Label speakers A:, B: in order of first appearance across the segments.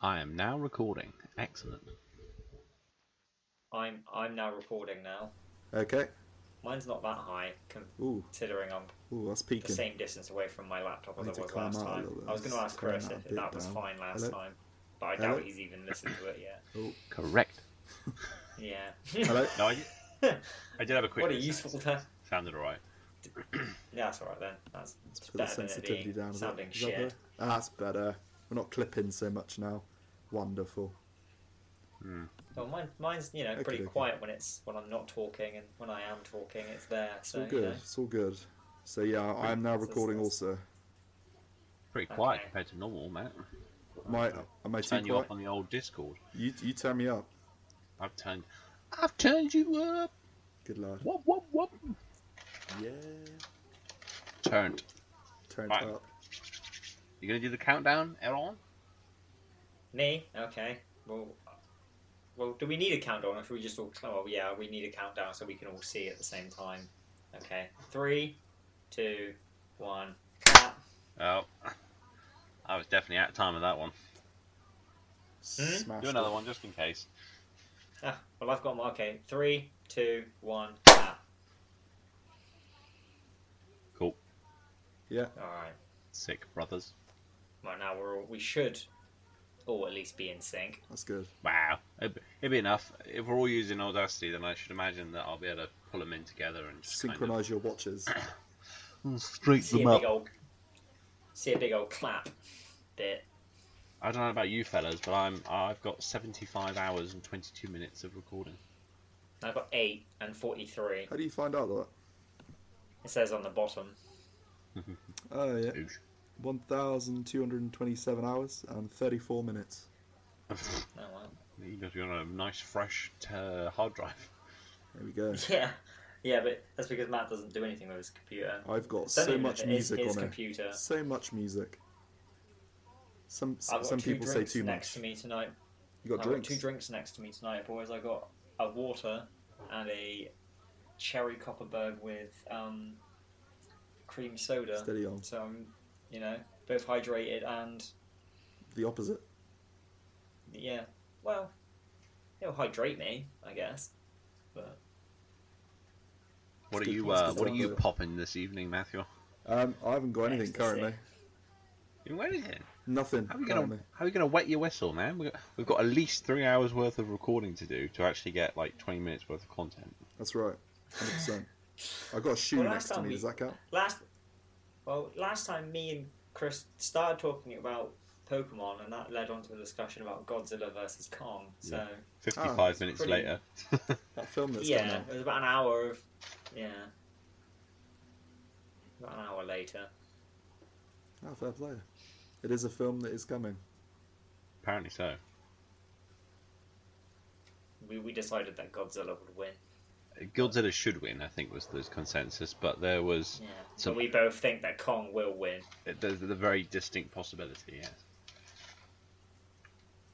A: I am now recording. Excellent.
B: I'm I'm now recording now.
C: Okay.
B: Mine's not that high
C: Ooh,
B: considering I'm
C: ooh, that's
B: the
C: peaking.
B: same distance away from my laptop as I
C: Need to
B: was
C: climb
B: last
C: out a
B: time.
C: little bit.
B: I was going to
C: Let's
B: ask Chris
C: turn that
B: if
C: a bit
B: that was
C: down.
B: fine last
C: Hello?
B: time, but I
C: Hello?
B: doubt he's even listened to it yet.
A: Correct.
B: Yeah.
C: Hello.
A: No, I, I did have a quick.
B: what a
A: listen.
B: useful test.
A: Sounded alright.
B: Yeah, that's all right then. That's
C: Let's put the
B: better than it
C: sensitivity
B: being
C: down. a bit.
B: sounding
C: Is that
B: shit.
C: better? Ah, that's better. We're not clipping so much now. Wonderful.
B: Well, mine, mine's you know
C: Okay,
B: pretty
C: okay.
B: quiet when it's when I'm not talking and when I am talking it's there.
C: It's
B: so
C: all good.
B: You know.
C: It's all good. So yeah, I am now
B: That's-
C: recording
B: that's-
C: also.
A: Pretty quiet
B: Okay.
A: compared to normal, Matt.
C: My, am I too
A: Turn you
C: quiet?
A: up on the old Discord.
C: You, you turn me up.
A: I've turned. I've turned you up.
C: Good lad.
A: Whoop whoop whoop.
C: Yeah.
A: Turned.
C: Turned
A: Right.
C: up.
B: Hmm?
A: You gonna do the countdown, Elon?
B: Me? Okay. Well, well, do we need a countdown, or should we just all? Oh, yeah, we need a countdown so we can all see at the same time. Okay, three, two, one. Clap.
A: Oh, I was definitely out of time with that one.
C: Smash.
A: Do another one just in case.
B: Ah, well, I've got my okay. Three, two, one. Clap.
A: Cool.
C: Yeah.
B: All right.
A: Sick brothers.
B: Right now we're all, we should all at least be in sync.
C: That's good.
A: Wow. It'd be- it'd be enough. If we're all using Audacity, then I should imagine that I'll be able to pull them in together and just
C: Synchronize your watches.
A: Kind of straight
B: See a big old, see a big old clap bit.
A: I don't know about you fellas, but I'm I've got 75 hours and 22 minutes of recording.
B: I've got eight and forty-three.
C: How do you find out that?
B: It says on the bottom.
C: Oh yeah.
A: Oosh.
C: 1,227 hours and 34 minutes.
B: Oh well.
A: You got to be on a nice fresh uh, hard drive.
C: There we go.
B: Yeah, yeah, but that's because Matt doesn't do anything with his computer.
C: I've got
B: Don't
C: so
B: even-
C: much
B: it's
C: music
B: his
C: on it.
B: computer.
C: So much music. Some
B: I've got
C: some
B: two
C: people say
B: drinks
C: too
B: next
C: much.
B: to me tonight.
C: You got
B: I've
C: drinks.
B: got two drinks next to me tonight, boys. I got a water and a cherry copperberg with um, cream soda.
C: Steady on.
B: So I'm, you know, both hydrated and
C: The opposite.
B: yeah. Well, it'll hydrate me, I guess. But
A: What are
C: good-
A: you
C: that's
A: uh,
C: good
A: What are
C: to
A: you
C: know.
A: popping this evening, Matthew?
C: Um, I haven't got anything
B: Ecstasy.
C: currently.
A: You got anything?
C: Nothing
A: How are we
C: currently.
A: gonna How are we gonna wet your whistle, man? We've got, we've got at least three hours worth of recording to do to actually get like 20 minutes worth of content.
C: That's right. 100. percent I got a shoe
B: Well, last
C: next to
B: time
C: me.
B: we-
C: Does that count?
B: last, well, last time me and Chris started talking about Pokemon, and that led on to a discussion about Godzilla versus Kong. So.
A: 55
C: that's
A: minutes
B: pretty-
A: later.
C: That film that's coming
B: yeah,
C: out.
B: it was about an hour of yeah. About an hour later.
C: Oh, fair play. It is a film that is coming.
A: Apparently so.
B: We, we decided that Godzilla would win.
A: Godzilla should win, I think, was the consensus, but there was
B: Yeah.
A: So-
B: So we both think that Kong will win.
A: there's the very distinct possibility. Yes.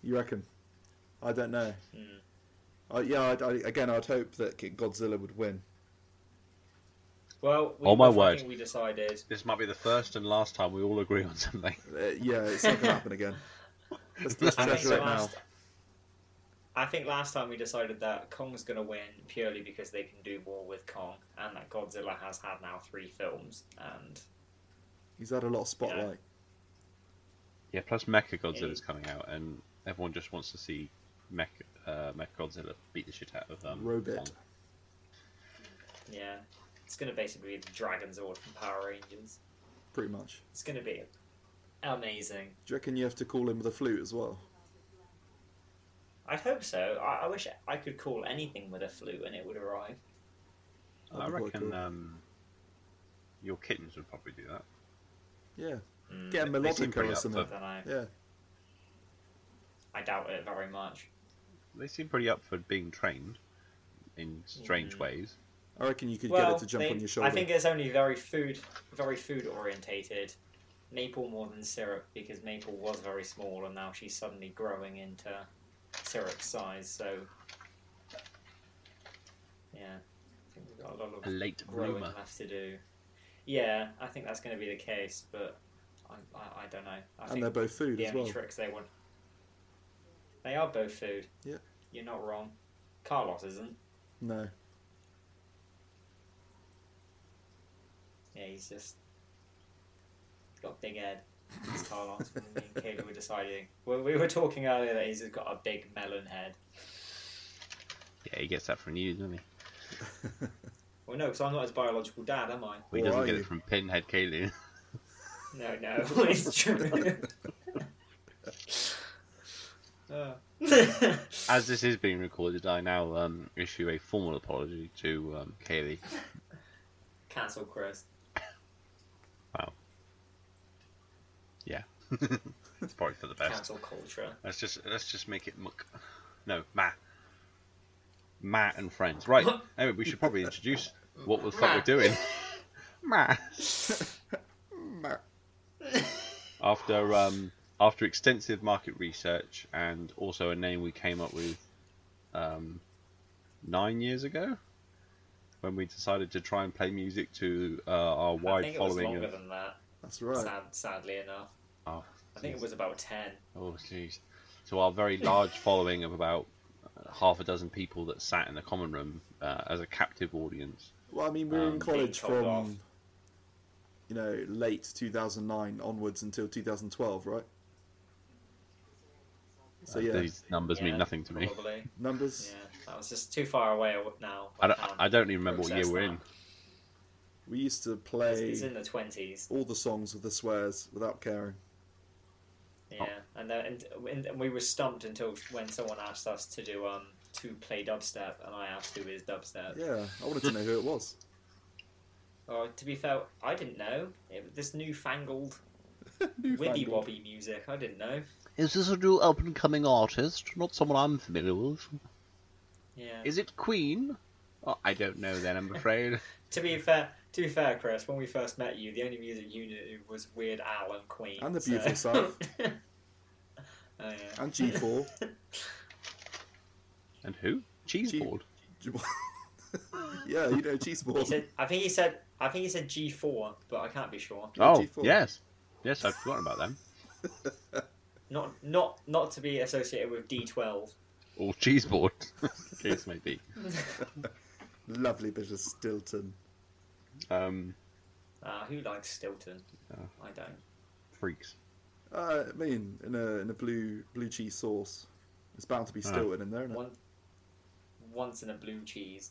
C: You reckon? I don't know.
B: Mm.
C: I yeah, I'd, I, again, I'd hope that Godzilla would win.
B: Well, we
A: Oh, my
B: both- I
A: word.
B: think we decided.
A: This might be the first and last time we all agree on something.
C: Uh, yeah, it's not gonna happen again. Let's, let's
A: I
B: I
A: think
C: treasure
B: think,
C: it now.
B: last, I think last time we decided that Kong's going to win purely because they can do more with Kong, and that Godzilla has had now three films, and
C: He's had a lot of spotlight.
A: Yeah, plus Mecha Godzilla's
B: Yeah.
A: coming out, and everyone just wants to see Mecha, uh, Mecha Godzilla beat the shit out of um,
C: Robit.
A: Kong.
B: yeah, it's going to basically be the Dragon Zord from Power Rangers.
C: Pretty much.
B: It's going to be amazing.
C: Do you reckon you have to call in with a flute as well?
B: I hope so. I, I wish I could call anything with a flute and it would arrive.
A: I
C: That'd be quite
A: reckon
C: cool.
A: um, your kittens would probably do that.
C: Yeah.
B: Mm,
C: Get a
A: They- they seem
C: melodica
A: pretty
C: or
A: up
C: something.
A: for-
B: Don't know.
C: Yeah.
B: I doubt it very much.
A: They seem pretty up for being trained in strange
B: Mhm.
A: ways.
C: I reckon you could
B: well,
C: get it to jump
B: they-
C: on your shoulder.
B: I think it's only very food, very food orientated. Maple more than syrup because Maple was very small and now she's suddenly growing into syrup size. So, yeah, I think we've got a lot
A: A
B: of
A: late
B: growing
A: bloomer.
B: left to do. Yeah, I think that's going to be the case, but I, I, I don't know. I
C: and
B: think
C: they're both food
B: the
C: as
B: only
C: well.
B: tricks they want. They are both food.
C: Yeah.
B: You're not wrong. Carlos isn't.
C: No.
B: Yeah, he's just got a big head. It's Carlos. when me and Kayla were deciding. Well, we were talking earlier that he's got a big melon head.
A: Yeah, he gets that from you, doesn't he?
B: Well, no, because I'm not his biological dad, am I?
A: Well, he
C: Or
A: doesn't
C: are
A: get
C: you?
A: it from Pinhead Kalu.
B: No, no, it's true. Uh.
A: As this is being recorded, I now um, issue a formal apology to um, Kaylee.
B: Cancel Chris.
A: It's probably for the best.
B: Cancel culture.
A: Let's just let's just make it muck. No, Matt. Matt and friends. Right. Anyway, we should probably introduce what the fuck we're
B: Matt.
A: doing. Matt.
C: Meh.
A: After um, after extensive market research and also a name we came up with um, nine years ago, when we decided to try and play music to uh, our
B: I
A: wide
B: think it was
A: following.
B: longer
A: of-
B: than that.
C: That's right.
B: Sad, sadly enough,
A: Oh,
B: I think
A: jeez.
B: it was about ten.
A: Oh, jeez. So our very large following of about uh, half a dozen people that sat in the common room uh, as a captive audience.
C: Well, I mean, we were
A: Um,
C: in college
B: being told
C: from,
B: off.
C: you know, late 2009 onwards until 2012, right? So,
A: Uh,
C: yeah,
A: These numbers
B: Yeah,
A: mean nothing to me.
B: Probably.
C: numbers.
B: Yeah, that was just too far away aw- now.
A: I don't,
B: can't
A: I don't even remember what year
B: process
A: we're
B: that.
A: in.
C: We used to
B: It's,
C: play
B: it's in the twenties.
C: all the songs with the swears without caring.
A: Oh.
B: Yeah, and, then, and and and we were stumped until when someone asked us to do um to play dubstep, and I asked who is dubstep.
C: Yeah, I wanted to know who it was.
B: Or to be fair, I didn't know it, was this newfangled wibby
C: Newfangled.
B: wobby music. I didn't know.
A: Is this a new up and coming artist? Not someone I'm familiar with.
B: Yeah.
A: Is it Queen? Oh, I don't know then, I'm afraid.
B: to be fair, to be fair, Chris, when we first met you, the only music you knew was Weird Al and Queen
C: And the
B: so-
C: Beautiful South.
B: oh yeah.
C: And G4.
A: and who?
C: Gee.
A: Cheeseboard.
C: yeah, you know,
B: He
C: G4.
B: said, I think he said, I think he said G four, but I can't be sure.
A: Oh,
C: G4.
A: yes. Yes, I've forgotten about them.
B: Not, not, not to be associated with D twelve.
A: Or Cheeseboard. Case may be.
C: Lovely bit of Stilton.
A: Um,
B: Uh, who likes Stilton?
A: Oh.
B: I don't.
A: freaks.
C: Uh, I mean, in a in a blue blue cheese sauce, it's bound to be
A: Ah.
C: Stilton in there, isn't it?
B: One, once in a blue cheese.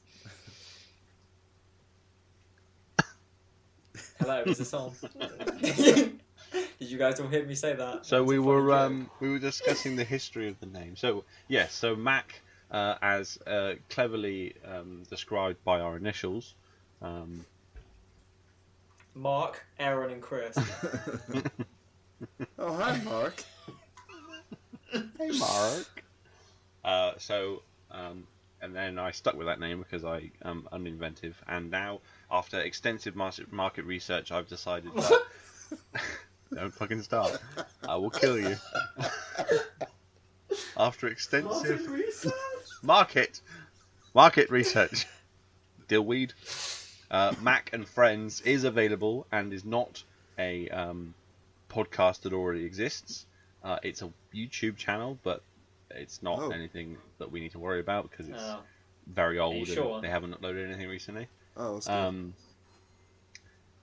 B: Hello, is this on? Did you guys all hear me say that?
A: So
B: That's
A: we
B: a
A: were
B: funny
A: um, we were discussing the history of the name. So yes, so Mac, uh, as uh, cleverly um, described by our initials, um,
B: joke. Mark, Aaron, and Chris.
C: Oh, hi, Mark.
A: hey Mark. Uh, so um, and then I stuck with that name because I am uninventive. And now, after extensive mar- market research, I've decided that don't fucking start. I will kill you. after extensive
B: Oh,
A: Market. Market research. Dillweed. Uh, Mac and Friends is available and is not a um, podcast that already exists. Uh, it's a YouTube channel, but it's not
C: Oh.
A: anything that we need to worry about because it's
B: Oh,
A: very old
B: you
A: and
B: sure?
A: they haven't uploaded anything recently.
C: Oh, that's good.
A: Um,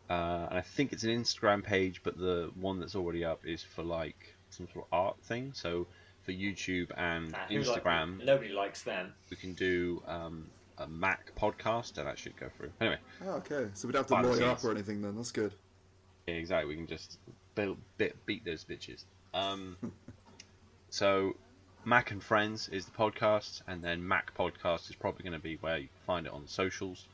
A: uh, and I think it's an Instagram page, but the one that's already up is for like some sort of art thing. So for YouTube and
B: nah, who like-
A: Instagram,
B: nobody likes them.
A: we can do um, a Mac podcast, and that should go through. Anyway,
C: oh, okay. So we'd have to
A: Fine,
C: lawyer
A: yes.
C: up or anything then. That's good.
A: yeah, exactly. We can just build, bit, beat those bitches. Um, so, Mac and Friends is the podcast, and then Mac Podcast is probably going to be where you can find it on socials.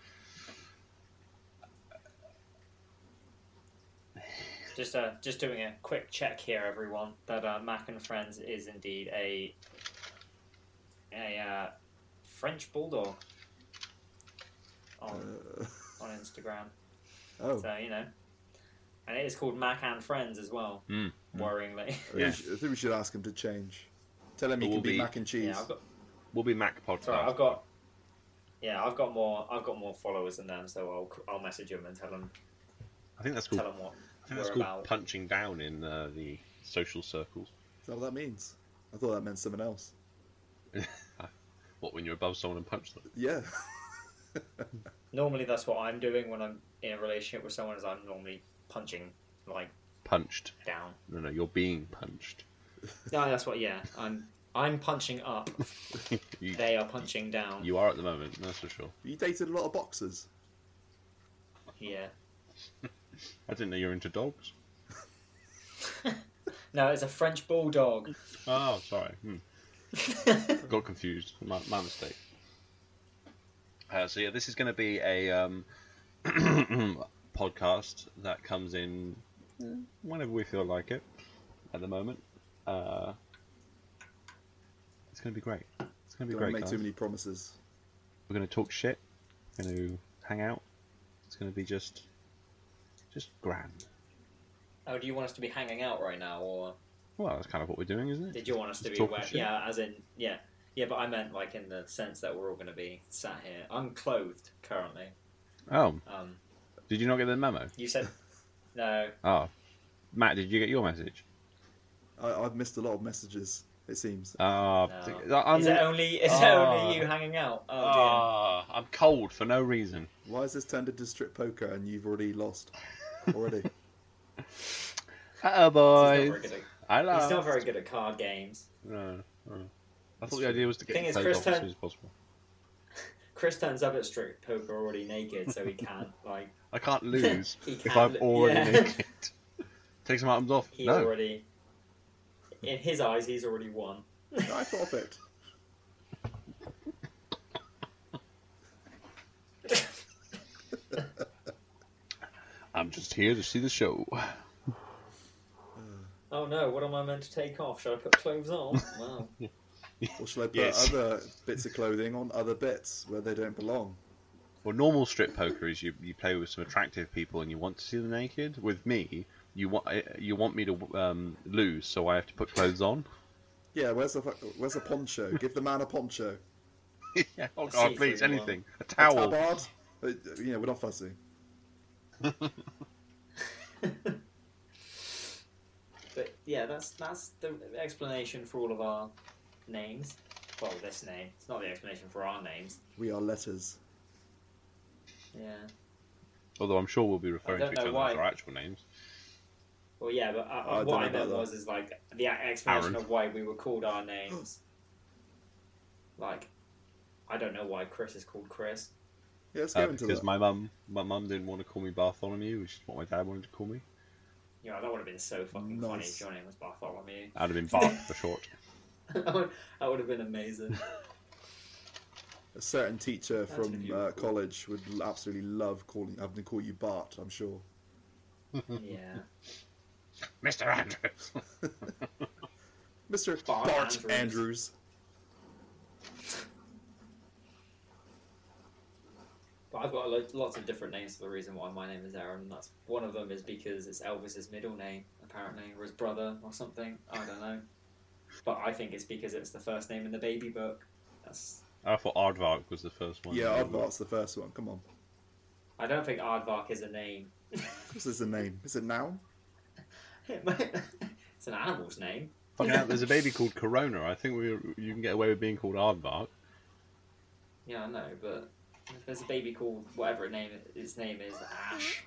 B: Just uh, just doing a quick check here, everyone. That uh, Mac and Friends is indeed a a uh, French bulldog on
C: Uh,
B: on Instagram.
C: oh,
B: So you know, and it is called Mac and Friends as well.
A: Mm.
B: Worryingly,
A: yeah.
C: we should, I think we should ask him to change. Tell him he
A: It
C: can
A: will
C: be,
A: be-
C: mac and cheese.
B: yeah, I've got
A: We'll be Mac Podcast.
B: sorry, I've got yeah, I've got more I've got more followers than them, so I'll I'll message them and tell them
A: I think that's
B: tell
A: called.
B: them what
A: I think
B: we're
A: that's
B: about.
A: called punching down in uh, the social circles.
C: Is that what that means? I thought that meant something else.
A: What when you're above someone and punch them?
C: Yeah.
B: Normally, that's what I'm doing when I'm in a relationship with someone. Is I'm normally punching like
A: Punched?
B: down.
A: No, no, you're being punched.
B: No, that's what. Yeah, I'm I'm punching up.
A: you,
B: They are punching down.
A: you are at the moment. That's for sure.
C: You dated a lot of boxers.
B: Yeah.
A: I didn't know you were into dogs.
B: No, it's a French bulldog.
A: Oh, sorry. Hmm. Got confused. My, my mistake. Uh, so yeah, this is going to be a um, podcast that comes in uh, whenever we feel like it. At the moment, uh, it's going to be great. It's going to be
C: Don't
A: great.
C: make
A: guys.
C: too many promises.
A: We're going to talk shit. Going to hang out. It's going to be just, just grand.
B: Oh, do you want us to be hanging out right now, or
A: Well, that's kind of what we're doing, isn't it?
B: did you want us to
A: Just
B: be?
A: talking
B: Where,
A: shit.
B: yeah, as in yeah, yeah. But I meant like in the sense that we're all going to be sat here. I'm clothed currently.
A: Oh,
B: Um,
A: did you not get the memo?
B: you said no.
A: Oh, Matt, did you get your message?
C: I, I've missed a lot of messages. It seems.
A: Ah,
B: No.
A: th- I'm,
B: Is it only is it
A: Oh.
B: only you hanging out? Oh dear.
A: Ah, I'm cold for no reason.
C: Why has this turned into strip poker and you've already lost? Already.
A: Hello,
B: He's
A: Ah, boys. Ah.
B: not very good at-
A: I love.
B: He's not very good at card games.
A: No, no. I thought the idea was to
B: The
A: get
B: thing is,
A: those
B: Chris
A: off as
B: had-
A: soon as possible.
B: Chris turns up at Strip Poker already naked, so he can't like
A: I can't lose
B: He
A: if
B: can
A: I'm
B: lo-
A: already
B: yeah.
A: naked. Take some items off.
B: he
A: no,
B: already. In his eyes, he's already won.
C: I thought it.
A: I'm just here to see the show.
B: Oh no! What am I meant to take off? Should I put clothes on? Wow.
C: Or shall I put
A: Yes.
C: other bits of clothing on other bits where they don't belong?
A: Well, normal strip poker is you, you play with some attractive people and you want to see them naked. With me, you want eh, you want me to um, lose, so I have to put clothes on.
C: Yeah. Where's the fu- where's the poncho? Give the man a poncho.
A: yeah. Oh
B: A
A: God, please,
B: see-through one.
A: anything. A
C: A
A: towel.
C: tabard. Uh, You know, we're not fussy.
B: But yeah, that's that's the explanation for all of our names. Well, this name. It's not the explanation for our names.
C: We are letters.
B: Yeah.
A: Although I'm sure we'll be referring to
B: don't
A: each
B: know
A: other
B: why.
A: as our actual names.
B: Well, yeah, but uh,
C: I
B: uh, what
C: don't know
B: I
C: about
B: meant
C: that.
B: was is like the explanation
A: Aaron.
B: of why we were called our names. like, I don't know why Chris is called Chris.
C: Yeah, let's go
A: Uh,
C: into
A: because
C: that.
A: my mum, my mum didn't want to call me Bartholomew, which is what my dad wanted to call me.
B: You know, that would have been so fucking funny
C: Nice.
B: if your name was Bartholomew.
A: I'd have been Bart for short.
B: that would- that would have been amazing.
C: A certain teacher
B: That's an
C: from uh,
B: immutable.
C: college would l- absolutely love calling having to call you Bart. I'm sure.
B: yeah.
A: Mr. Andrews.
C: Mr.
B: Bart
C: Bart,
B: Andrews.
C: Andrews.
B: But I've got lo- lots of different names for the reason why my name is Aaron. and That's one of them is because it's Elvis's middle name, apparently, or his brother or something. I don't know. But I think it's because it's the first name in the baby book. That's
A: I thought Aardvark was the first one.
C: Yeah, Bart's the first one. Come on.
B: I don't think Aardvark is a name.
C: This is a name. Is it noun?
B: it's an animal's name.
A: Fucking hell, there's a baby called Corona. I think we you can get away with being called Aardvark.
B: Yeah, I know, but if there's a baby called whatever it name its name is, Ash,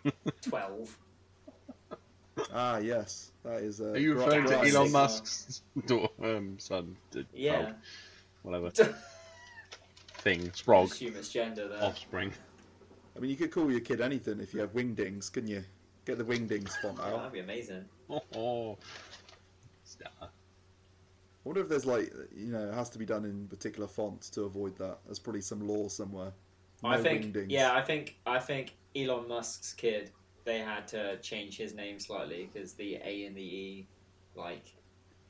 B: twelve.
C: Ah, yes. That is. Uh,
A: Are you
C: Gra-
A: referring to
B: Right.
C: Grimes.
A: Elon
B: Right.
A: Musk's daughter, um, son, d-
B: Yeah,
A: child, whatever
B: Don't
A: thing, Sprog,
B: assume it's gender there.
A: offspring?
C: I mean, you could call your kid anything if you have wingdings, couldn't you? Get the wingdings font
B: Oh,
C: out.
B: that'd be amazing.
A: Oh, oh.
C: I wonder if there's like, you know, it has to be done in particular fonts to avoid that. There's probably some law somewhere.
B: I
C: No
B: think,
C: wingdings.
B: yeah, I think, I think Elon Musk's kid. They had to change his name slightly because the A and the E, like,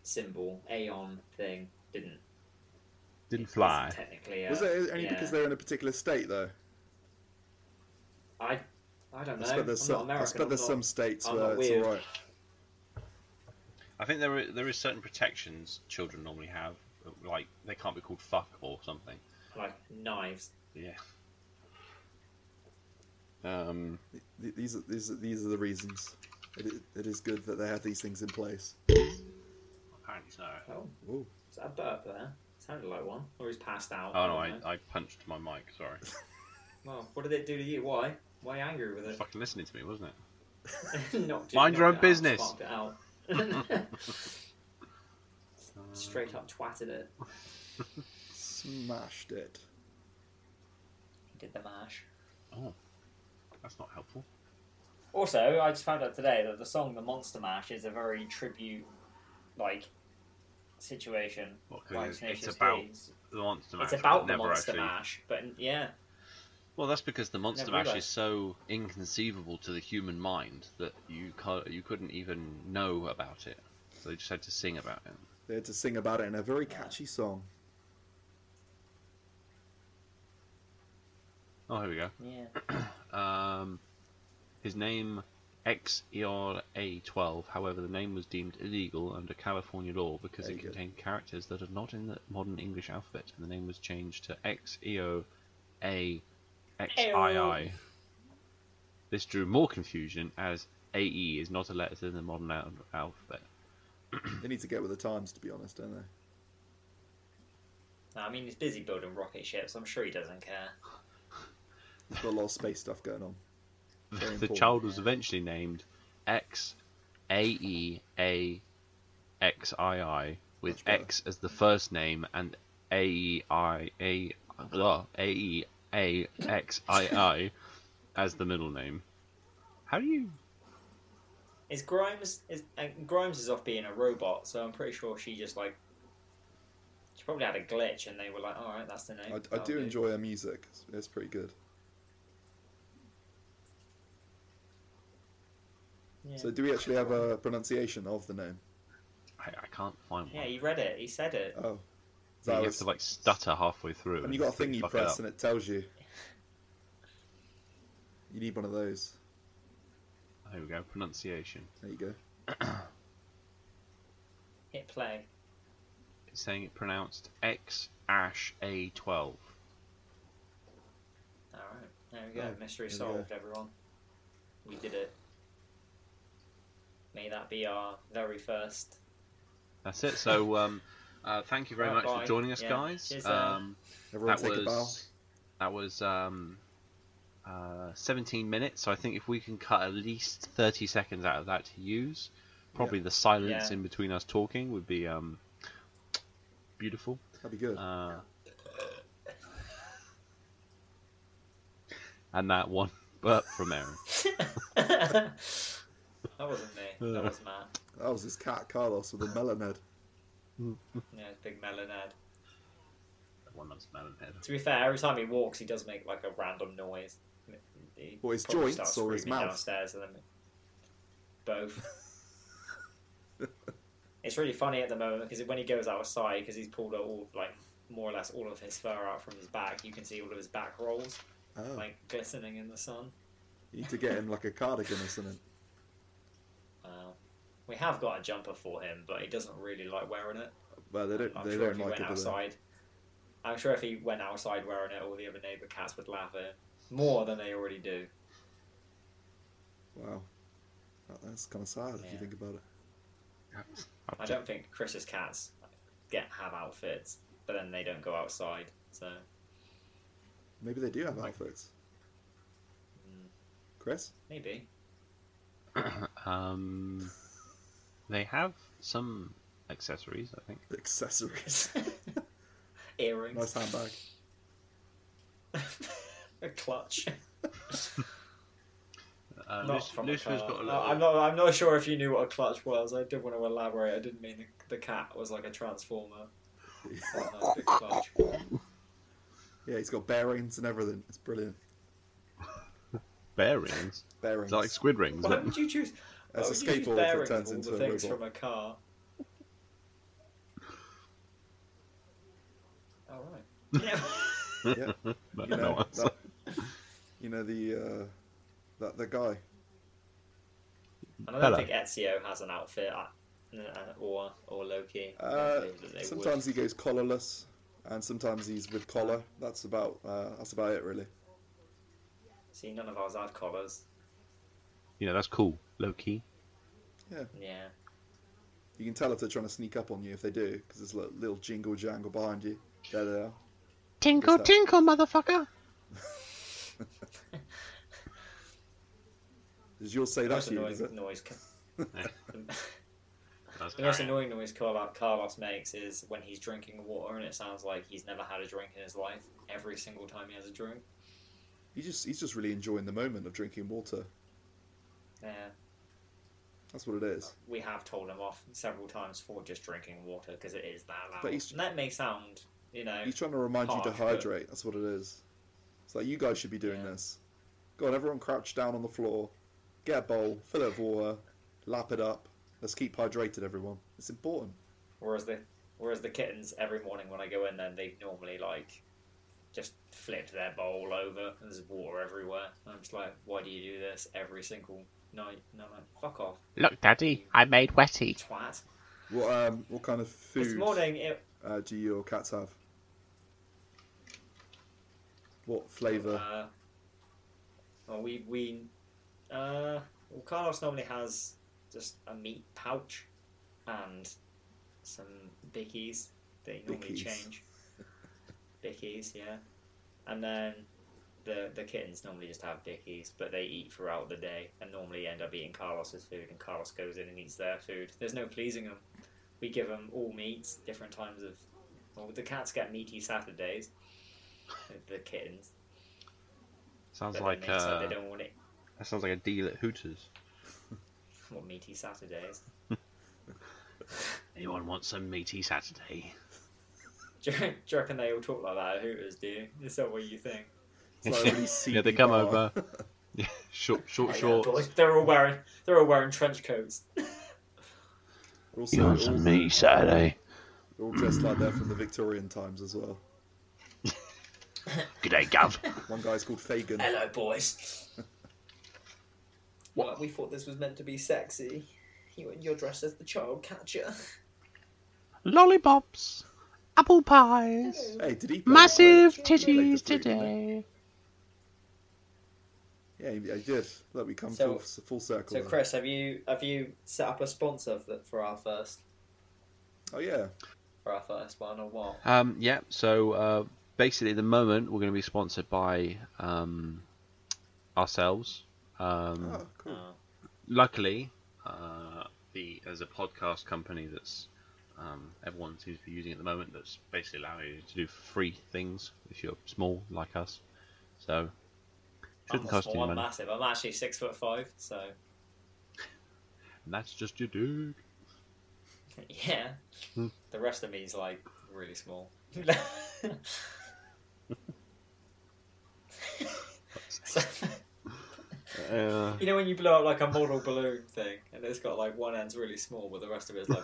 B: symbol Aeon thing didn't
A: Didn't
B: it's
A: fly.
B: Technically, a-
C: Was it only
B: yeah.
C: because they're in a particular state though?
B: I, I don't know.
C: I bet
B: I'm
C: there's
B: not
C: some. I
B: American.
C: bet
B: I'm
C: there's
B: not-
C: some states
B: I'm
C: where
B: not
C: it's
B: weird.
C: all right.
A: I think there are, there is certain protections children normally have, like they can't be called fuck or something.
B: like knives.
A: Yeah. Um.
C: Th- These are these are, these are the reasons. It, i- it is good that they have these things in place.
A: Apparently so.
B: Oh,
C: Ooh.
B: is that a burp there? Is sounded like one. Or he's passed out.
A: Oh no,
B: don't
A: I,
B: know.
A: I punched my mic. Sorry,
B: Well, what did it do to you? Why? Why you angry with it?
A: fucking listening to me, wasn't it?
B: Knocked it-
A: Mind your own
B: knocked it
A: business.
B: out, sparked it out.
A: Uh,
B: Straight up twatted it.
C: Smashed it.
B: He did the mash.
A: That's not helpful.
B: Also, I just found out today that the song "The Monster Mash" is a very tribute, like, situation.
A: What, 'cause
B: Like
A: it's,
B: Tenacious
A: it's about
B: D's.
A: the monster mash.
B: It's
A: but
B: about the
A: never
B: Monster
A: actually...
B: Mash, but yeah,
A: Well, that's because the monster
B: Never
A: mash is
B: realised.
A: so inconceivable to the human mind that you can't, you couldn't even know about it. So they just had to sing about it.
C: They had to sing about it in a very catchy song.
A: Oh, here we go.
B: yeah.
A: Um, his name E XERA12. However, the name was deemed illegal under California law because
C: There
A: it
C: you go.
A: contained characters that are not in the modern English alphabet, and the name was changed to E XEOAXII.
B: Ew.
A: This drew more confusion as AE is not a letter in the modern al- alphabet.
C: They need to get with the times, to be honest, don't they?
B: No, I mean, he's busy building rocket ships. I'm sure he doesn't care.
C: They've got a lot of space stuff going on. Very
A: the
C: important.
A: child was eventually named X A E A X I I, with
C: Much better.
A: X as the first name and A E I A blah, A E A X I I as the middle name. How do you?
B: Is Grimes is and Grimes is off being a robot, so I'm pretty sure she just like she probably had a glitch, and they were like, "All right, that's the name."
C: I, I
B: That'll
C: do
B: do."
C: enjoy her music. It's, it's pretty good.
B: Yeah.
C: So, do we actually have a pronunciation of the name?
A: I, I can't find
B: yeah,
A: one.
B: he read it. He said it.
C: Oh, Is
A: you
C: that
A: have
C: was-
A: to like stutter halfway through.
C: and you got a thing you
A: fuck it
C: press
A: up.
C: and it tells you. You need one of those.
A: There we go. Pronunciation.
C: There you go.
B: Hit play.
A: It's saying it pronounced X Ash A twelve.
B: All right, there we go.
C: Oh,
B: Mystery
C: there we
B: solved, everyone. We did it. May that be our very first.
A: That's it. So um, uh, thank you very
B: Right,
A: much for
B: bye.
A: joining us,
B: Yeah.
A: guys.
B: Cheers, uh,
A: um,
C: Everyone
A: that
C: take a bow.
A: was that was um, uh, 17 minutes. So I think if we can cut at least 30 seconds out of that to use, probably the silence
B: Yeah.
A: in between us talking would be um, beautiful.
C: That'd be good.
A: Uh, and that one burp from Aaron.
B: that wasn't me. That was Matt.
C: that was his cat Carlos with a melon head.
B: Yeah, it's big melon head.
A: That one that's melon head.
B: To be fair, every time he walks, he does make like a random noise. He
C: What, his
B: probably
C: joints
B: starts
C: or his
B: screaming
C: mouth?
B: Downstairs and then both. it's really funny at the moment because when he goes outside, because he's pulled out all like more or less all of his fur out from his back, you can see all of his back rolls
C: Oh,
B: like glistening in the sun.
C: you need to get him like a cardigan or something.
B: Wow. Uh, We have got a jumper for him, but he doesn't really like wearing it.
C: Well, they don't.
B: I'm
C: they
B: sure if
C: don't
B: he
C: like
B: went
C: it. do they?
B: outside. I'm sure if he went outside wearing it, all the other neighbour cats would laugh at him more than they already do.
C: Wow, That- that's kind of sad if you
B: Yeah.
C: think about it.
B: I don't think Chris's cats get have outfits, but then they don't go outside. So
C: Maybe they do have
A: Like-
C: outfits.
B: mm,
C: Chris,
B: maybe
A: um, they have some accessories, I think.
C: accessories. Nice
B: earrings,
C: handbag.
B: a clutch.
A: Uh,
B: not
A: Luc-
B: from a
A: Lucifer's
B: car.
A: got a
B: No,
A: little-
B: I'm not. I'm not sure if you knew what a clutch was. I did want to elaborate. I didn't mean the, the cat was like a transformer. Quite a nice big clutch.
C: Yeah, he's got bearings and everything. It's brilliant.
A: bearings.
C: Bearings.
A: It's like squid rings.
B: Why
A: but-
B: would you choose? Why
C: That's
B: would
C: a
B: you use
C: skateboard that
B: bearings
C: turns
B: of all
C: into
B: the
C: a
B: things
C: robot.
B: from a car? All right. Yeah.
C: Yeah.
A: but
C: You
A: no
C: know,
A: answer.
C: that, you know the uh, that the guy.
B: And I
A: Hello.
B: don't think Ezio has an outfit uh, uh, or or Loki. I don't
C: Uh,
B: believe that they
C: sometimes he goes collarless, and sometimes he's with collar. That's about uh, that's about it really.
B: would. see none of ours have collars.
A: You know, that's cool. Low key.
B: Yeah,
C: You can tell if they're trying to sneak up on you if they do, because there's a little jingle jangle behind you. There they are.
A: Tinkle,
C: What's that?
A: tinkle, motherfucker.
C: Does yours say
B: The
C: that
B: most
C: to you? Does
B: annoying
C: it?
B: noise. the
A: That's
B: most
A: Marianne.
B: annoying noise Carl- Carlos makes is when he's drinking water, and it sounds like he's never had a drink in his life. Every single time he has a drink.
C: He just he's just really enjoying the moment of drinking water.
B: Yeah.
C: That's what it is.
B: we have told him off several times for just drinking water because it is that loud.
C: But he's-
B: And that may sound, you know,
C: He's trying to remind you to
B: Harsh, but-
C: hydrate. That's what it is. It's like you guys should be doing
B: Yeah.
C: this. Go on, everyone, crouch down on the floor, get a bowl, fill it with water, lap it up. Let's keep hydrated, everyone. It's important.
B: whereas the whereas the kittens every morning when I go in, then they normally like just flip their bowl over and there's water everywhere. And I'm just like, why do you do this every single night? And I'm like, fuck off,
D: Look, Daddy, I made
B: you
D: Wetty.
B: twat.
C: What um what kind of
B: This
C: food
B: morning, it
C: uh, do your cats have? What flavour?
B: Uh, well, we we uh, well, Carlos normally has just a meat pouch and some bickies that he normally
C: Bickies.
B: change. Bickies, yeah, and then the the kittens normally just have bickies, but they eat throughout the day and normally end up eating Carlos's food, and Carlos goes in and eats their food. There's no pleasing them. We give them all meats, different times of. Well, the cats get meaty Saturdays. the- The kittens.
A: Sounds
B: But
A: like
B: then they decide
A: uh,
B: they don't want it
A: that sounds like a deal at Hooters.
B: want meaty Saturdays.
A: Anyone want some meaty Saturday?
B: Do you, do you reckon they all talk like that at Hooters? Do you? Is that what you think?
C: It's like a really seedy
A: yeah, they come
C: bar.
A: over. Yeah, short, short,
B: Like,
A: short.
B: "Oh, boys, they're all wearing they're all wearing trench coats.
C: Also, all-
D: Saturday?
C: They're all dressed like they're from the Victorian times as well.
D: G'day, Gov.
C: One guy's called Fagin.
B: Hello, boys.
E: Well, we thought this was meant to be sexy. You, you're dressed as the child catcher.
D: Lollipops, apple pies,
C: Hey, did he? play the flute?
D: massive
E: He played
D: titties
E: the
C: flute, didn't he?
D: today.
C: Yeah, he- he did. Look, we come
E: So-
C: full, full
E: So,
C: circle. then.
E: Chris, have you have you set up a sponsor for, for our first
C: Oh yeah,
E: for our first one or what?
A: Um, yeah, so uh, basically at the moment we're going to be sponsored by um, ourselves. Um,
C: oh, cool.
B: Oh,
A: Luckily, uh, the there's a podcast company that's um, everyone seems to be using at the moment that's basically allowing you to do free things if you're small like us. So
B: I'm,
A: shouldn't
B: not
A: cost
B: small,
A: you
B: I'm
A: money.
B: massive. I'm actually six foot five, so
A: And that's just your dude.
B: yeah.
A: Hmm.
B: The rest of me is like really small. So-
A: Uh,
B: you know when you blow up like a model balloon thing, and it's got like one end's really small, but the rest of it's like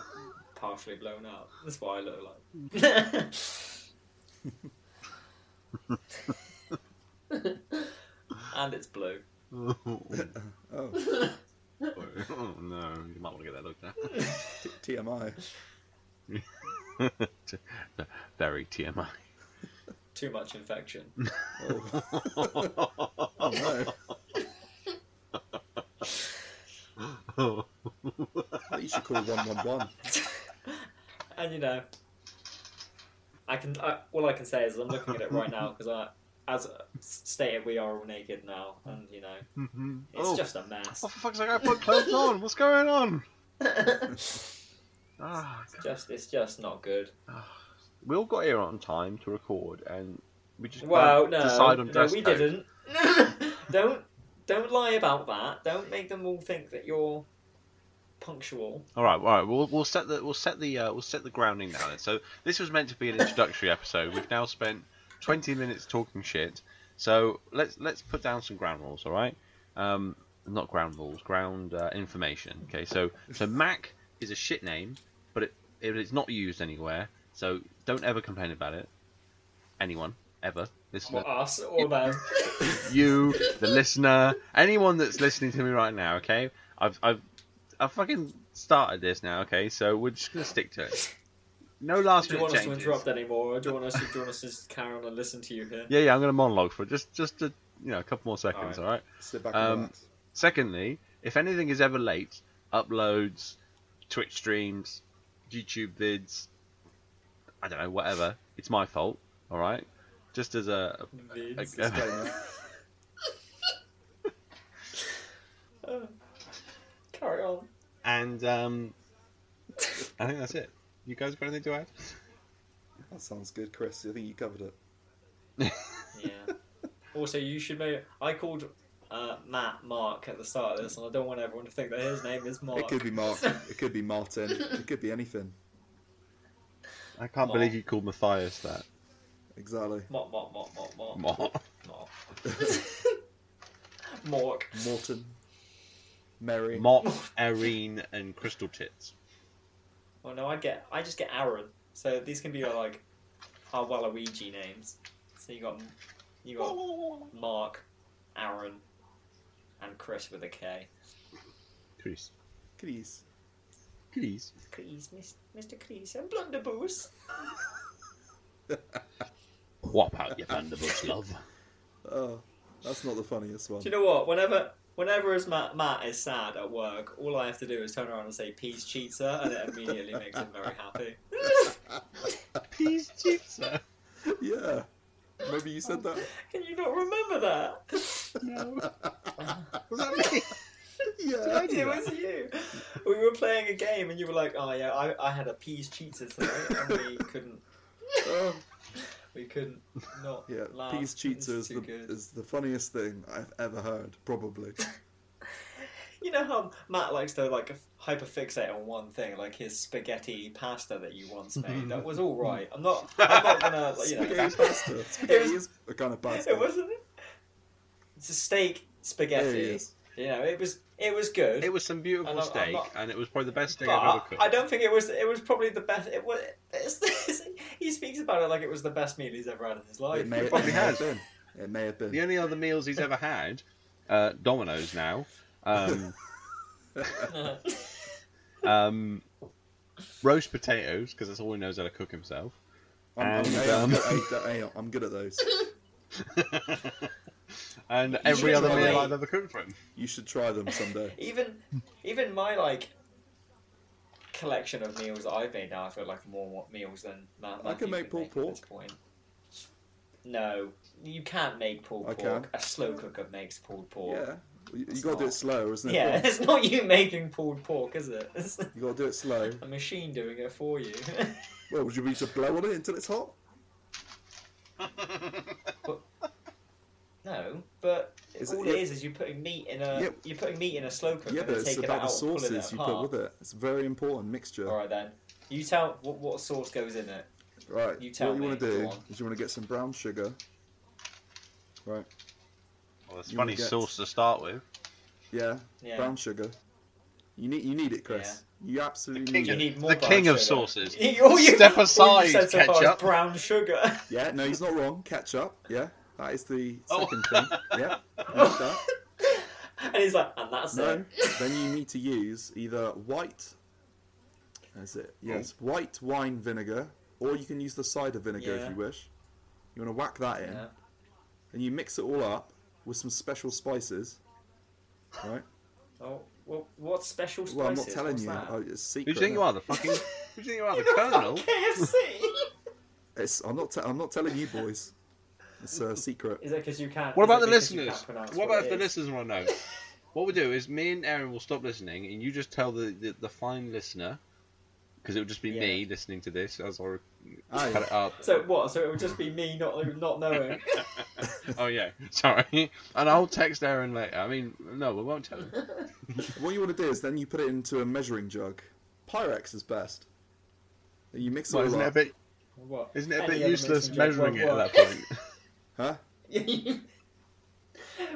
B: partially blown up. That's what I look like. and it's blue.
C: Oh,
A: oh no, you might want to get that looked at.
C: t- TMI.
A: Very TMI.
B: Too much infection.
C: Oh,
A: oh
C: no.
A: no.
C: you should call one one one.
B: and you know, I can. I, all I can say is I'm looking at it right now because I, as stated, we are all naked now, and you know, it's
A: oh,
B: just a mess.
A: oh, for fuck's sake, I put clothes on. What's going on? Ah,
B: It's just it's just not good.
A: we all got here on time to record, and we just
B: Well,
A: can't
B: no,
A: decide on
B: no,
A: dress
B: we
A: code.
B: didn't. don't don't lie about that. Don't make them all think that you're punctual.
A: All right, all right. We'll, we'll set the we'll set the uh, we'll set the grounding now. Then. So this was meant to be an introductory episode. We've now spent 20 minutes talking shit. So let's let's put down some ground rules. All right, um, not ground rules, ground uh, information. Okay, so so Mac is a shit name, but it, it is not used anywhere. So don't ever complain about it. Anyone ever? Listener,
B: Or us or them.
A: you, the listener, anyone that's listening to me right now, okay? I've I've I fucking started this now, okay? So we're just gonna stick to it. No last
B: Do you
A: minute
B: want us to
A: changes.
B: interrupt anymore, or do you want us to, do you want us to just carry on and listen to you here?
A: Yeah, yeah. I'm gonna monologue for just just a, you know a couple more seconds,
B: Alright.
A: all right?
C: Sit back
A: Um,
C: and relax.
A: Secondly, if anything is ever late, uploads, Twitch streams, YouTube vids. I don't know, whatever. It's my fault. All right. Just as a, a-
B: Vids.
C: Disclaimer.
B: Oh. Carry on.
A: and um, I think that's it. You guys got anything to add?
C: that sounds good, Chris. I think you covered it.
B: Yeah. also, you should know I called uh, Matt Mark at the start of this, and I don't want everyone to think that his name is Mark.
C: It could be Mark. it could be Martin. It could be anything.
A: I can't
B: Mark.
A: believe you called Matthias that.
C: Exactly.
B: Mark, Mark, Mark, Mark, Mark, Mark.
A: Mark.
B: Mark.
C: Morton. Mary.
A: Mark, Irene, and Crystal Tits.
B: Well, no, I get. I just get Aaron. So these can be like our Waluigi names. So you got you got Mark, Aaron, and Chris with a K.
A: Chris.
C: Please.
A: Please.
B: Cleese, Miss, Mr. Cleese, and Blunderbuss.
A: Whop out your thunderbolts, love.
C: Oh, that's not the funniest one.
B: Do you know what? Whenever, whenever as Matt, Matt is sad at work, all I have to do is turn around and say "peace, cheater," and it immediately makes him very happy.
A: Please, pizza.
C: yeah. Maybe you said that.
B: Can you not remember that?
A: No. Was that me?
C: Yeah.
B: it was you. We were playing a game, and you were like, "Oh yeah, I, I had a peas cheater tonight, and we couldn't,
C: Oh,
B: we couldn't not
C: yeah.
B: laugh.
C: Peas
B: It's
C: cheats is
B: too
C: the,
B: good.
C: is the funniest thing I've ever heard, probably.
B: You know how Matt likes to like hyperfixate on one thing, like his spaghetti pasta that you once made. that was all right. I'm not. I'm not gonna. Like, you know,
C: Spaghetti pasta. Spaghetti is a kind of pasta.
B: it wasn't. It's a steak
C: There
B: spaghetti.
C: he is.
B: You know, it was. It was good.
A: It was some beautiful
B: I'm not- I'm
A: steak,
B: not-
A: and it was probably the best steak I've ever
B: But
A: cooked.
B: I don't think it was. It was probably the best. It was. It's, he speaks about it like it was the best meal he's ever had in his life.
C: It may, it
A: probably
C: may
A: has.
C: have been. It may have been.
A: The only other meals he's ever had, uh, Domino's now, um, um, roast potatoes, because that's all he knows how to cook himself.
C: I'm, I'm,
A: And,
C: hey, I'm
A: um,
C: good- hey, hey, I'm good at those.
A: and
B: You
A: every
B: should
A: other
B: try-
A: meal I've ever cooked for him.
C: You should try them someday.
B: even, even my like collection of meals that I've made now, I feel like more what meals than Matt.
C: I
B: Matthew
C: can make
B: could
C: pulled
B: at this point. No, you can't make pulled
C: I
B: pork. A slow cooker makes pulled pork.
C: Yeah. You,
B: It's
C: you got to do
B: not-
C: it slow, isn't it?
B: Yeah, it's not you making pulled pork, is it? It's
C: You got to do it slow.
B: a machine doing it for you.
C: Well, would you be to blow on it until it's hot?
B: no, but
C: Is it-
B: all
C: yeah.
B: it is is you're putting meat in a
C: Yeah.
B: you're putting meat in a slow cooker
C: Yeah,
B: to
C: but it's
B: take it
C: about the
B: out, pull it
C: sauces you put with it. It's a very important mixture.
B: All right then, you tell what what sauce goes in it.
C: Right.
B: You tell
C: what you
B: me,
C: want to do
B: go on.
C: is you want to get some brown sugar. Right.
A: Well, it's
C: You
A: funny
C: get-
A: sauce to start with.
C: Yeah.
B: Yeah.
C: Brown sugar. You need you need it, Chris. You absolutely
A: king
C: need
B: You
A: of-
C: it.
B: need more
A: the
B: brown
A: king of
B: sugar.
A: sauces.
B: all you,
A: Step
B: all
A: aside,
B: you said so far is
A: ketchup.
B: brown sugar.
C: Yeah, no, he's not wrong. Ketchup. Yeah. That is the
A: Oh.
C: second thing. Yeah. you need that.
B: and he's like, and that's
C: No.
B: it.
C: then you need to use either white. That's it. Yes,
B: Oh.
C: white wine vinegar, or you can use the cider vinegar
B: Yeah.
C: if you wish. You want to whack that in,
B: Yeah.
C: and you mix it all up with some special spices. Right?
B: Oh, well, what special spices?
C: Well, I'm not telling
B: What's
C: you.
B: That?
C: Oh, it's a secret.
A: Who do you think you
C: innit?
A: are, the fucking? Who do you think you are, the
B: You're not
A: colonel?
B: KFC.
C: It's, I'm not. Te- I'm not telling you, boys. It's a secret.
B: is it because you can't?
A: What
B: is
A: about
B: it
A: the
B: 'cause you
A: listeners?
B: can't pronounce
A: What
B: what
A: about if
B: it
A: the
B: is?
A: listeners want to know? What we do is me and Aaron will stop listening, and you just tell the, the, the fine listener, because it would just be me listening to this as I re-
B: Oh,
C: Aye.
A: cut it up.
B: So what? So it would just be me not not knowing.
A: oh yeah, sorry. And I'll text Aaron later. I mean, no, we won't tell him.
C: What you want to do is then you put it into a measuring jug. Pyrex is best. And you mix it
A: Well,
C: all
A: isn't it a
C: up.
A: bit
B: What?
A: isn't it a
B: Any
A: bit
B: other
A: useless
B: messenger
A: measuring it at
B: won't
A: that
B: work.
A: point?
C: Huh?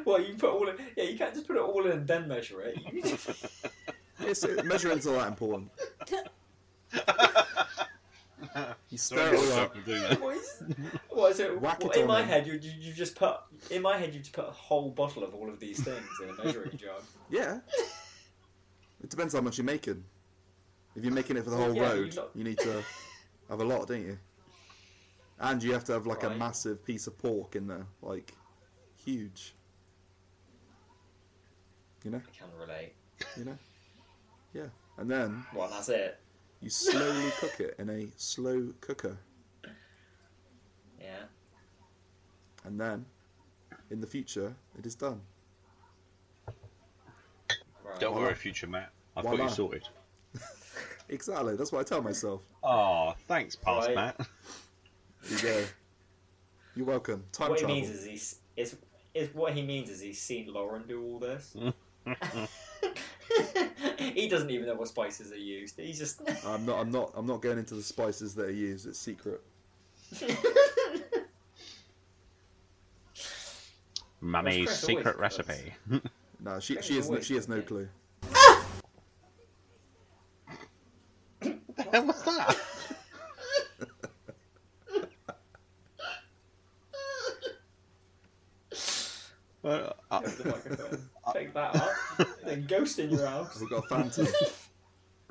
B: well, you put all in. Yeah, you can't just put it all in and then measure it. You need to-
C: Yes, it- measuring's all that important. You stir it all up.
B: what is, what is it?
C: Whack
B: what-
C: it
B: in
C: on
B: my
C: him.
B: head, you, you you just put in my head you just put a whole bottle of all of these things in a measuring jug.
C: Yeah. It depends how much you're making. If you're making it for the whole
B: Yeah, you
C: road,
B: lot-
C: you need to have a lot, don't you? And you have to have like a
B: Right.
C: massive piece of pork in there, like huge. You know,
B: I can relate.
C: you know. Yeah, and then
B: Well, that's it.
C: You slowly cook it in a slow cooker,
B: Yeah.
C: and then, in the future, it is done.
B: Right.
A: Don't worry, future Matt. I've got
C: Voila.
A: you sorted.
C: Exactly. That's what I tell myself.
A: Oh, thanks, past
B: Right.
A: Matt.
C: There you go. You're welcome. Time
B: what
C: travel.
B: he means is he's is is what he means is he's seen Lauren do all this. he doesn't even know what spices are used. He's just
C: I'm not. I'm not. I'm not going into the spices that are used. It's secret.
D: Mummy's
B: Chris always
D: secret
B: does.
D: recipe.
C: No, she.
B: That's
C: She has. No,
B: always
C: she has no
B: something.
C: clue.
A: What the hell was that? Well, uh,
B: There's the microphone. Take that up. Then ghost in your house.
C: We've got a phantom.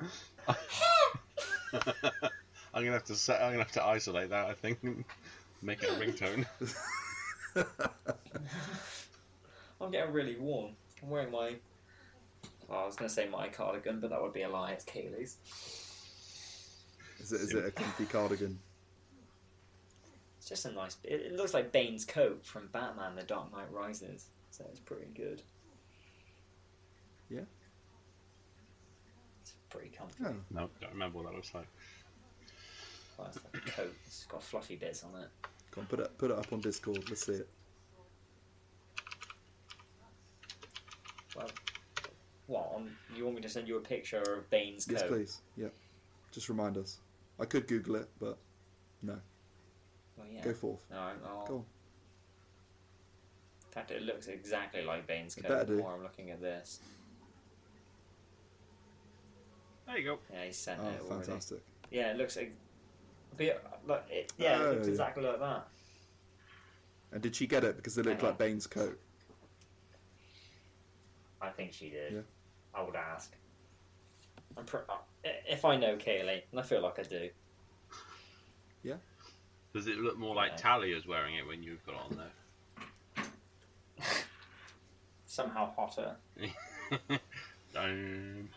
A: I'm gonna have to set, I'm gonna have to isolate that. I think, make it a ringtone.
B: I'm getting really warm. I'm wearing my. Well, I was going to say my cardigan, but that would be a lie. It's Kaylee's.
C: Is it? Is it a comfy cardigan?
B: It's just a nice. It, it looks like Bane's coat from Batman: The Dark Knight Rises. So it's pretty good.
C: Yeah.
B: It's pretty comfy.
C: Yeah.
A: No, don't remember what that looks like.
B: Well, it's like a coat. It's got fluffy bits on it.
C: Come on, put it. Put it up on Discord. Let's see it.
B: Well, what? On, you want me to send you a picture of Bane's
C: Yes,
B: coat?
C: please. Yeah. Just remind us. I could Google it, but
B: Well, yeah.
C: go forth.
B: No, I'm- I'll...
C: Go on.
B: In fact, it looks exactly like Bane's
C: It
B: coat.
C: better
B: The
C: do.
B: more I'm looking at this,
A: There you go.
B: yeah, he sent
C: Oh,
B: it already.
C: fantastic.
B: Yeah, it looks like. But yeah, like, it, yeah,
C: Oh,
B: it looks
C: yeah.
B: exactly like that.
C: And did she get it because it looked
B: Hang
C: like
B: on.
C: Bane's coat?
B: I think she did.
C: Yeah.
B: I would ask. I'm pr- if I know Kaylee, and I feel like I do.
A: Does it look more like
B: Yeah.
A: Talia's wearing it when you've got it on there?
B: Somehow hotter.
A: Um,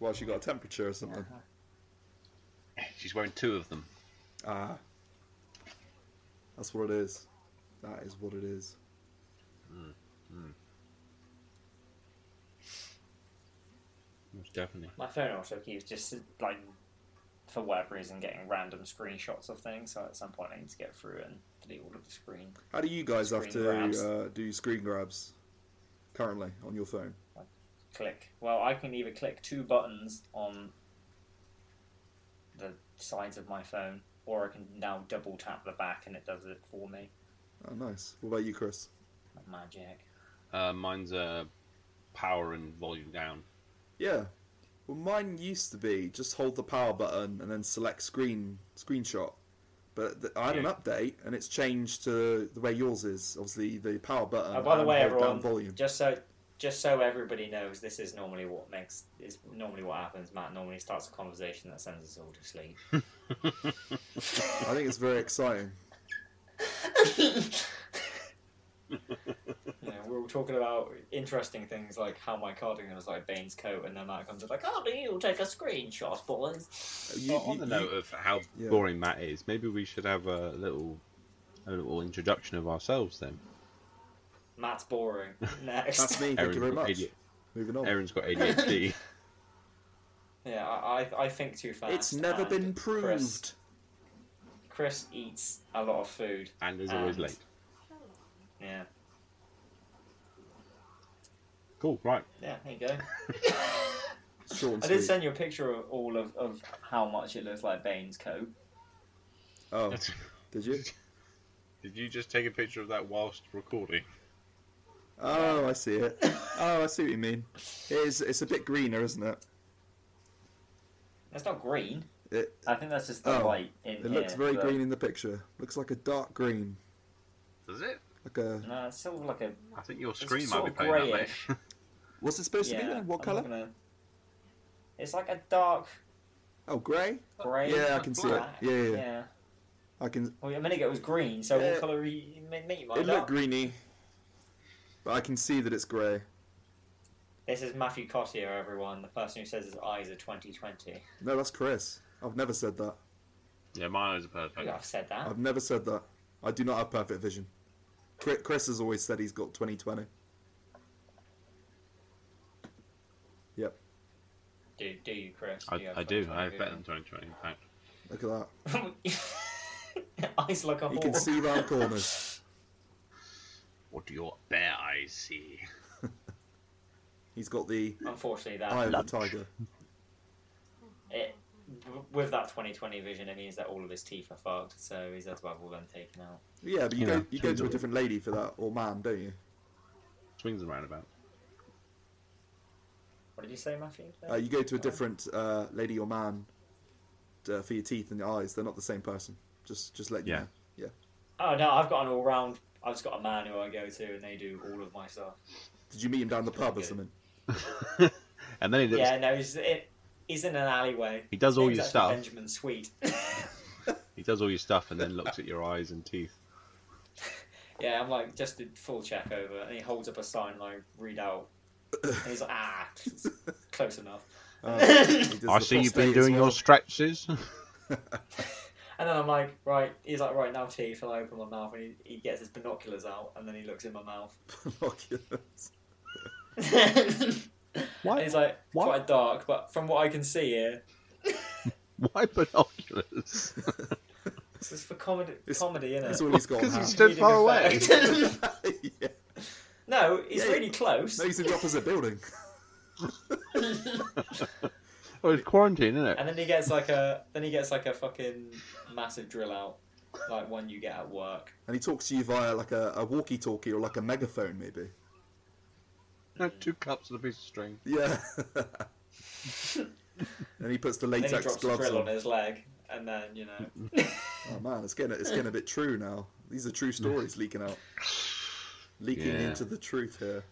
C: Well, she got a temperature or something.
A: she's wearing two of them.
C: Ah. That's what it is. That is what it is.
A: Most definitely.
B: My phone also keeps just like, for whatever reason, getting random screenshots of things. So at some point, I need to get through and delete all of the screen.
C: How do you guys have
B: Screen grabs.
C: to uh, do screen grabs currently on your phone?
B: click. Well, I can either click two buttons on the sides of my phone, or I can now double tap the back and it does it for me.
C: Oh, nice. What about you, Chris?
B: Like Magic.
A: Uh, mine's uh, power and volume down.
C: Yeah. Well, mine used to be just hold the power button and then select screen screenshot. But th- I had an
A: Yeah.
C: update and it's changed to the way yours is. Obviously, the power button.
B: Oh, by the
C: and
B: way,
C: hold down
B: everyone,
C: volume.
B: just so just so everybody knows, this is normally what makes is normally what happens. Matt normally starts a conversation that sends us all to sleep.
C: I think it's very exciting.
B: you know, we were talking about interesting things like how my cardigan was like Bane's coat, and then Matt comes up like, "Oh, do you take a screenshot, boys?"
C: You-
A: Well, on
C: you-
A: the
C: you-
A: note of how
C: Yeah.
A: boring Matt is, maybe we should have a little, a little introduction of ourselves then.
B: Matt's boring. Next.
C: that's me. Thank
A: Aaron's
C: you very
A: got
C: much. Oh.
A: AD-
C: Moving on.
A: Aaron's got ADHD.
B: Yeah, I, I, I think too fast.
C: It's never
B: and
C: been proved.
B: Chris, Chris eats a lot of food.
A: and is always
B: And-
A: late.
B: Yeah,
A: Cool, right.
B: yeah, there you go.
C: Short and
B: I did
C: sweet.
B: send you a picture of all of, of how much it looks like Bane's coat.
C: Oh, did you?
A: Did you just take a picture of that whilst recording?
C: Oh, I see it. Oh, I see what you mean. It is. It's a bit greener, isn't it?
B: That's not green.
C: It.
B: I think that's just the
C: Oh,
B: light in
C: It looks
B: here,
C: very
B: but-
C: green in the picture. Looks like a dark green,
A: Does it?
C: like a.
B: No, it's sort of like a.
A: I think your
B: It's
A: screen might
B: sort
A: be
B: of
A: playing up, mate.
B: greyish.
C: What's it supposed
B: yeah,
C: to be then? What
B: I'm
C: color?
B: not gonna- It's like a dark
C: Oh, grey.
B: grey.
C: Yeah, I can see it.
B: black.
C: Yeah, yeah.
B: yeah.
C: I can.
B: Well, a minute ago it was green, so
C: Yeah.
B: what colour are you, mate, mate, you might
C: It looked
B: look?
C: greeny, but I can see that it's grey.
B: This is Matthew Cottier, everyone, the person who says his eyes are 2020.
C: No, that's Chris. I've never said that.
A: Yeah, my eyes are perfect.
B: I've said that.
C: I've never said that. I do not have perfect vision. Chri- Chris has always said he's got 2020. Yep,
B: Do, do you, Chris?
A: I,
B: you have
A: I do.
B: something
A: I have
B: to
A: better than 2020, in fact.
C: look at that.
B: do? eyes like a
C: You can
B: hawk.
C: see round corners.
A: What do your bare eyes see?
C: He's got the
B: Unfortunately, that
C: eye of the
D: Lunch.
C: tiger.
B: it, w- with that 2020 vision, it means that all of his teeth are fucked, so he's had to have all them taken out.
C: Yeah, but you
A: Yeah,
C: go you go to a
A: totally.
C: different lady for that or man, don't you?
A: Swings and roundabouts.
B: What did you say, Matthew?
C: Uh, you go to a
B: Sorry.
C: different uh, lady or man uh, for your teeth and your eyes. They're not the same person. Just just let you
A: Yeah.
C: know.
B: Oh no, I've got an all round. I've just got a man who I go to, and they do all of my stuff.
C: Did you meet him down the pub or
B: Okay.
C: something?
A: and then he looks.
B: Yeah, no, he's, it, he's in an alleyway.
A: He does all
B: Name's
A: your
B: actually
A: stuff.
B: Benjamin Sweet.
A: He does all your stuff and then looks at your eyes and teeth.
B: yeah, I'm like just a full check over, and he holds up a sign, and I read out, and he's like, ah, it's close enough.
C: Uh, he does
A: I
C: the
A: see you've been
C: prostate as
A: doing
C: well.
A: your stretches.
B: And then I'm like, right, he's like, right now, teeth, and I open my mouth, and he, he gets his binoculars out, and then he looks in my mouth.
C: Binoculars.
B: and
D: Why?
B: he's like,
D: What?
B: quite dark, but from what I can see here,
A: Why binoculars?
B: this is for comedy,
C: It's-
B: comedy, isn't
C: That's
B: it?
C: all he's got. on
A: Because he
C: hand.
A: stood far away.
C: yeah.
B: no, he's
C: Yeah.
B: really close.
C: No, he's in the opposite building.
A: Oh, it's quarantine, isn't it?
B: And then he gets like a then he gets like a fucking massive drill out, like one you get at work.
C: And he talks to you via like a, a walkie-talkie or like a megaphone, maybe.
A: Two cups and a piece of string.
C: Yeah. and he puts the
B: And then he
C: latex
B: drops a
C: gloves
B: drill on
C: on.
B: his leg, and then you know.
C: Oh man, it's getting it's getting a bit true now. These are true stories leaking out, leaking
A: Yeah.
C: into the truth here.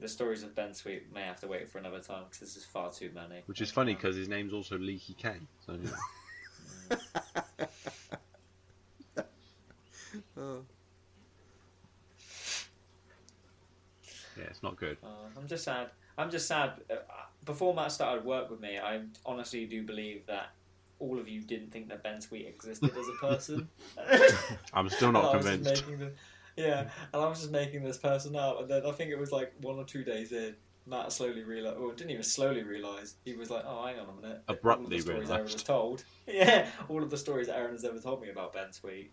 B: The stories of Ben Sweet may have to wait for another time because this is far too many.
A: Which is funny because his name's also Leaky K. So yeah.
C: Uh,
A: yeah, it's not good.
B: Uh, I'm just sad. I'm just sad. Uh, Before Matt started work with me, I honestly do believe that all of you didn't think that Ben Sweet existed as a person.
A: I'm still
B: And
A: not
B: I was just
A: convinced.
B: making the- yeah, and I was just making this person out, and then I think it was like one or two days in, Matt slowly realized, or didn't even slowly realize, he was like, "Oh, hang on a minute." all of
A: Abruptly
B: the stories Aaron
A: realised.
B: was told, yeah, all of the stories Aaron has ever told me about Ben Sweet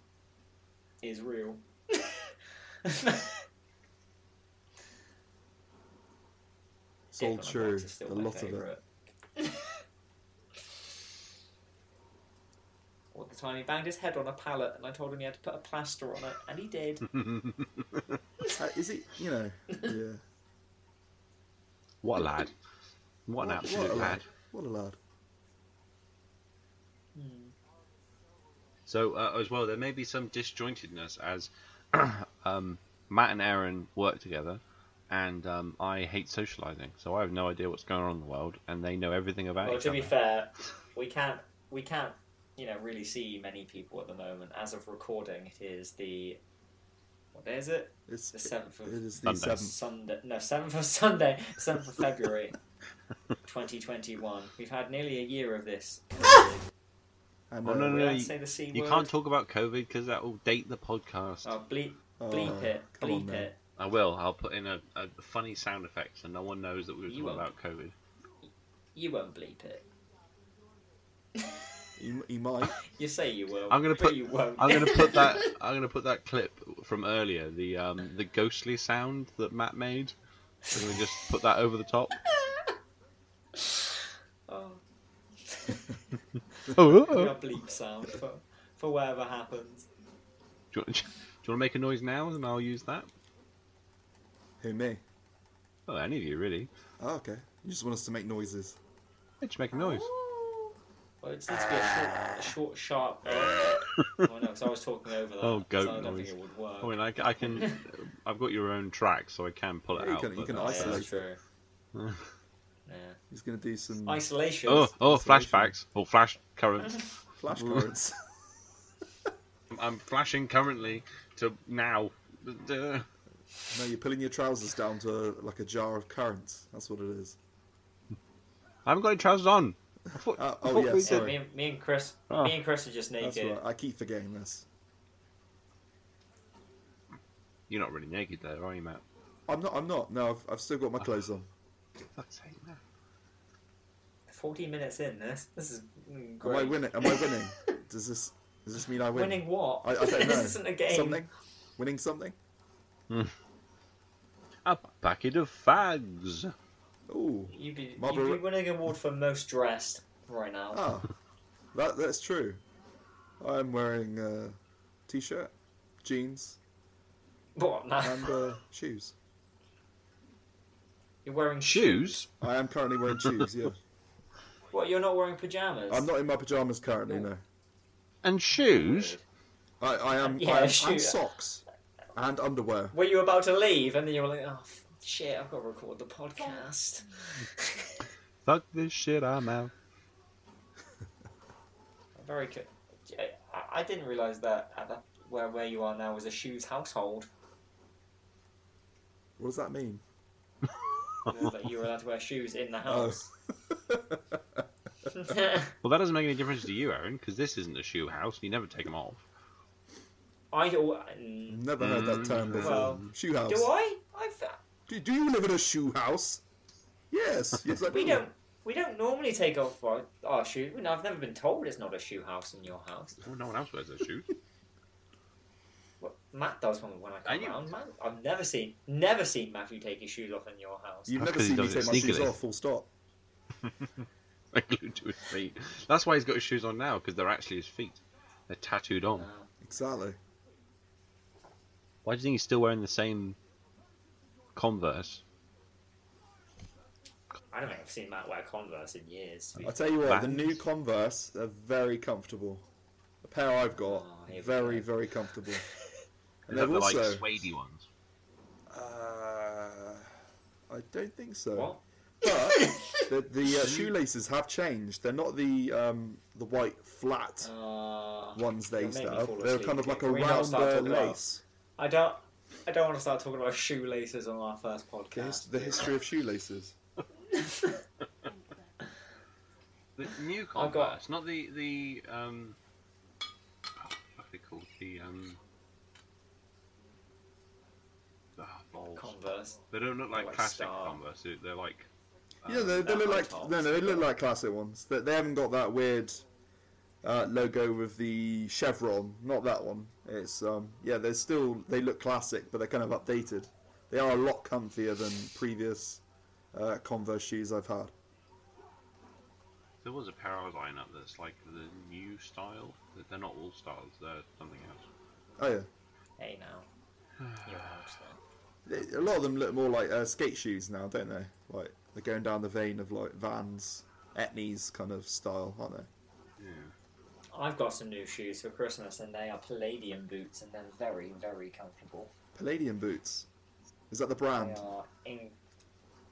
B: is real.
C: it's all
B: Dick on a
C: true.
B: box is still
C: A
B: my
C: lot of it.
B: favourite. All the time he banged his head on a pallet, and I told him he had to put a plaster on it, and he did. Hmm.
C: Uh, is it? You know. Yeah.
A: what a lad. What an
C: What-
A: absolute
C: what a
A: lad.
C: lad. What a lad.
A: So uh, as well, there may be some disjointedness as um, Matt and Aaron work together, and um, I hate socializing, so I have no idea what's going on in the world, and they know everything about
B: Well,
A: each
B: to
A: other.
B: be fair, we can't we can't you know really see many people at the moment. As of recording, it is the what day is it?
C: It's
B: The seventh
C: it
B: of
C: is the
A: Sunday.
C: seventh.
B: Sunday. No, seventh of Sunday, seventh of February, twenty twenty one. We've had nearly a year of this.
C: And,
A: Oh, no,
C: uh,
A: no,
B: We
A: you-
B: don't say the c
A: You
B: word.
A: can't talk about COVID because that will date the podcast.
B: Oh, bleep,
C: oh,
B: bleep it,
C: come on,
B: bleep
C: man.
B: it.
A: I will. I'll put in a, a funny sound effect, so no one knows that we were
B: You
A: talking about COVID.
B: You won't bleep it.
C: You, you might.
B: You say you will.
A: I'm gonna
B: but
A: put-
B: You won't.
A: I'm gonna put that. I'm gonna put that clip from earlier, the um, the ghostly sound that Matt made. I'm gonna just put that over the top.
B: Oh.
A: Oh,
B: Put
A: oh.
B: a bleep sound for, for whatever happens.
A: Do, you, want- do you want to make a noise now, and I'll use that?
C: Who me?
A: Oh, any of you really?
C: Oh, okay. You just want us to make noises.
A: Hey, just make a noise.
C: Oh.
B: Well, it's needs to be a short, a short sharp. oh no, because I was talking over that.
A: Oh, goat
B: so I don't
A: noise. Oh,
B: think it would work.
A: I mean, I, c- I can. I've got your own track, so I can pull it
C: Yeah, you
A: out.
C: can- you
A: but
C: can
A: that's-
B: yeah,
C: isolate
B: that's true.
A: Mm.
B: yeah.
C: He's going to do some
B: Isolation.
A: Oh, oh,
C: Isolation.
A: flashbacks. Oh, flash current.
C: flash cards.
A: I'm flashing currently to now. Duh.
C: No, you're pulling your trousers down to like a jar of currant. That's what it is.
A: I haven't got any trousers on. I thought,
C: Uh,
A: I
C: oh,
A: thought
C: yeah,
A: we
B: Yeah,
C: sorry.
B: me, and, me and Chris,
A: Oh.
B: me and Chris are just
C: That's
B: naked.
C: right. I keep forgetting this.
A: You're not really naked there, are you, Matt?
C: I'm not. I'm not. No, I've, I've still got my
B: Ah,
C: clothes on.
A: Fuck's sake, Matt.
B: Forty minutes in this, this is mm,
C: Am I
B: great.
C: winning? Am I winning? Does this does this mean I win?
B: Winning what?
C: I- I don't know.
B: this isn't a game.
C: Something? Winning something?
A: A packet of fags.
C: Ooh.
B: You'd be,
C: Marlboro-
B: you'd be winning an award for most dressed right now.
C: Ah. That that's true. I'm wearing a t-shirt, jeans,
B: What now?
C: and uh, shoes.
B: You're wearing
A: Shoes?
C: I am currently wearing shoes. Yeah.
B: What? You're not wearing pajamas?
C: I'm not in my pajamas currently. No.
A: And shoes?
C: I, I am.
B: Yeah,
C: I am
B: shoe.
C: and socks, and underwear.
B: Were you about to leave and then you were like, oh f- shit, I've got to record the podcast.
A: Fuck this shit, I'm out.
B: Very good. I, I didn't realise that, at that where where you are now is a shoes household.
C: What does that mean?
B: that you were allowed to wear shoes in the house.
A: Well, that doesn't make any difference to you, Aaron, because this isn't a shoe house. You never take them off.
B: I do. mm,
C: Never heard that term
A: Mm.
C: before.
B: Well,
C: shoe house.
B: Do I? I fa-
C: Do, do you live in a shoe house? Yes. Yes, I do.
B: we don't. We don't normally take off our, our shoes. No, I've never been told it's not a shoe house in your house.
A: Well, no one else wears those shoes.
B: Well, Matt does when, when I
A: Are
B: come
A: you-
B: round. Matt, I've never seen, never seen Matthew take his shoes off in your house.
C: You've
A: That's
C: never
A: 'cause he
C: seen me
A: does it
C: take my shoes
A: sneakily.
C: off. Full stop.
A: They're glued to his feet. That's why he's got his shoes on now, because they're actually his feet. They're tattooed on.
B: No.
C: Exactly.
A: Why do you think he's still wearing the same Converse?
B: I don't think I've seen Matt wear Converse in years.
C: I tell you what, the
A: Vans.
C: new Converse are very comfortable. The pair I've got,
B: Oh, here we
C: very
B: go.
C: very comfortable.
A: Is
C: and
A: that
C: they've
A: the like
C: also.
A: suede ones?
C: uh, I don't think so.
B: What?
C: But the, the uh, shoelaces have changed. They're not the um, the white flat
B: Uh,
C: ones they
B: you'll
C: used
B: make
C: to
B: me
C: have.
B: fall
C: They're
B: asleep,
C: kind of like a
B: Jake. We now start
C: rounder
B: talking about-
C: lace.
B: I don't. I don't want to start talking about shoelaces on our first
C: The,
B: podcast.
C: his- the history of shoelaces.
A: The new
B: I've
A: Converse,
B: got-
A: not the the um. What are they called? The um. ah, balls.
B: Converse.
A: They don't look like,
B: like
A: classic
B: Star.
A: Converse. They- They're like. um,
C: yeah, they, they
B: that
C: look
B: high
C: like
B: tops,
C: no, no, they look
B: but-
C: like classic ones. They, they haven't got that weird uh, logo with the chevron. Not that one. It's um, yeah, they're still they look classic, but they're kind of updated. They are a lot comfier than previous uh, Converse shoes I've had.
A: There was a pair I was eyeing up that's like the new style. They're- They're not all styles. They're something else.
C: Oh yeah.
B: Hey now, you're out
C: They- A lot of them look more like uh, skate shoes now, don't they? Like they're going down the vein of like Vans, Etnies kind of style, aren't they?
A: Yeah.
B: there. I've got some new shoes for Christmas, and they are Palladium boots, and they're very, very comfortable.
C: Palladium boots. Is that the
B: They
C: brand?
B: are in.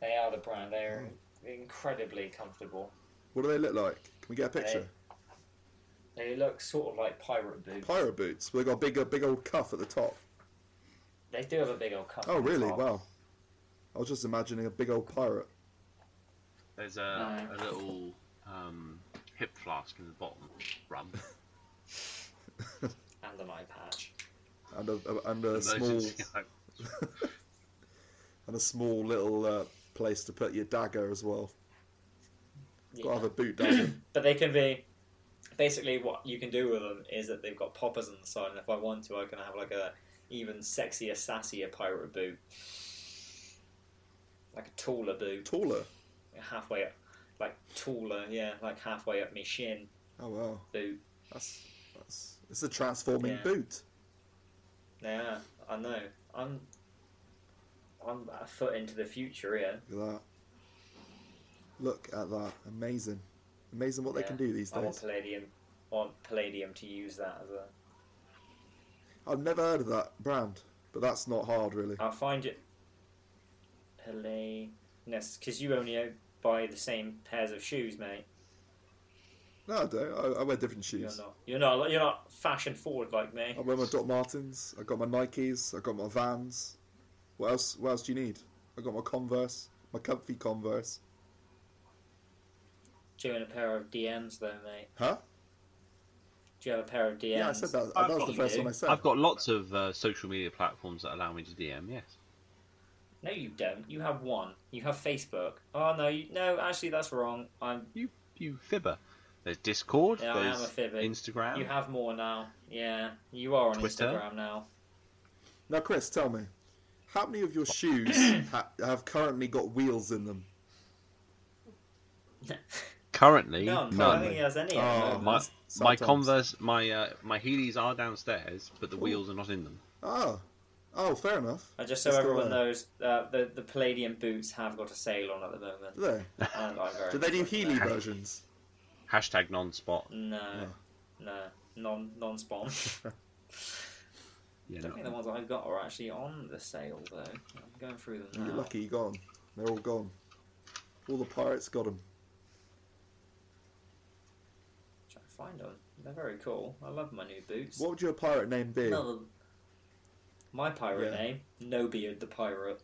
B: They are the brand. They are incredibly comfortable.
C: What do they look like? Can we get a picture?
B: They look sort of like pirate boots.
C: Pirate boots. Well, they got a big, a big old cuff at the top.
B: They do have a big old cuff.
C: Oh,
B: on the
C: really?
B: top.
C: Wow. I was just imagining a big old pirate.
A: There's a, a little um, hip flask in the bottom. Rum.
B: And an eye patch.
C: And a, a- and a small
A: Emergency.
C: and a small little uh, place to put your dagger as well. Got to have a boot dagger.
B: But they can be basically what you can do with them is that they've got poppers on the side, and if I want to, I can have like a even sexier, sassier pirate boot, like a taller boot,
C: Taller.
B: halfway up, like taller, yeah, like halfway up my shin
C: Oh wow.
B: boot.
C: That's that's. It's a transforming
B: Yeah.
C: boot.
B: Yeah, I know. I'm I'm a foot into the future here.
C: Look at that. Look at that. Amazing. Amazing what they
B: Yeah.
C: can do these
B: I want
C: days.
B: Palladium. I want Palladium to use that as a.
C: I've never heard of that brand, but that's not hard really.
B: I'll find it. Palladium. because you only uh, buy the same pairs of shoes, mate.
C: No, I don't. I, I wear different
B: You're
C: shoes.
B: not. You're not. You're
C: Oh.
B: not fashion forward like me.
C: I wear my Doc Martens. I got my Nikes. I got my Vans. What else? What else do you need? I got my Converse, my comfy Converse.
B: Do you have a pair of DMs though, mate?
C: Huh?
B: Do you have a pair of DMs?
C: Yeah, I said that.
A: I've
C: that was
A: got
C: the first
B: you.
C: one I said.
A: I've got lots of uh, social media platforms that allow me to DM. Yes.
B: No, you don't. You have one. You have Facebook. Oh no, you, no. Actually, that's wrong. I'm.
A: You you fibber. There's Discord.
B: Yeah, I am a
A: there's
B: fibber.
A: Instagram.
B: You have more now. Yeah, you are on
A: Twitter?
B: Instagram now.
C: Now, Chris, tell me, how many of your shoes ha- have currently got wheels in them?
A: Currently,
B: No, I'm- I don't
A: none.
B: think he has any. at the
C: Oh,
B: moment.
A: My, my
C: Sometimes.
A: Converse, my uh, my Heelys are downstairs, but the wheels are not in them.
C: Oh, oh, fair enough.
B: Uh, just so
C: It's still
B: everyone
C: there.
B: knows, uh, the the Palladium boots have got a sale on at the moment.
C: Do they?
B: And I'm very
C: Do they do
B: excited
C: Healy
B: about it.
C: versions?
A: Hashtag non-spot.
B: No, no, non non spawn. I
A: Yeah,
B: don't think the
A: no.
B: ones I've got are actually on the sale though. I'm going through them
C: You're
B: now.
C: lucky you got them. They're all gone. All the pirates got them.
B: Trying to find them. They're very cool. I love my new boots.
C: What would your pirate name be?
B: Another- My pirate
C: Yeah.
B: name, No Beard the Pirate.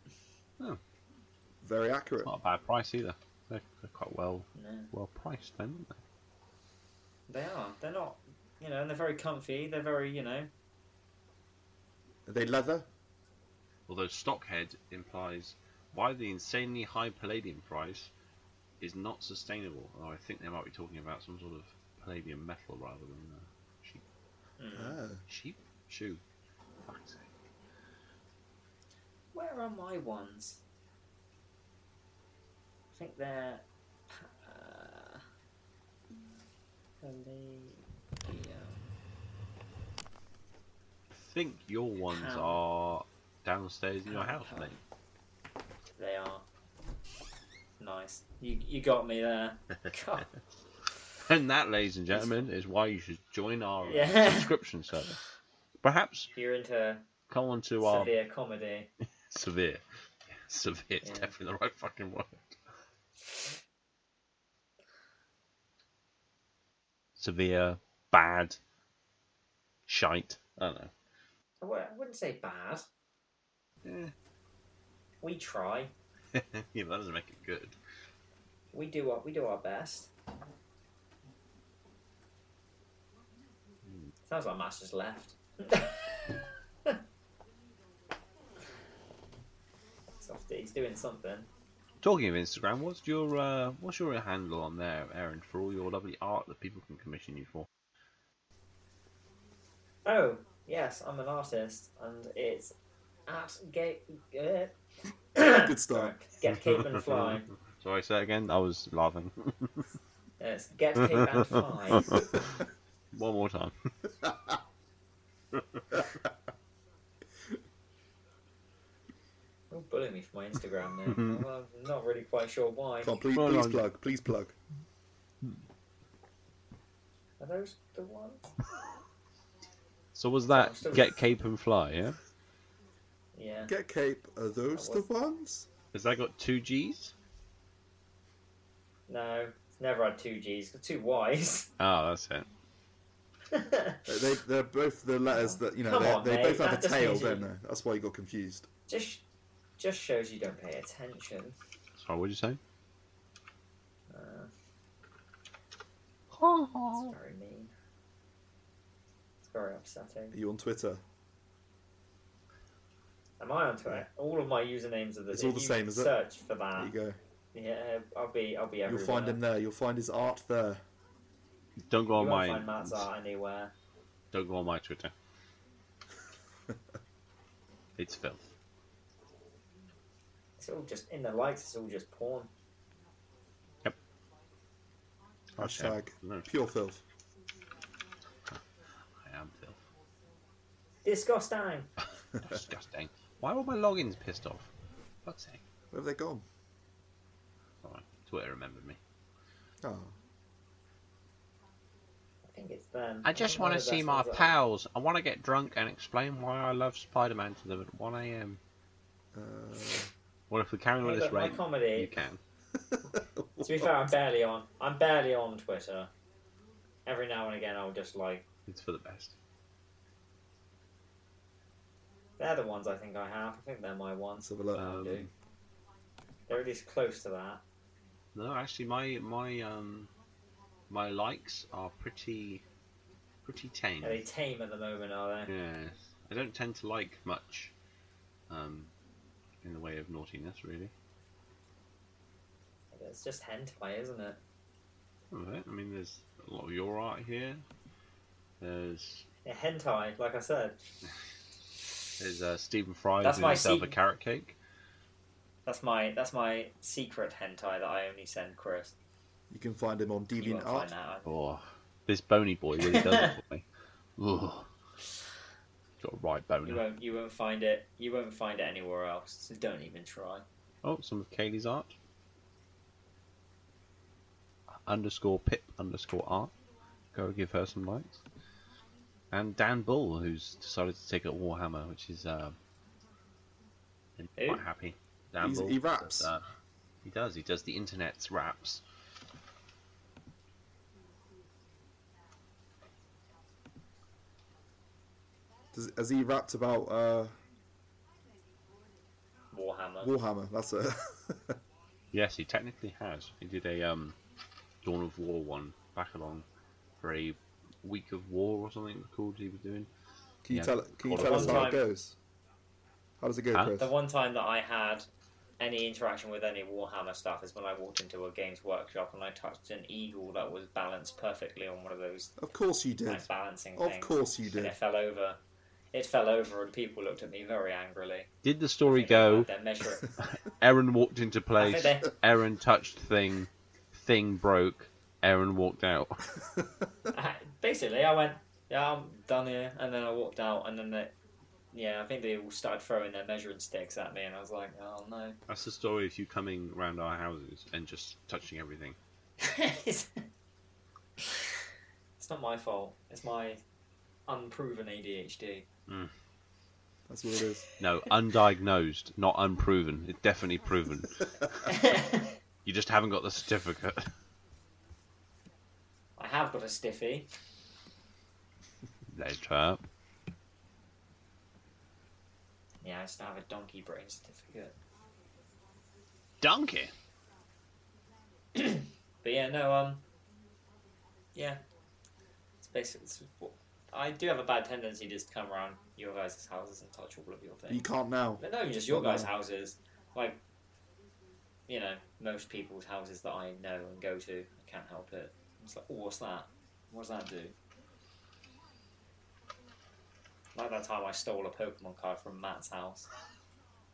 C: Very accurate.
A: Not a bad price either. They're, they're quite well
B: No,
A: well priced then. Aren't they?
B: they are. They're not. You know, and they're very comfy. They're very, you know.
C: Are they leather?
A: Although stockhead implies why the insanely high palladium price is not sustainable. Although I think they might be talking about some sort of palladium metal rather than uh,
B: mm.
C: Ah.
A: cheap shoe. Fuck's sake.
B: Where are my ones? I think they're. Uh, Palladium.
A: think your ones
B: How?
A: are downstairs in your house, mate.
B: They are. Nice. You, you got me there. God.
A: And that, ladies and gentlemen, is why you should join our uh,
B: Yeah.
A: subscription service. Perhaps
B: You're into
A: come on to our
B: severe comedy.
A: severe. Severe is
B: Yeah.
A: definitely the right fucking word. Severe, bad, shite. I don't know.
B: I wou- I wouldn't say bad.
A: Yeah.
B: We try.
A: yeah, but that doesn't make it good.
B: We do our, we do our best. Sounds like Matt's just left. Softy, he's doing something.
A: Talking of Instagram, what's your uh, what's your handle on there, Aaron, for all your lovely art that people can commission you for?
B: Oh yes, I'm an artist, and it's at Gate. Uh,
C: Good start.
B: Get Cape and Fly.
A: Sorry, say that again. I was laughing.
B: Yes, Get Cape and Fly.
A: One more time.
B: You're bullying me for my Instagram now. well, I'm not really quite sure why.
C: Come on, please,
A: Well
C: please
A: done.
C: plug. Please plug.
B: Are those the ones?
A: So was that
B: I'm still-
A: get cape and fly? Yeah.
B: Yeah.
C: Get cape. Are those the
B: That
C: ones?
A: Has that got two G's?
B: No, it's never had two G's. Two Y's.
A: Oh, that's it.
C: Uh, They, they're both the letters that you know.
B: Come
C: they-
B: on,
C: they
B: mate,
C: both have
B: that
C: a
B: just
C: tail,
B: means you-
C: don't they? That's why you got confused.
B: just just shows you don't pay attention.
A: Sorry, what did you say?
B: Uh,
D: Oh.
A: Oh.
B: it's very mean. It's very upsetting.
C: Are you on Twitter?
B: Am I on Twitter? All of my usernames are the
C: It's
B: if
C: all the
B: you
C: same, is it?
B: Search for
C: There
B: that.
C: you go.
B: Yeah, I'll be I'll be
C: You'll
B: Ah, everywhere.
C: find him there. You'll find his art there.
A: Don't go
B: You
A: on
C: Oh,
B: won't
A: my
B: find Matt's art anywhere.
A: don't go on my Twitter. it's filth.
B: It's all just in the likes. It's all just porn.
C: Hashtag
A: No,
C: pure filth.
A: I am filth.
B: Disgusting.
A: Disgusting. Why are all my logins pissed off? Fuck's sake.
C: Where have they gone?
A: Alright, Twitter remembered me.
C: Oh,
B: I think it's them.
D: I just
B: think
D: want
B: one
D: to
B: of
D: see
B: us
D: my
B: is up.
D: pals.
A: I want to get drunk and explain why I love Spider-Man to them at 1 a.m.
C: uh,
A: Well, if we carry on
B: Hey,
A: at this
B: look, my
A: rate, you
B: comedy.
A: can.
B: To be fair, I'm barely on. I'm barely on Twitter. Every now and again, I'll just like
A: It's for the best.
B: There They're the ones I think I have. I think they're my ones.
C: Let's have a look.
A: Um,
B: Okay. They're at least close to that.
A: No, actually, my my um my likes are pretty pretty tame.
B: Are they tame at the moment? Are they?
A: Yes, I don't tend to like much, um, in the way of naughtiness, really.
B: It's just hentai, isn't it?
A: Some of it. I mean, there's a lot of your art here. There's
B: Yeah, hentai, like I said.
A: there's uh, Stephen Fry
B: That's
A: doing
B: my
A: himself a
B: scene.
A: carrot cake.
B: That's my that's my secret hentai that I only send Chris.
C: You can find him on
B: You won't find
C: DeviantArt.
B: that out.
A: Oh, this bony boy really does it for me. Ugh. Got a right
B: You
A: boner.
B: won't you won't find it you won't find it anywhere else. So don't even try.
A: Oh, some of Kaylee's art. Underscore pip underscore art. Go give her some likes. And Dan Bull, who's decided to take up Warhammer, which is uh, I'm
B: Who?
A: quite happy. Dan
C: He's-
A: Bull.
C: he raps.
A: does, uh, he does. He does the internet's raps.
C: Does, has he rapped about uh,
B: Warhammer.
C: Warhammer? That's it.
A: Yes, he technically has. He did a um, Dawn of War one back along for a week of war or something it was called he was doing.
C: can you
A: Yeah.
C: tell it? Can you
A: Hold
C: tell
B: on.
C: us how it goes? How does it go,
A: Huh?
C: Chris?
B: The one time that I had any interaction with any Warhammer stuff is when I walked into a games workshop and I touched an eagle that was balanced perfectly on one of those
C: Of course you did.
B: like, balancing
C: Of
B: things.
C: course you
B: And
C: did.
B: it fell over. It fell over and people looked at me very angrily.
A: Did the story
B: Thinking about
A: go?
B: Their measure.
A: Aaron walked into
B: I think
A: place.
B: they,
A: Aaron touched thing. Thing broke. Aaron walked out.
B: I- basically, I went, yeah, I'm done here, and then I walked out, and then they, yeah, I think they all started throwing their measuring sticks at me, and I was like, oh no.
A: That's the story of you coming round our houses and just touching everything.
B: it's it's not my fault. It's my unproven ADHD.
C: That's what it is.
A: No, undiagnosed, not unproven. It's definitely proven. You just haven't got the certificate.
B: I have got a stiffy.
A: Later.
B: Yeah, I still have a donkey brain certificate.
A: Donkey.
B: But yeah, no, um, yeah, it's basically. It's, what- I do have a bad tendency just to come around your guys' houses and touch all of your
C: You
B: things.
C: can't now.
B: But not even just your guys'
C: No.
B: houses, like you know, most people's houses that I know and go to. I can't help it. It's like, oh, what's that? What does that do? Like that time I stole a Pokemon card from Matt's house,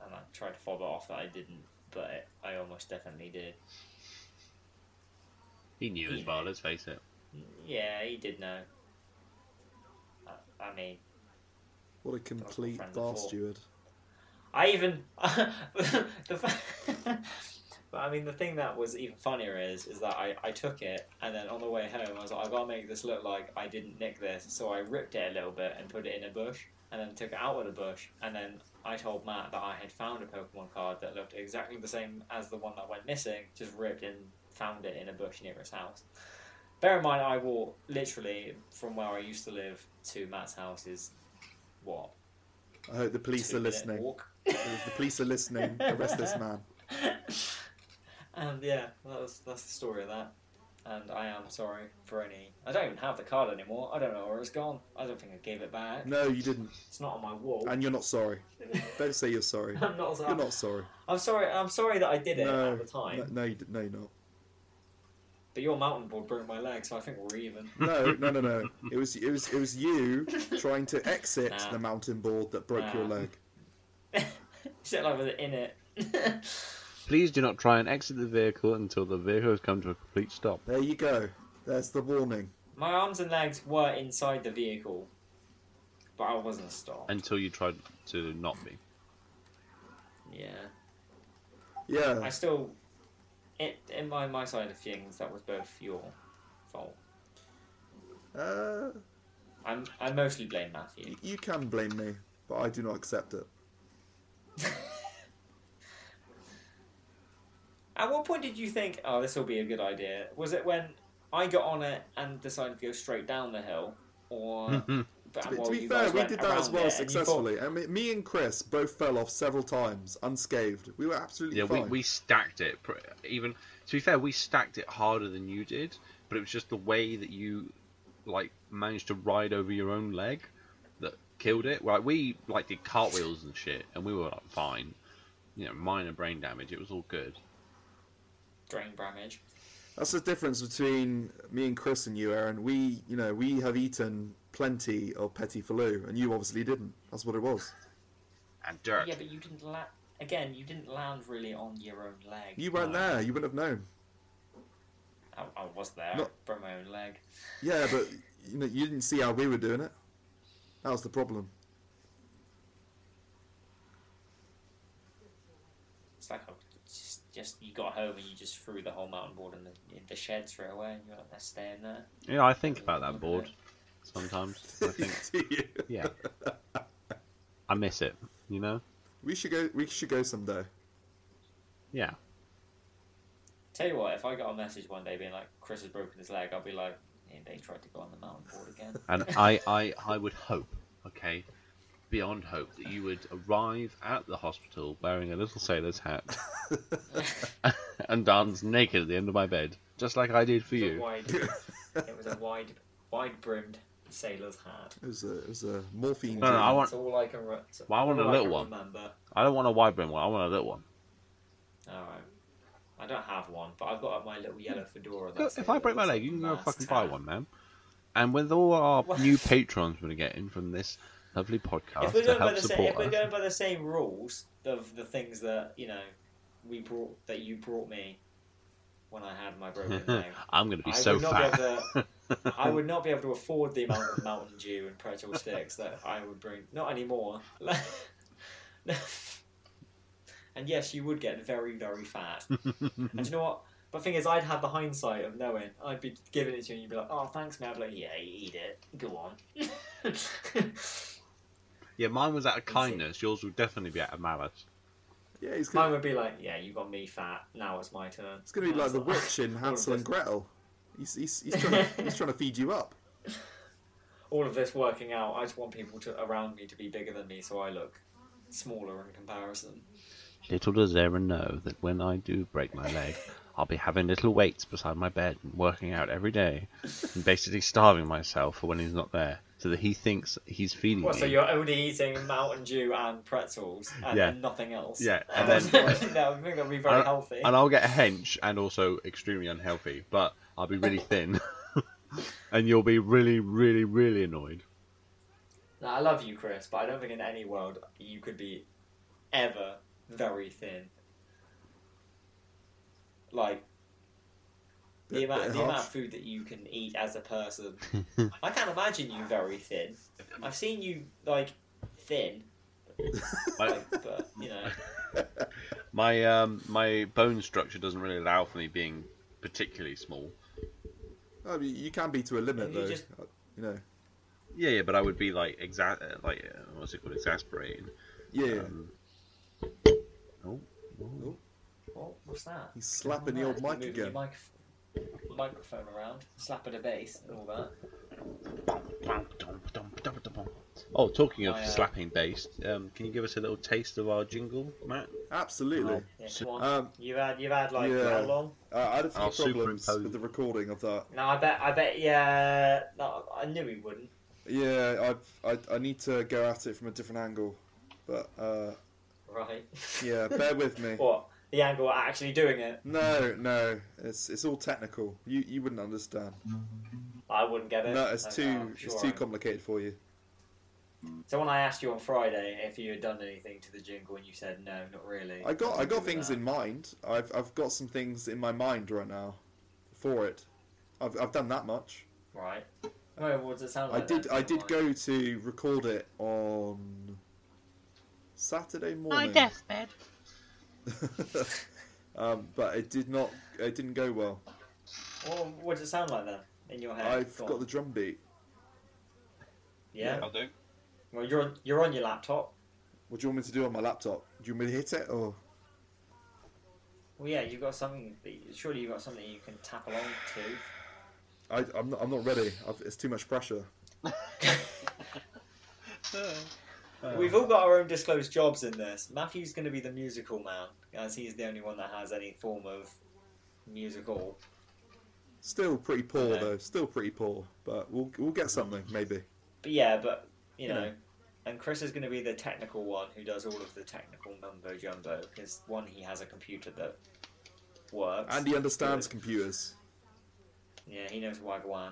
B: and I tried to fob it off that I didn't, but it, I almost definitely did.
A: He knew as well, let's face it.
B: Yeah, he did know. I, I mean,
C: What a complete
B: friend before.
C: bar steward.
B: I even the fa- but I mean the thing that was even funnier is is that I, I took it and then on the way home I was like I gotta make this look like I didn't nick this so I ripped it a little bit and put it in a bush and then took it out of the bush and then I told Matt that I had found a Pokemon card that looked exactly the same as the one that went missing just ripped and found it in a bush near his house. Bear in mind I walk literally from where I used to live to Matt's house is what
C: I hope the police are
B: two-minute
C: listening.
B: walk?
C: If the police are listening, arrest this man.
B: and yeah, that was that's the story of that. And I am sorry for any. I don't even have the card anymore. I don't know where it's gone. I don't think I gave it back.
C: No, you didn't.
B: It's not on my wall.
C: And you're not sorry. Don't say you're sorry.
B: I'm not sorry.
C: You're not sorry.
B: I'm sorry. I'm sorry that I did it
C: No,
B: at the time.
C: No, no, you did, no, you're not.
B: But your mountain board broke my leg, so I think we're even.
C: No, no, no, no. It was, it was, it was you trying to exit
B: Nah.
C: the mountain board that broke
B: Nah.
C: your leg.
B: Except like with it in it.
A: Please do not try and exit the vehicle until the vehicle has come to a complete stop.
C: There you go. There's the warning.
B: my arms and legs were inside the vehicle, but I wasn't stopped.
A: Until you try to not be.
B: yeah. I
C: Yeah,
B: still, it in my my side of things, that was both your fault.
C: uh,
B: I'm I mostly blame Matthew.
C: y- you can blame me, but I do not accept it.
B: At what point did you think, oh, this will be a good idea? Was it when I got on it and decided to go straight down the hill, or But
C: To be,
B: while
C: to be
B: you
C: fair,
B: guys
C: we
B: went
C: did that
B: around
C: as well
B: there, and you thought-
C: successfully. I mean, me and Chris both fell off several times unscathed. We were absolutely
A: Yeah, we,
C: fine.
A: we stacked it. pr- Even to be fair, we stacked it harder than you did, but it was just the way that you like managed to ride over your own leg that killed it. Like we like did cartwheels and shit, and we were like fine. You know, minor brain damage. It was all good.
B: Drain damage.
C: That's the difference between me and Chris and you, Aaron. We, you know, we have eaten plenty of petit falou, and you obviously didn't. That's what it was.
A: And dirt.
B: Yeah, but you didn't la- again. You didn't land really on your own leg.
C: You weren't there. You wouldn't have known.
B: I, I was there
C: No.
B: from my own leg.
C: Yeah, but you know, you didn't see how we were doing it. That was the problem.
B: It's like I just, just you got home and you just threw the whole mountain board in the in the shed straight away, and you're like, they're staying there.
A: Yeah, I think about that board sometimes. I think,
C: Do you?
A: yeah, I miss it. You know,
C: we should go. We should go someday.
A: yeah.
B: Tell you what, if I got a message one day being like Chris has broken his leg, I'll be like, "Yeah, they tried to go on the mountain board again.
A: And I, I, I would hope, okay, beyond hope, that you would arrive at the hospital wearing a little sailor's hat and dance naked at the end of my bed, just like I did for
B: It was a
A: you.
B: wide, it was a wide, wide brimmed sailor's hat.
C: It was a, it was a morphine.
A: No, no,
C: dream.
A: I want,
B: That's all I can. Re- it's
A: Well, I want
B: all
A: a little
B: can
A: one.
B: Remember.
A: I don't want a wide brim one. I want a little one.
B: All right. I don't have one, but I've got my little yellow fedora.
A: Go-
B: that's
A: If
B: a-
A: I break my
B: that's a
A: leg, you can go
B: mass
A: fucking buy
B: tat.
A: one, man. And with all our
B: What?
A: new patrons we're getting from this lovely
B: If
A: podcast
B: we're,
A: to
B: going by
A: help
B: the same, if
A: support
B: we're
A: us,
B: going by the same rules of the things that you know we brought that you brought me when I had my broken leg,
A: I'm going to be
B: I
A: so
B: would not
A: fat.
B: be able to. I would not be able to afford the amount of Mountain Dew and pretzel sticks that I would bring. Not anymore. and yes, you would get very, very fat. And do you know what? But thing is, I'd have the hindsight of knowing. I'd be giving it to you, and you'd be like, "Oh, thanks, man." I'd be like, "Yeah, you eat it. Go on."
A: yeah, mine was out of
B: That's it.
A: kindness. Yours would definitely be out of malice.
C: Yeah, he's
B: Mine
C: gonna,
B: would be like, "Yeah, you got me fat. Now it's my turn."
C: it's gonna be like the witch in
B: All of
C: Hansel and
B: this-
C: Gretel. He's he's, he's trying to, he's trying to feed you up.
B: all of this working out. I just want people to around me to be bigger than me, so I look smaller in comparison.
D: Little does Aaron know that when I do break my leg, I'll be having little weights beside my bed and working out every day and basically starving myself for when he's not there so that he thinks he's feeding
B: Well,
D: me.
B: so you're only eating Mountain Dew and pretzels and,
A: Yeah.
B: and nothing else.
A: Yeah, and
B: Um,
A: then-
B: I think that would I think that would be very
A: And-
B: healthy.
A: and I'll get a hench and also extremely unhealthy, but I'll be really thin. and you'll be really, really, really annoyed.
B: Now, I love you, Chris, but I don't think in any world you could be ever very thin. Like the
C: Bit-
B: amount,
C: bit
B: the amount
C: harsh.
B: of food that you can eat as a person, I can't imagine you very thin. I've seen you like thin,
A: My,
B: like, but you know.
A: my um my bone structure doesn't really allow for me being particularly small.
C: I mean, you can be to a limit
B: You
C: though. uh,
B: just-
C: You know.
A: Yeah, yeah, but I would be like exa- uh, like uh, what's it called, exasperating.
C: Yeah.
B: Uh,
A: Um, oh, oh.
B: What, what's that?
C: He's slapping the old
B: Move
C: mic
B: your
C: again.
B: mic- microphone around, slapping the bass and all that.
A: Oh, talking of
B: My, uh,
A: slapping bass, um, can you give us a little taste of our jingle, Matt?
C: Absolutely.
B: Oh, Yeah,
A: So-
B: go on.
C: Um,
B: you've had you've had like how
C: Yeah.
B: long?
C: uh, I had a
A: I'll
C: few problems
A: superimpose-
C: with the recording of that.
B: No, I bet I bet yeah. No, I knew he wouldn't.
C: Yeah, I, I I need to go at it from a different angle, but uh,
B: Right.
C: yeah, bear with me.
B: What the angle at actually doing it?
C: No, no, it's it's all technical. You you wouldn't understand.
B: I wouldn't get it.
C: No, it's
B: I'm-
C: too
B: I'm
C: it's
B: sure
C: too
B: I'm-
C: complicated for you.
B: So when I asked you on Friday if you had done anything to the jingle and you said no, not really.
C: I got I
B: do
C: got
B: with
C: things
B: that.
C: in mind. I've I've got some things in my mind right now, for it. I've I've done that much.
B: Right. Well, what does it sound
C: I
B: like?
C: did
B: then?
C: I did go to record it on Saturday morning.
D: deathbed.
C: um, but it did not. It didn't go well.
B: Well, what does it sound like then in your head?
C: I've
B: Go
C: got
B: on.
C: the drum beat,
B: yeah.
A: I'll do.
B: Well, you're on, you're on your laptop.
C: What do you want me to do on my laptop? Do you want me to hit it or?
B: Well, yeah, you've got something. That you, surely you've got something you can tap along
C: I, I'm not. I'm not ready. I've, it's too much pressure.
B: to. Uh, We've all got our own disclosed jobs in this. Matthew's going to be the musical man, as he's the only one that has any form of musical.
C: Still pretty poor
B: Okay.
C: though. Still pretty poor, but we'll we'll get something maybe.
B: But yeah, but you
C: You
B: know,
C: know.
B: and Chris is going to be the technical one who does all of the technical mumbo jumbo because one, he has a computer that works.
C: And he understands computers.
B: Yeah, he knows Wagwan.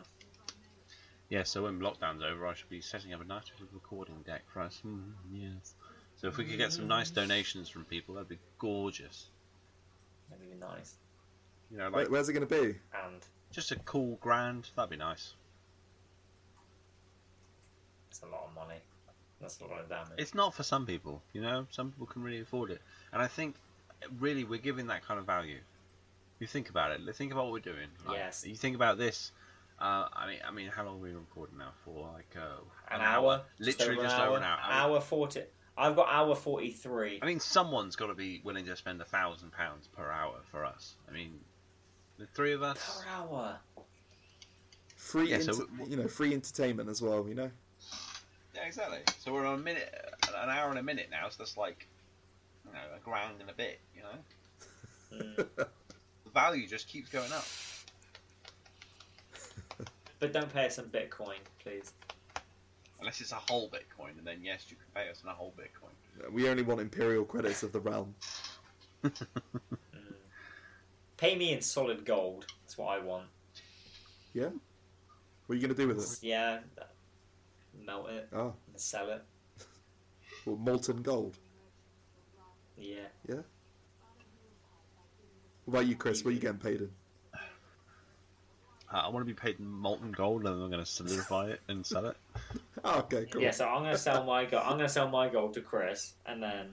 A: Yeah, so when lockdown's over, I should be setting up a nice little recording deck for us. Mm, yes. So if we could get some nice donations from people, that'd be gorgeous.
B: That'd be nice.
A: You know, like
C: Wait, where's it going to be?
B: And
A: just a cool grand. That'd be nice.
B: it's a lot of money. That's a lot of damage.
A: It's not for some people, you know. Some people can really afford it, and I think really we're giving that kind of value. You think about it. Think about what we're doing. Like,
B: Yes.
A: You think about this. Uh, I mean, I mean, how long are we recording now for? Like uh,
B: an hour,
A: Literally just over an hour.
B: An hour forty. I've got hour forty-three.
A: I mean, someone's got to be willing to spend a thousand pounds per hour for us. I mean, the three of us.
B: per hour.
C: Free,
A: Yeah,
C: enter-
A: so w-
C: you know, free entertainment as well. You know,
A: Yeah, exactly. So we're on a minute, an hour and a minute now. So that's like, you know, a grand and a bit. You know, Hmm.
B: Mm.
A: the value just keeps going up.
B: but don't pay us in Bitcoin, please.
A: Unless it's a whole Bitcoin, and then yes, you can pay us in a whole Bitcoin.
C: we only want imperial credits of the realm.
B: Mm. Pay me in solid gold. That's what I want.
C: What are you going to do with it?
B: Yeah, melt it
C: Oh,
B: and sell it.
C: well, molten gold.
B: Yeah,
C: What about you, Chris? What are you getting paid in?
A: Uh, I want to be paid in molten gold, and then I'm going to solidify it and sell it.
C: Oh, okay, cool.
B: yeah. So I'm gonna sell my gold. I'm gonna sell my gold to Chris, and then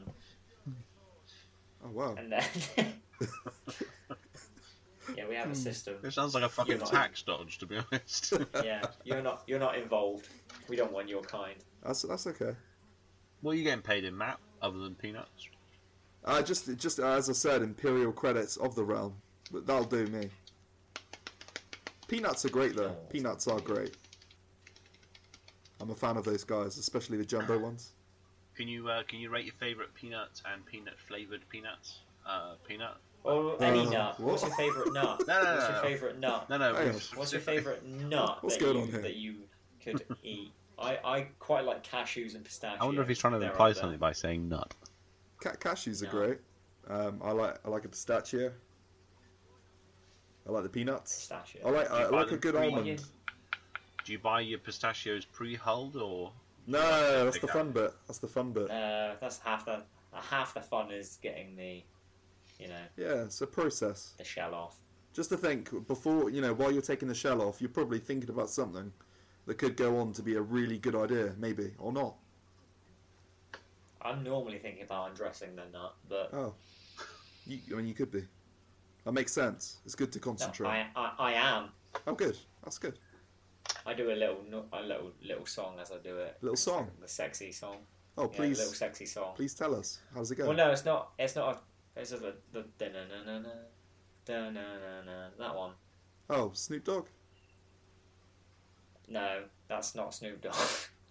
C: Oh wow.
B: and then. yeah, we
A: Hmm.
B: have a system.
A: It sounds like a fucking
B: You're not-
A: tax dodge, to be honest.
B: Yeah, you're not you're not involved. We don't want your kind.
C: That's that's okay.
A: what are you getting paid in, Matt? Other than peanuts?
C: Uh, just just as I said, imperial credits of the realm. But that'll do me. Peanuts are great though. Peanuts are great. I'm a fan of those guys, especially the jumbo ones.
A: Can you uh, can you rate your favourite peanuts and peanut flavoured peanuts? Uh, peanut?
B: Or any
C: Uh,
B: nut.
C: what?
B: What's your favourite nut?
A: No, no,
B: What's
A: no,
B: your
A: no.
B: favourite nut?
A: No, no. we've
C: Hang on.
B: What's your
A: specific-
B: favourite nut
C: What's
B: that,
C: going
B: you,
C: on here?
B: that you could eat? I, I quite like cashews and pistachios.
A: I wonder if he's trying to
B: They're
A: imply
B: up there.
A: something by saying nut.
C: Ca cashews are
B: No.
C: great. Um, I like I like a pistachio. I like the peanuts.
B: Pistachio.
C: I like I,
A: You buy
C: like a
A: them
C: good
A: free?
C: almond.
A: Do you buy your pistachios pre-hulled or?
C: No, that's
A: Pick
C: the
A: up.
C: fun bit. That's the fun bit.
B: Uh, that's half the uh, half the fun is getting the, you know,
C: Yeah, it's a process.
B: the shell off.
C: Just to think, before you know, while you're taking the shell off, you're probably thinking about something that could go on to be a really good idea, maybe or not.
B: I'm normally thinking about undressing the nut, but
C: Oh, you, I mean, you could be. That makes sense. It's good to
B: no,
C: concentrate.
B: I, I I am.
C: Oh, good. That's good.
B: I do a little nu- a little little song as I do it.
C: Little song.
B: The sexy song.
C: Oh,
B: Yeah,
C: please,
B: little sexy song.
C: please tell us how does it go?
B: Well, no, it's not. It's not. A, it's just a, the da na na na da na na na that one.
C: Oh, Snoop Dogg.
B: No, that's not Snoop Dogg.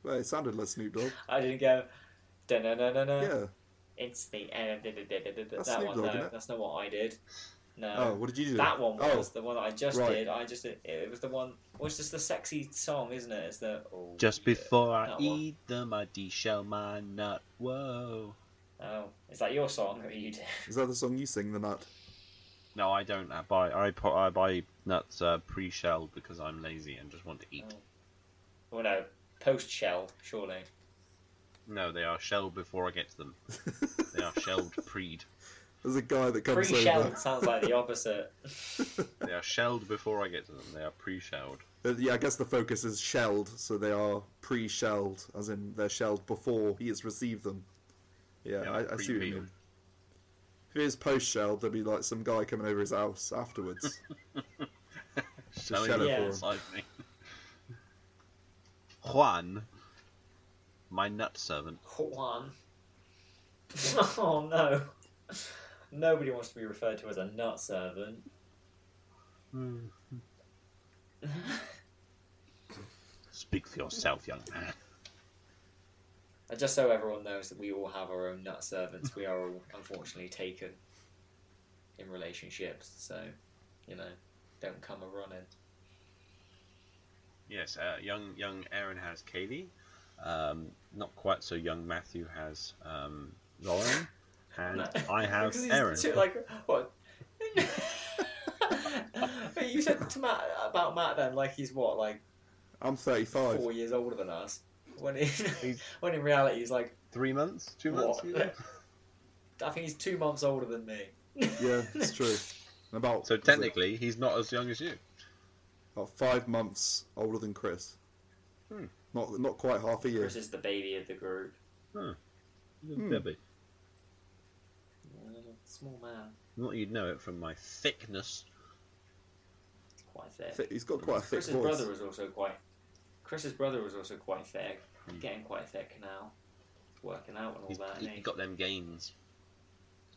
C: Well, it sounded like Snoop Dogg.
B: I didn't go. Da na na na na.
C: yeah.
B: It's the end. Da, da, da, da, da,
C: That's
B: that
C: Snoop
B: one.
C: Dogg,
B: no,
C: isn't it?
B: that's not what I did. No.
C: Oh, what did you do?
B: That one
C: Oh,
B: was the one that I just
C: right.
B: did. I just did, it was the one. Well, it's just the sexy song, isn't it? It's the oh,
A: Just
B: yeah.
A: before I
B: That one.
A: eat them, I de-shell my nut. Whoa.
B: Oh, is that your song that you did?
C: is that the song you sing? The nut.
A: No, I don't uh, buy. I pu- I buy nuts uh, pre-shelled because I'm lazy and just want to eat.
B: Oh. Well, no, post shelled, surely.
A: No, they are shelled before I get to them. They are shelled preed.
C: There's a guy that comes
B: Pre shelled
C: over.
B: sounds like the opposite.
A: They are shelled before I get to them. They are pre-shelled.
C: Uh, yeah, I guess the focus is shelled, so they are pre-shelled, as in they're shelled before he has received them. Yeah,
A: They are
C: I, I see what you
A: pre-peeled.
C: mean. If it is post-shelled, there'd be like some guy coming over his house afterwards. Just
A: Smelling
C: shell it
B: Yeah.
C: for him.
A: inside me. Juan, my nut servant.
B: Juan. oh no. Nobody wants to be referred to as a nut servant.
A: Speak for yourself, young man.
B: And just so everyone knows that we all have our own nut servants, we are all unfortunately taken in relationships. So, you know, don't come a running.
A: Yes, uh, young young Aaron has Katie. Um, not quite so young. Matthew has um, Lauren, and
B: No.
A: I have
B: Because he's
A: Aaron.
B: too, like what? But you said to Matt about Matt then, like he's what, like
C: I'm 35.
B: four years older than us. When in
A: Oh, He's-
B: when in reality he's like
A: Three months, two months.
B: what?
A: yeah.
B: I think he's two months older than me.
C: Yeah, it's true. I'm About
A: So
C: was it
A: technically, he's not as young as you.
C: about five months older than Chris.
A: Hmm.
C: Not not quite half a year.
B: Chris is the baby of the group.
C: Hmm.
A: Debbie.
B: Small man,
A: Hmm. Not that you'd know it from my thickness.
B: quite thick.
C: Thick- He's got quite a thick
B: Chris's
C: voice.
B: brother was also quite. Chris's brother was also quite thick. Getting quite thick now. Working out and all
A: Hmm. He's,
B: that.
A: he's
B: and he-
A: got them gains.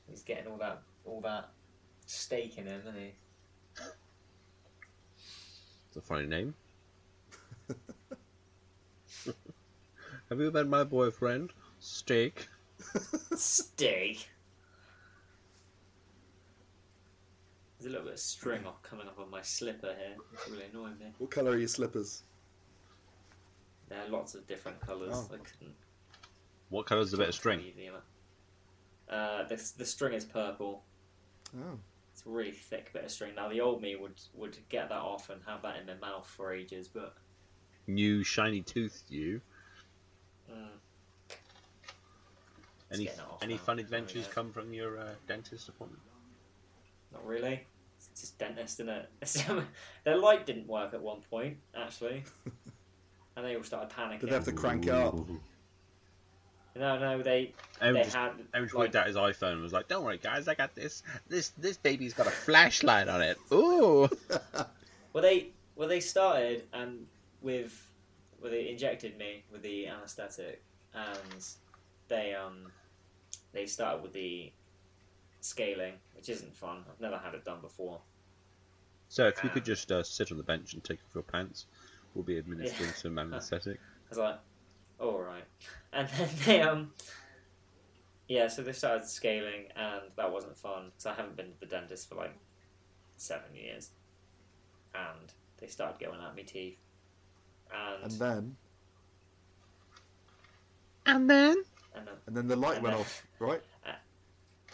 B: He's getting all that all that steak in him, isn't he?
A: It's a funny name. have you met my boyfriend? Steak.
B: steak. There's a little bit of string off coming up on my slipper here. It's really annoying me.
C: What colour are your slippers?
B: There are lots of different colours.
C: Oh.
B: I couldn't.
A: What colour's the bit of string?
B: read the amount. Uh, the the string is purple.
C: Oh.
B: It's a really thick bit of string. Now the old me would would get that off and have that in their mouth for ages, but
A: New shiny tooth, you.
B: mm, It's
A: Any
B: getting off
A: any
B: now.
A: fun
B: There we
A: adventures
B: go.
A: come from your uh, dentist appointment?
B: Not really. It's just dentist, isn't it? Their light didn't work at one point, actually. And they all started panicking.
C: Did they have to crank it up?
B: No, no, they
A: Everyone
B: they
A: just-
B: had
A: everyone just
B: like,
A: whipped out his iPhone and was like, "Don't worry, guys, I got this. This this baby's got a flashlight on it. Ooh,
B: well they well they started and with well they injected me with the anaesthetic and they um they started with the scaling, which isn't fun. I've never had it done before.
A: So if you could just uh, sit on the bench and take off your pants, we'll be administering some anaesthetic.
B: I was like, all right. And then they, um, yeah, so they started scaling, and that wasn't fun because I haven't been to the dentist for like seven years. And they started going at me teeth. And,
C: And
B: and,
C: then
D: And then
B: then,
C: and then the light
B: And
C: went
B: then-
C: off, right?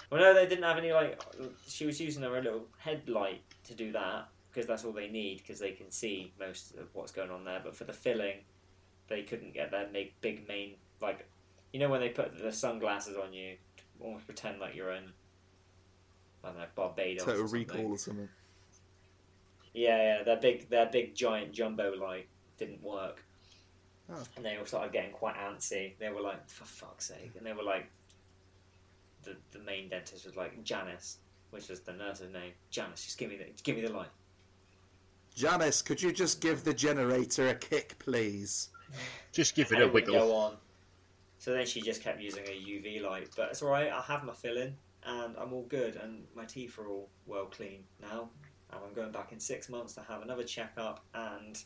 B: well, no, they didn't have any like. She was using her little headlight to do that because that's all they need because they can see most of what's going on there. But for the filling, they couldn't get their big, big main like, you know, when they put the sunglasses on you, to almost pretend like you're in. I don't know, Barbados. or
C: Total
B: something.
C: recall or something.
B: Yeah, yeah, their big, their big giant jumbo light didn't work,
C: Oh.
B: and they all started getting quite antsy. They were like, "For fuck's sake!" And they were like, the the main dentist was like, "Janice," which was the nurse's name. Janice, just give me the, just give me the light.
C: Janice, could you just give the generator a kick, please?
A: Just give it
B: And
A: a
B: it wouldn't
A: wiggle.
B: Go on. So then she just kept using a UV light, but it's alright. I have my fill in, and I'm all good, and my teeth are all well clean now. And I'm going back in six months to have another checkup and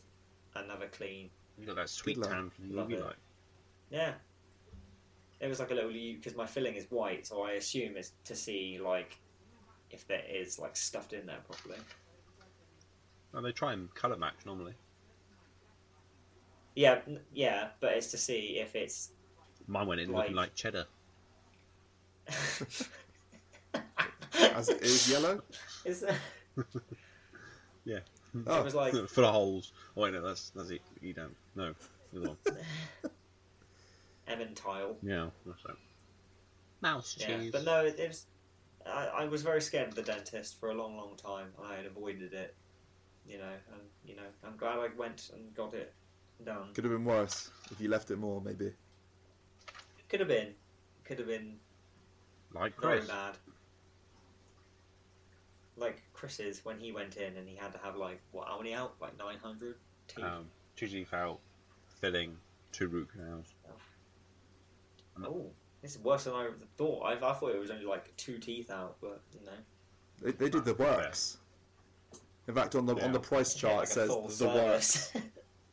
B: another clean.
A: You got that sweet
C: Good luck.
A: tan from the
B: Love
A: UV
B: it.
A: light.
B: Yeah. It was like a little because my filling is white, so I assume it's to see like if there is like stuffed in there properly.
A: Well, they try and colour match normally.
B: Yeah, n- yeah, but it's to see if it's.
A: Mine went in looking
B: Like-
A: like cheddar.
C: As it is yellow.
B: is there...
C: Oh.
B: It was like
A: Full of holes. Oh wait, no, that's that's it. You don't. No, the other one.
B: Emmental.
A: yeah, that's right. Mouse
B: Yeah,
A: cheese.
B: but no, it, it was. I, I was very scared of the dentist for a long, long time, and I had avoided it. You know, and you know, I'm glad I went and got it done.
C: Could have been worse if you left it more, maybe.
B: Could have been, could have been
A: like
B: very
A: Chris.
B: bad. Like Chris's when he went in and he had to have like what how many out? Like nine hundred teeth.
A: Um, two teeth out, filling, two root canals.
B: oh, this is worse than I thought. I, I thought it was only like two teeth out, but you know,
C: They, they did the works. In fact, on the on the price
B: yeah,
C: chart
B: like
C: it
B: a
C: says
B: full
C: the works.
B: service.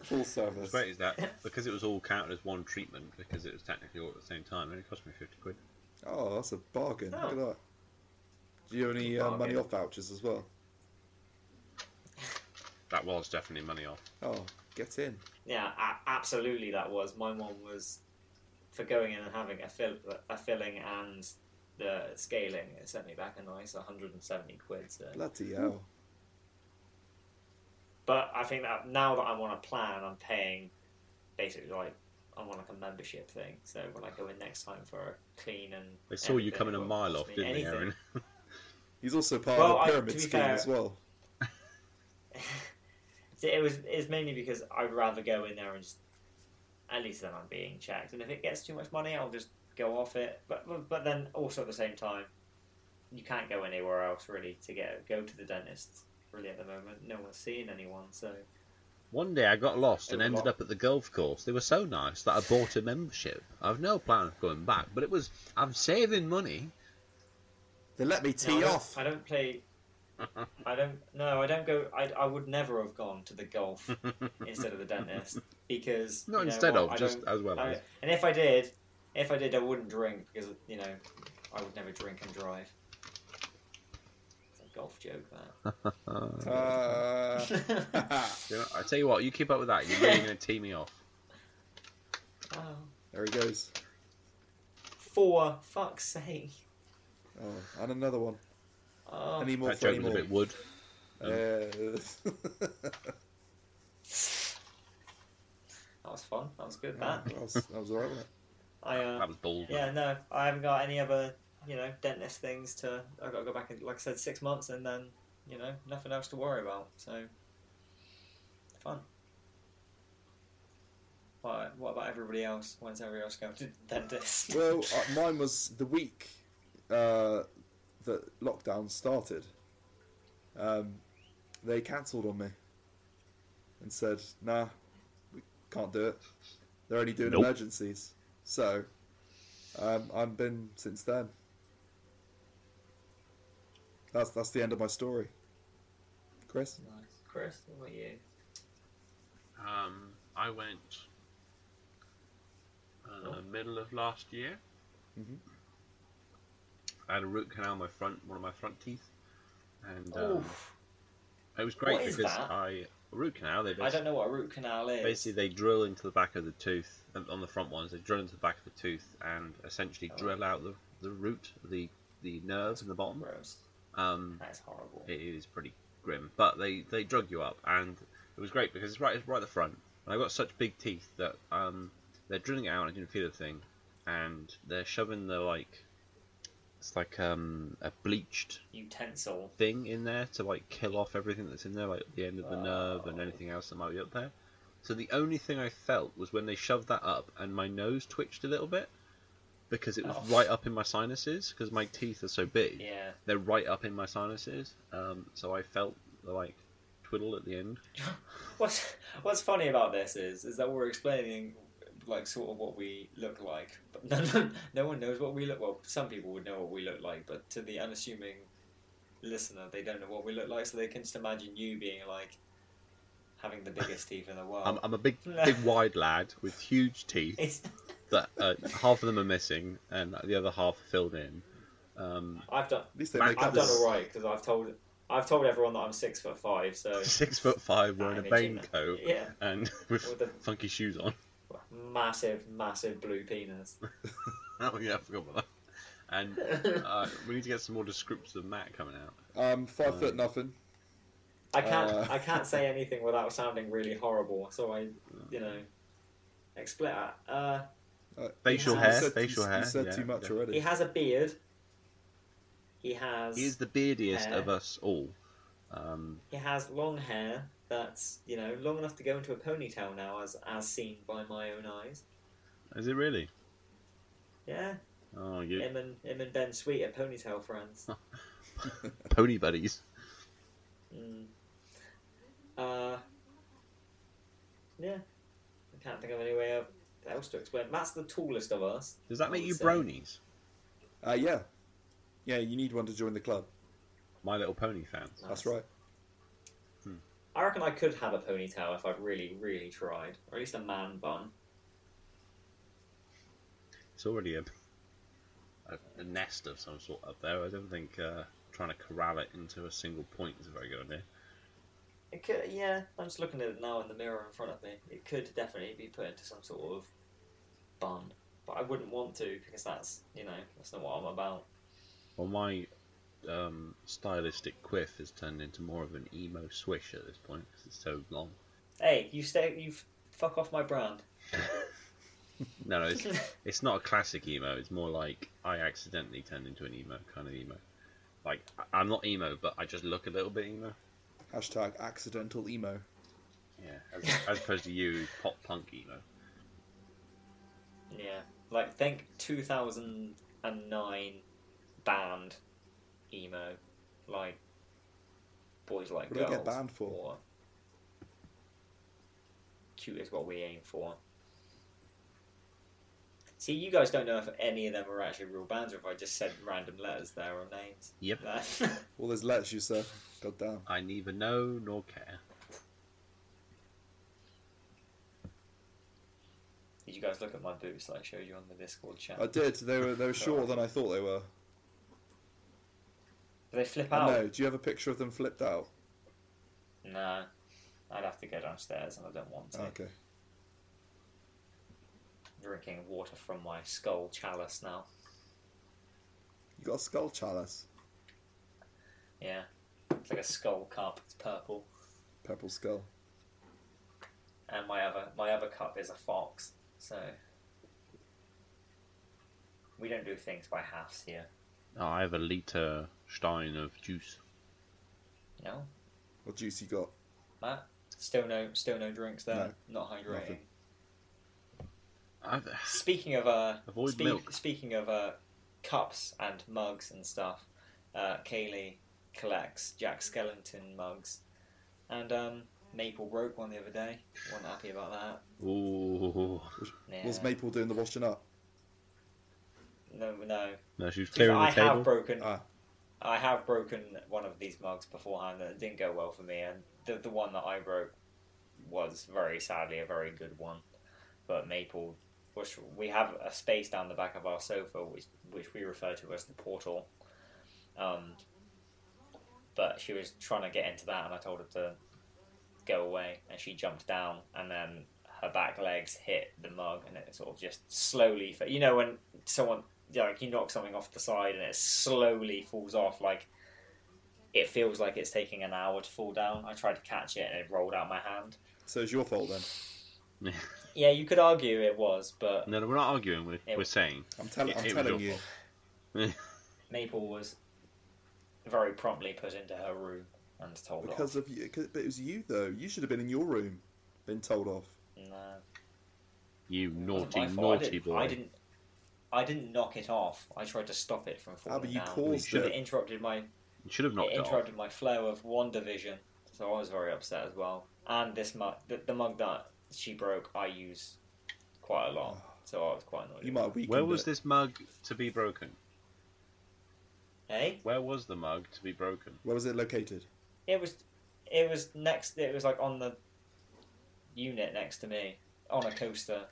C: Full service.
F: What's great is that because it was all counted as one treatment because it was technically all at the same time, and it cost me fifty quid.
C: Oh, that's a bargain. Look
B: Oh.
C: at that. Do you have any uh, money
B: Bargain.
C: off vouchers as well?
F: That was definitely money off.
C: Oh, get in.
B: Yeah, a- absolutely. That was my one was for going in and having a fill a filling and the scaling. It sent me back a nice 170 quid. So.
C: Bloody hell.
B: But I think that now that I'm on a plan, I'm paying basically like I'm on like a membership thing. So when I go in next time for a clean and
F: They saw you
B: everything,
F: coming a
B: it won't
F: mile
B: cost
F: off,
B: me
F: didn't
B: anything.
F: they, Aaron?
C: He's also part
B: Well,
C: of
B: I-
C: the
B: to
C: pyramid
B: be
C: scheme
B: fair-
C: as well.
B: So it was it's mainly because I'd rather go in there and just at least then I'm being checked, and if it gets too much money, I'll just go off it. But but- but then also at the same time, you can't go anywhere else really to get go to the dentist really at the moment. No one's seeing anyone, so
A: One day I got lost and
B: It was
A: ended
B: lo-
A: up at the golf course. They were so nice that I bought a membership. I've no plan of going back, but it was I'm saving money.
C: They let me
B: No, I
C: tee
B: don't-
C: off.
B: I don't play. I don't. No, I don't go. I, I would never have gone to the golf instead of the dentist because
A: Not
B: you know
A: instead
B: what,
A: of,
B: I
A: just
B: don't-
A: as well
B: I-
A: as.
B: and if I did, if I did, I wouldn't drink because you know I would never drink and drive. It's a golf joke, that.
C: Uh,
A: You know, I tell you what, you keep up with that. You're really going to tee me off.
B: oh,
C: there he goes.
B: for fuck's sake!
C: Oh, and another one.
B: Oh,
C: Any more
A: That
C: for any
A: joke was
C: more?
A: a bit wood.
C: Yeah.
B: that was fun. That was good.
C: Yeah,
B: That
C: I was, I was alright with it.
B: I. Uh,
A: That was bold.
B: Yeah, no, I haven't got any other, you know, dentist things to. I've got to go back in, like I said, six months and then, you know, nothing else to worry about. So, fun. What, what about everybody else? When's everybody else going to the dentist?
C: Well, uh, mine was the week uh, that lockdown started. Um, they cancelled on me and said, "Nah, we can't do it. They're only doing
A: Nope.
C: emergencies." So um, I've been since then. That's that's the end of my story. Chris,
B: nice. Chris, what about you?
A: Um, I went
B: Oh.
A: uh, middle of last year.
B: Mm-hmm.
C: Mhm.
A: I had a root canal in my front, one of my front teeth, and um,
B: Oof.
A: it was great
B: Oh, What is
A: because
B: that?
A: I root canal. They
B: I
A: basically,
B: don't know what a root canal is.
A: basically they drill into the back of the tooth and on the front ones. They drill into the back of the tooth and essentially
B: Oh.
A: drill out the, the root, the the nerves in the bottom.
B: Gross.
A: Um,
B: That's horrible.
A: it is pretty grim. But they, they drug you up, and it was great because it's right it's right at the front. And I've got such big teeth that um, they're drilling it out, and I didn't feel a thing. And they're shoving the like, it's like um, a bleached
B: Utensil.
A: thing in there to like kill off everything that's in there, like the end of the nerve and
B: Oh.
A: anything else that might be up there. So the only thing I felt was when they shoved that up, and my nose twitched a little bit because it was
B: Oh.
A: right up in my sinuses because my teeth are so big
B: Yeah.
A: they're right up in my sinuses. Um, so I felt the, like twiddle at the end.
B: What's What's funny about this is is that we're explaining like sort of what we look like, but no, no one knows what we look. Well, some people would know what we look like, but to the unassuming listener, they don't know what we look like, so they can just imagine you being like having the biggest teeth in the world.
A: I'm, I'm a big, big wide lad with huge teeth
B: It's-
A: that uh, half of them are missing and the other half are filled in. Um,
B: I've done
C: at least they
A: Matt,
C: make
B: I've
C: up
B: done
C: this.
B: all right because I've told I've told everyone that I'm six foot five. So
A: six foot five, wearing a
B: Imagine
A: Bane
B: that.
A: coat
B: yeah,
A: and with
B: With the-
A: funky shoes on.
B: massive, massive blue penis.
A: Oh yeah, I forgot about that. And uh, we need to get some more descriptions of Matt coming out.
C: Um, five foot
A: Um,
C: nothing.
B: I can't
C: Uh.
B: I can't say anything without sounding really horrible. So I, you know, explain. Uh,
C: Uh,
A: Facial
C: you
B: hair,
C: said-
A: facial
C: you,
A: hair,
C: You said
A: yeah,
C: too much
A: yeah.
B: he
C: already.
B: has a beard. He has
A: He is the beardiest
B: Hair.
A: of us all. Um,
B: he has long hair that's you know long enough to go into a ponytail now, as as seen by my own eyes.
A: is it really?
B: Yeah,
A: Oh, you
B: him and him and Ben Sweet are ponytail friends.
A: pony buddies.
B: Mm. Uh, yeah, I can't think of any way of- else to explain. Matt's the tallest of us.
A: Does that
B: I
A: make
B: would
A: you
B: say.
A: bronies?
C: Uh, yeah, yeah. You need one to join the club.
A: My Little Pony fan.
C: That's right.
B: I reckon I could have a ponytail if I really, really tried, or at least a man bun.
A: It's already a, a, a nest of some sort up there. I don't think uh, trying to corral it into a single point is a very good idea.
B: It could, yeah. I'm just looking at it now in the mirror in front of me. It could definitely be put into some sort of bun, but I wouldn't want to because that's, you know, that's not what I'm about.
A: Well, my um, stylistic quiff has turned into more of an emo swish at this point because it's so long.
B: Hey, you stay, you f- fuck off my brand.
A: No, no, it's, it's not a classic emo. It's more like I accidentally turned into an emo kind of emo. Like I- I'm not emo, but I just look a little bit emo.
C: Hashtag accidental emo.
A: Yeah, as, as opposed to you, pop punk emo.
B: yeah, like think 2009 band emo, like boys like
C: What do
B: girls.
C: they get banned for?
B: or- Cute is what we aim for. See, you guys don't know if any of them are actually real bands, or if I just said random letters there or names.
A: Yep.
C: All those letters you said. God damn.
A: I neither know nor care.
B: Did you guys look at my boots that I showed you on the Discord chat?
C: I did. They were they were shorter than I thought they were.
B: Do they flip
C: I
B: out?
C: know. Do you have a picture of them flipped out?
B: No, I'd have to go downstairs, and I don't want to.
C: okay.
B: Drinking water from my skull chalice now.
C: You got a skull chalice.
B: Yeah, it's like a skull cup. It's purple,
C: Purple skull.
B: and my other my other cup is a fox. So we don't do things by halves here.
A: I have a liter stein of juice.
B: No,
C: What juice you got?
B: Matt. Still no, still no drinks there. Not hydrating.
C: nothing.
A: I've,
B: Speaking of uh,
A: Avoid
B: speak-
A: milk.
B: Speaking of uh, cups and mugs and stuff, uh, Kaylee collects Jack Skellington mugs, and um, Maple broke one the other day. wasn't happy about that.
A: ooh,
B: Yeah.
C: Was Maple doing the washing up?
B: no, no.
A: no, she was
B: To be fair,
A: clearing the
B: I have
A: table.
B: broken.
C: Ah.
B: I have broken one of these mugs beforehand, and it didn't go well for me. And the the one that I broke was very sadly a very good one, but Maple. Which we have a space down the back of our sofa, which which we refer to as the portal. Um, but she was trying to get into that, and I told her to go away, and she jumped down, and then her back legs hit the mug, and it sort of just slowly. fa- You know when someone yeah, like you knock something off the side and it slowly falls off. Like it feels like it's taking an hour to fall down. I tried to catch it and it rolled out my hand.
C: So it's your fault then.
B: Yeah, you could argue it was, but
A: No, no, we're not arguing. We're,
B: Yeah.
A: we're saying
C: I'm, tell-
A: It-
C: I'm
A: it was
C: telling
A: your
C: you.
A: fault.
B: Maple was very promptly put into her room and told
C: Because
B: off.
C: of you. 'cause- but it was you though. You should have been in your room, been told off.
B: No,
A: you
B: it wasn't
A: naughty,
B: my fault. I
A: naughty
B: didn't-
A: boy.
B: I didn't. I didn't knock it off. I tried to stop it from falling
C: Ah, but you
B: down.
C: caused
B: But
C: it.
B: it interrupted my
A: You should have knocked
B: it
A: it off.
B: interrupted my flow of one division, so I was very upset as well. And this mug, the, the mug that she broke, I use quite a lot, so I was quite annoyed.
C: You
B: with
C: might
B: that.
C: have weakened
A: Where was
C: it.
A: this mug to be broken?
B: Eh?
A: Where was the mug to be broken?
C: Where was it located?
B: It was, it was next. It was like on the unit next to me on a coaster.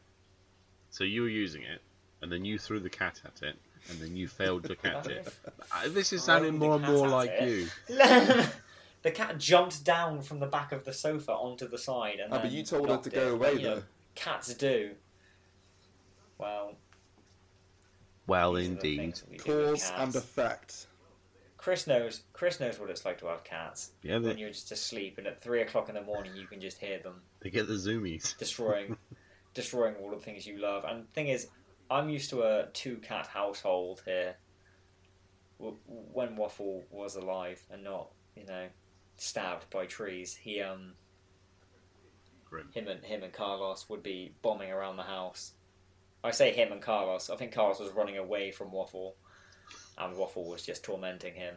A: So you were using it, and then you threw the cat at it, and then you failed to catch it. Uh, This is
B: Throwing
A: sounding
B: the
A: more and
B: cat
A: more
B: at
A: like
B: it.
A: you.
B: the cat jumped down from the back of the sofa onto the side, and
C: Ah,
B: then
C: but you told her
B: knocked
C: to
B: it.
C: go
B: But,
C: away
B: you know,
C: though.
B: Cats do. Well,
A: Well,
B: these are the
A: indeed.
B: things that we do with
C: Cause and
B: cats.
C: effect.
B: Chris knows. Chris knows what it's like to have cats.
A: Yeah,
B: When
A: they,
B: you're just asleep, and at three o'clock in the morning, you can just hear them
A: they get the zoomies.
B: destroying, destroying all the things you love. And the thing is, I'm used to a two cat household here. W- When Waffle was alive and not, you know, stabbed by trees, he um,
A: Grim.
B: him and him and Carlos would be bombing around the house. I say him and Carlos. I think Carlos was running away from Waffle, and Waffle was just tormenting him.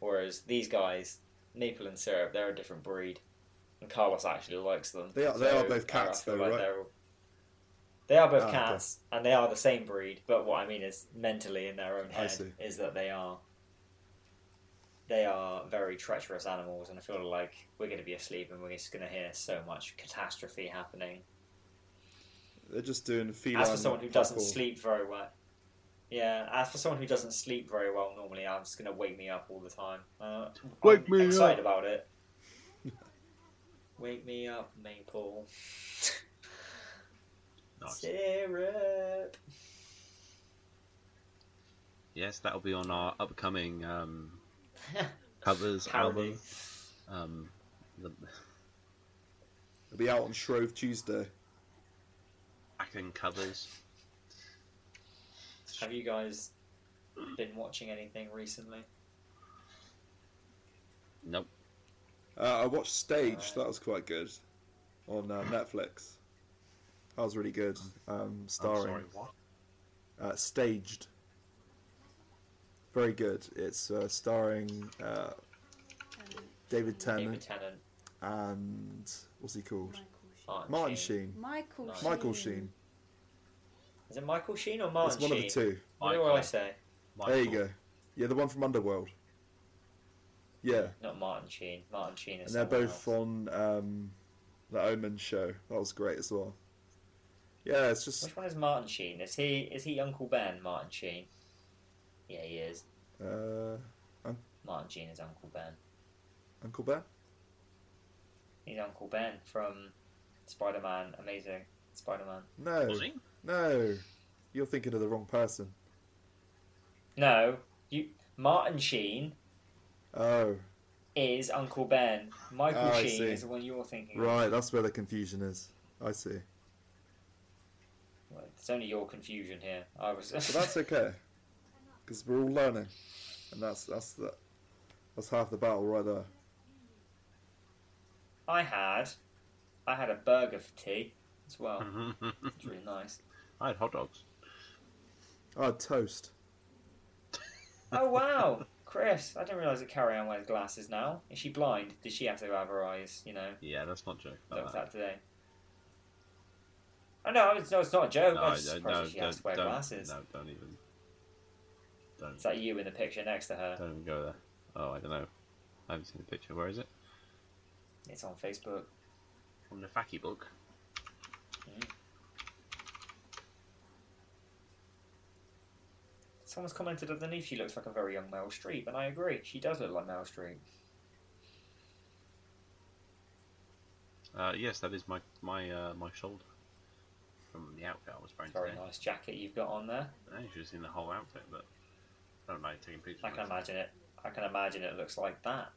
B: Whereas these guys, Maple and Syrup, they're a different breed, and Carlos actually likes them.
C: They are- they are both
B: I
C: cats
B: feel
C: though, right?
B: they're- They are both
C: Ah, okay.
B: cats, and they are the same breed. But what I mean is, mentally in their own
C: I
B: head,
C: see.
B: is that they are They are very treacherous animals, and I feel like we're going to be asleep and we're just going to hear so much catastrophe happening.
C: They're just doing feline.
B: As for someone who doesn't
C: tackle.
B: sleep very well, yeah. As for someone who doesn't sleep very well, normally I'm just gonna wake me up all the time. Uh,
A: Wake
B: I'm
A: me
B: excited about it. wake me up, maple
A: Nice.
B: syrup.
A: Yes, that'll be on our upcoming um, covers
B: Howdy.
A: album. Um, the,
C: It'll be out on Shrove Tuesday.
A: acting covers.
B: Have you guys been watching anything recently?
A: Nope.
C: Uh, I watched Stage.
B: Alright.
C: That was quite good on uh, Netflix. That was really good. Um,
A: Oh,
C: starring
A: sorry, what?
C: uh, Staged. Very good. It's uh, starring uh, David
B: David
C: Tennant
B: Tennant,
C: and what's he called?
B: Martin,
C: Martin
B: Sheen.
C: Sheen.
G: Michael
B: Nice.
G: Sheen.
C: Ah. Michael Sheen.
B: Is it Michael Sheen or Martin
C: it's one of
B: Sheen?
C: the two.
B: What do I say?
A: Michael.
C: There you go. Yeah, the one from Underworld. Yeah,
B: Not Martin Sheen. Martin Sheen
C: and
B: is.
C: they're
B: someone
C: both
B: else.
C: on um, the Omen show. That was great as well. Yeah, it's just
B: Which one is Martin Sheen? Is he is he Uncle Ben? Martin Sheen. Yeah, he is.
C: uh,
B: Martin Sheen is Uncle Ben.
C: Uncle Ben.
B: He's Uncle Ben from Spider Man, Amazing Spider Man.
C: No,
A: Was he?
C: no, you're thinking of the wrong person.
B: No, you Martin Sheen
C: Oh,
B: is Uncle Ben. Michael
C: Oh, I
B: Sheen
C: see.
B: is the one you're thinking of.
C: right, that's where the confusion is. I see,
B: Well, It's only your confusion here. I was.
C: but that's okay, because we're all learning, and that's that's the that's half the battle right there.
B: I had, I had a burger for tea as well.
A: Hmm.
B: It's really nice.
A: I had hot dogs.
C: Oh, toast.
B: Oh wow, Chris! I didn't realize that Carrie Ann wears glasses now. Is she blind? Did she have to have her eyes? You know,
A: Yeah, that's not joke
B: that
A: about
B: was
A: that.
B: that today. Oh no, it's, no, it's not a joke.
A: No,
B: I'm
A: I
B: just
A: don't,
B: surprised
A: no,
B: that she has
A: don't,
B: to wear
A: don't-
B: glasses.
A: no, don't even. Don't,
B: Is that you in the picture next to her?
A: don't even go there. Oh, I don't know. I haven't seen the picture. Where is it?
B: It's on Facebook.
A: From the Faki book.
B: Someone's commented underneath she looks like a very young Meryl Streep, and I agree. She does look like Meryl Streep.
A: Uh, yes, that is my my uh, my shoulder from the outfit I was wearing
B: Very
A: today.
B: nice jacket you've got on there.
A: I should have seen the whole outfit, but I don't like taking pictures.
B: I
A: of
B: can
A: it.
B: imagine it. I can imagine it looks like that.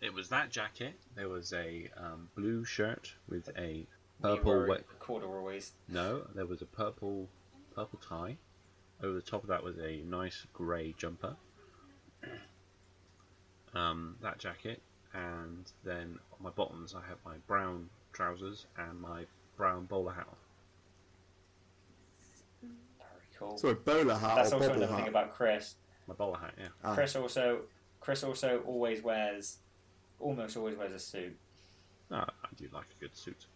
A: It was that jacket. There was a um, blue shirt with a
B: You
A: purple.
B: were
A: Wa-
B: corduroys.
A: no, there was a purple purple tie. Over the top of that was a nice grey jumper. Um, that jacket, and then on my bottoms, I had my brown trousers and my brown bowler hat. on.
B: Very cool.
C: Sorry, bowler hat
B: That's
C: or
B: also
C: bobble
B: another
C: uh, hat.
B: thing about Chris.
A: My bowler hat, yeah.
C: Ah.
B: Chris also Chris also always wears almost always wears a suit.
A: No, Ah, I do like a good suit.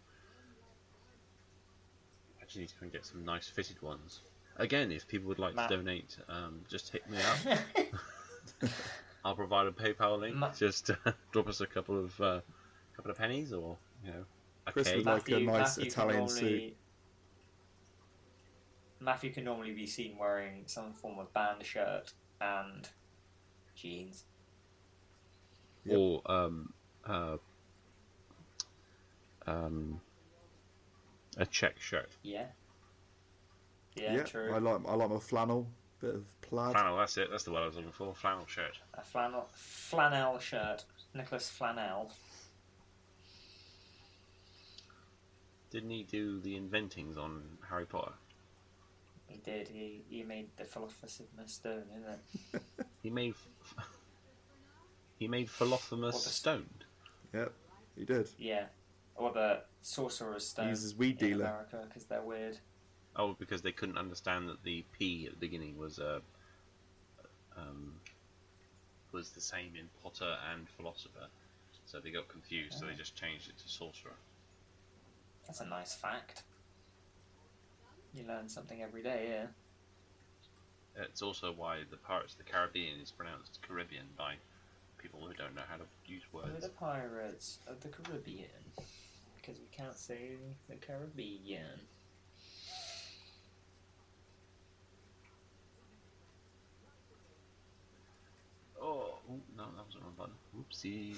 A: I just need to go and get some nice fitted ones. Again, if people would like
B: Matt.
A: to donate, um, just hit me up. I'll provide a PayPal link.
B: Ma-
A: Just uh, drop us a couple of uh, couple of pennies, or you know, a
C: Chris
A: cake.
C: would like- a nice
B: can
C: Italian suit.
B: Matthew can normally be seen wearing some form of band shirt and jeans.
C: Yep.
A: or um, uh, um, a check shirt.
B: Yeah. Yeah, true.
C: I like I like my flannel, bit of plaid.
A: Flannel, that's it. That's the one I was looking for. Flannel shirt.
B: A flannel flannel shirt. Nicholas Flannel.
A: Didn't he do the inventings on Harry Potter?
B: He did. He, he made the Philosopher's Stone, didn't it?
A: He made he made Philothemus
B: What the-
A: stoned.
C: Yep, he did.
B: Yeah. Or the Sorcerer's Stone.
C: He's his weed
B: in
C: dealer.
B: America because they're weird.
A: Oh, because they couldn't understand that the P at the beginning was uh, um, was the same in Potter and philosopher, so they got confused. So they just changed it to sorcerer.
B: That's a nice fact. You learn something every day, yeah.
A: It's also why the Pirates of the Caribbean is pronounced Caribbean by people who don't know how to use
B: We're
A: words.
B: the pirates of the Caribbean because we can't say the Caribbean.
A: Oh, ooh, no, that was the wrong button. Whoopsie.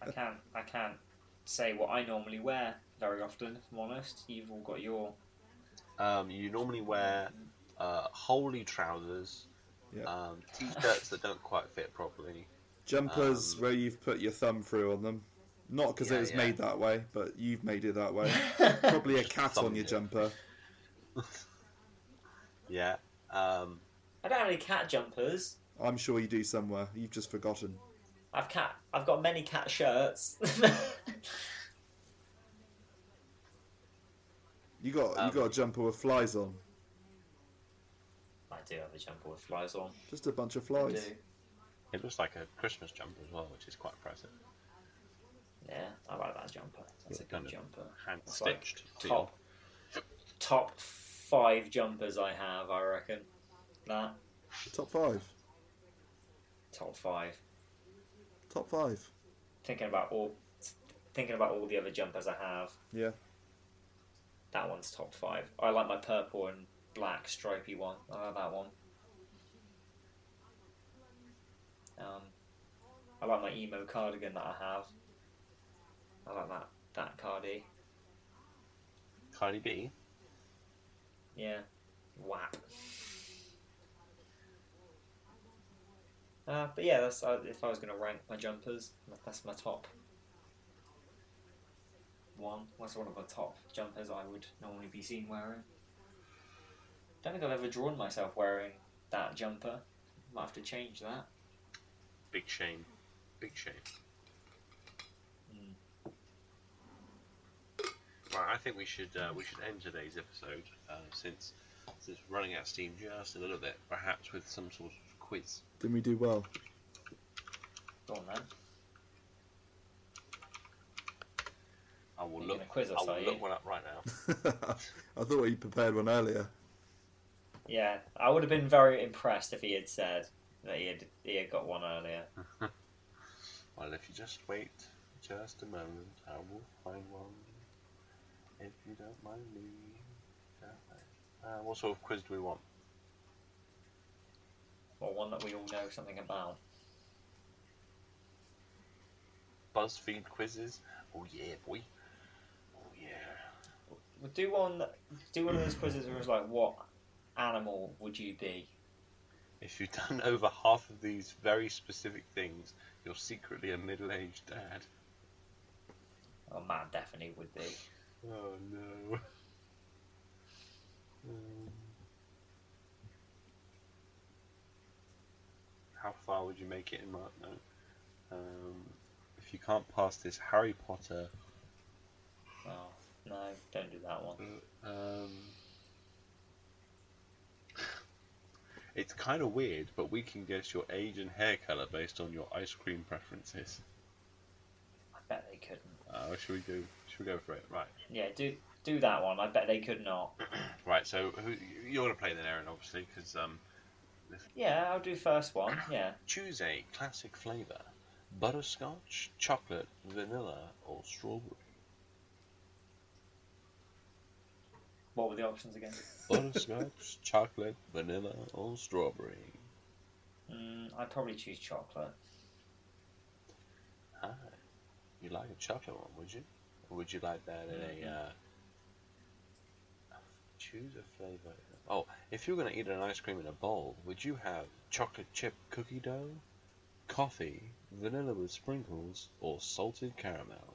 B: I can't. I can't say what I normally wear very often. If I'm honest, you've all got your
A: Um, you normally wear uh, holy trousers,
C: Yeah.
A: um, t-shirts that don't quite fit properly.
C: Jumpers
A: Um,
C: where you've put your thumb through on them. Not because
A: Yeah,
C: it was
A: yeah.
C: made that way, but you've made it that way. Probably a cat on your
A: Thumbed it.
C: jumper.
A: Yeah. Um,
B: I don't have any cat jumpers.
C: I'm sure you do somewhere. You've just forgotten.
B: I've cat. I've got many cat shirts.
C: You got
A: Um,
C: you got a jumper with flies on.
B: I do have a jumper with flies on.
C: Just a bunch of
B: I do.
C: flies.
A: it looks like a Christmas jumper as well, which is quite impressive.
B: Yeah, I like that jumper. That's a
A: Yeah,
B: good
A: kind
B: jumper.
A: Hand
B: It's like
A: stitched to your
B: Top, top five jumpers I have, I reckon. That
C: Top five.
B: top five.
C: Top five.
B: Thinking about all, thinking about all the other jumpers I have.
C: Yeah.
B: That one's top five. I like my purple and black stripy one. I like that one. Um, I like my emo cardigan that I have. I like that that cardi.
A: Cardi B.
B: Yeah. Whap. Uh, but yeah, that's uh, if I was going to rank my jumpers, that's my top one. That's one of my top jumpers I would normally be seen wearing. Don't think I've ever drawn myself wearing that jumper. Might have to change that.
A: Big shame. Big shame.
B: Mm.
A: Hmm. Right, I think we should uh, we should end today's episode uh, since since we're running out of steam just a little bit, perhaps with some sort of quiz.
C: Didn't we do well?
B: Go on then.
A: I will
B: You're
A: look.
B: gonna quiz us,
A: I
B: are
A: will look
B: you?
A: one up right now.
C: I thought you prepared one earlier.
B: Yeah, I would have been very impressed if he had said that he had he had got one earlier.
A: Well, if you just wait just a moment, I will find one. If you don't mind me. Uh, what sort of quiz do we want?
B: Or one that we all know something about.
A: BuzzFeed quizzes? Oh yeah, boy. Oh yeah.
B: Well, do one, do one of those quizzes where it's like, what animal would you be?
A: If you've done over half of these very specific things, you're secretly a middle-aged dad.
B: Oh, man, definitely would be.
A: Oh no. Um, how far would you make it in Mark? No. Um, if you can't pass this Harry Potter,
B: Oh, no, don't do that one.
A: um, it's kind of weird, but we can guess your age and hair color based on your ice cream preferences.
B: I bet they couldn't.
A: Uh, should we go? Should we go for it? Right.
B: Yeah, do do that one. I bet they could not.
A: Right. So who, you're gonna play then, Aaron, obviously, because um,
B: Yeah, I'll do first one. Yeah.
A: Choose a classic flavour butterscotch, chocolate, vanilla, or strawberry.
B: What were the options again?
A: Butterscotch, chocolate, vanilla, or strawberry.
B: Mm, I'd probably choose chocolate.
A: Ah, you like a chocolate one, would you? Or would you like that in a.
B: Mm-hmm.
A: Uh, choose a flavour. Oh, if you're going to eat an ice cream in a bowl, would you have chocolate chip cookie dough, coffee, vanilla with sprinkles, or salted caramel?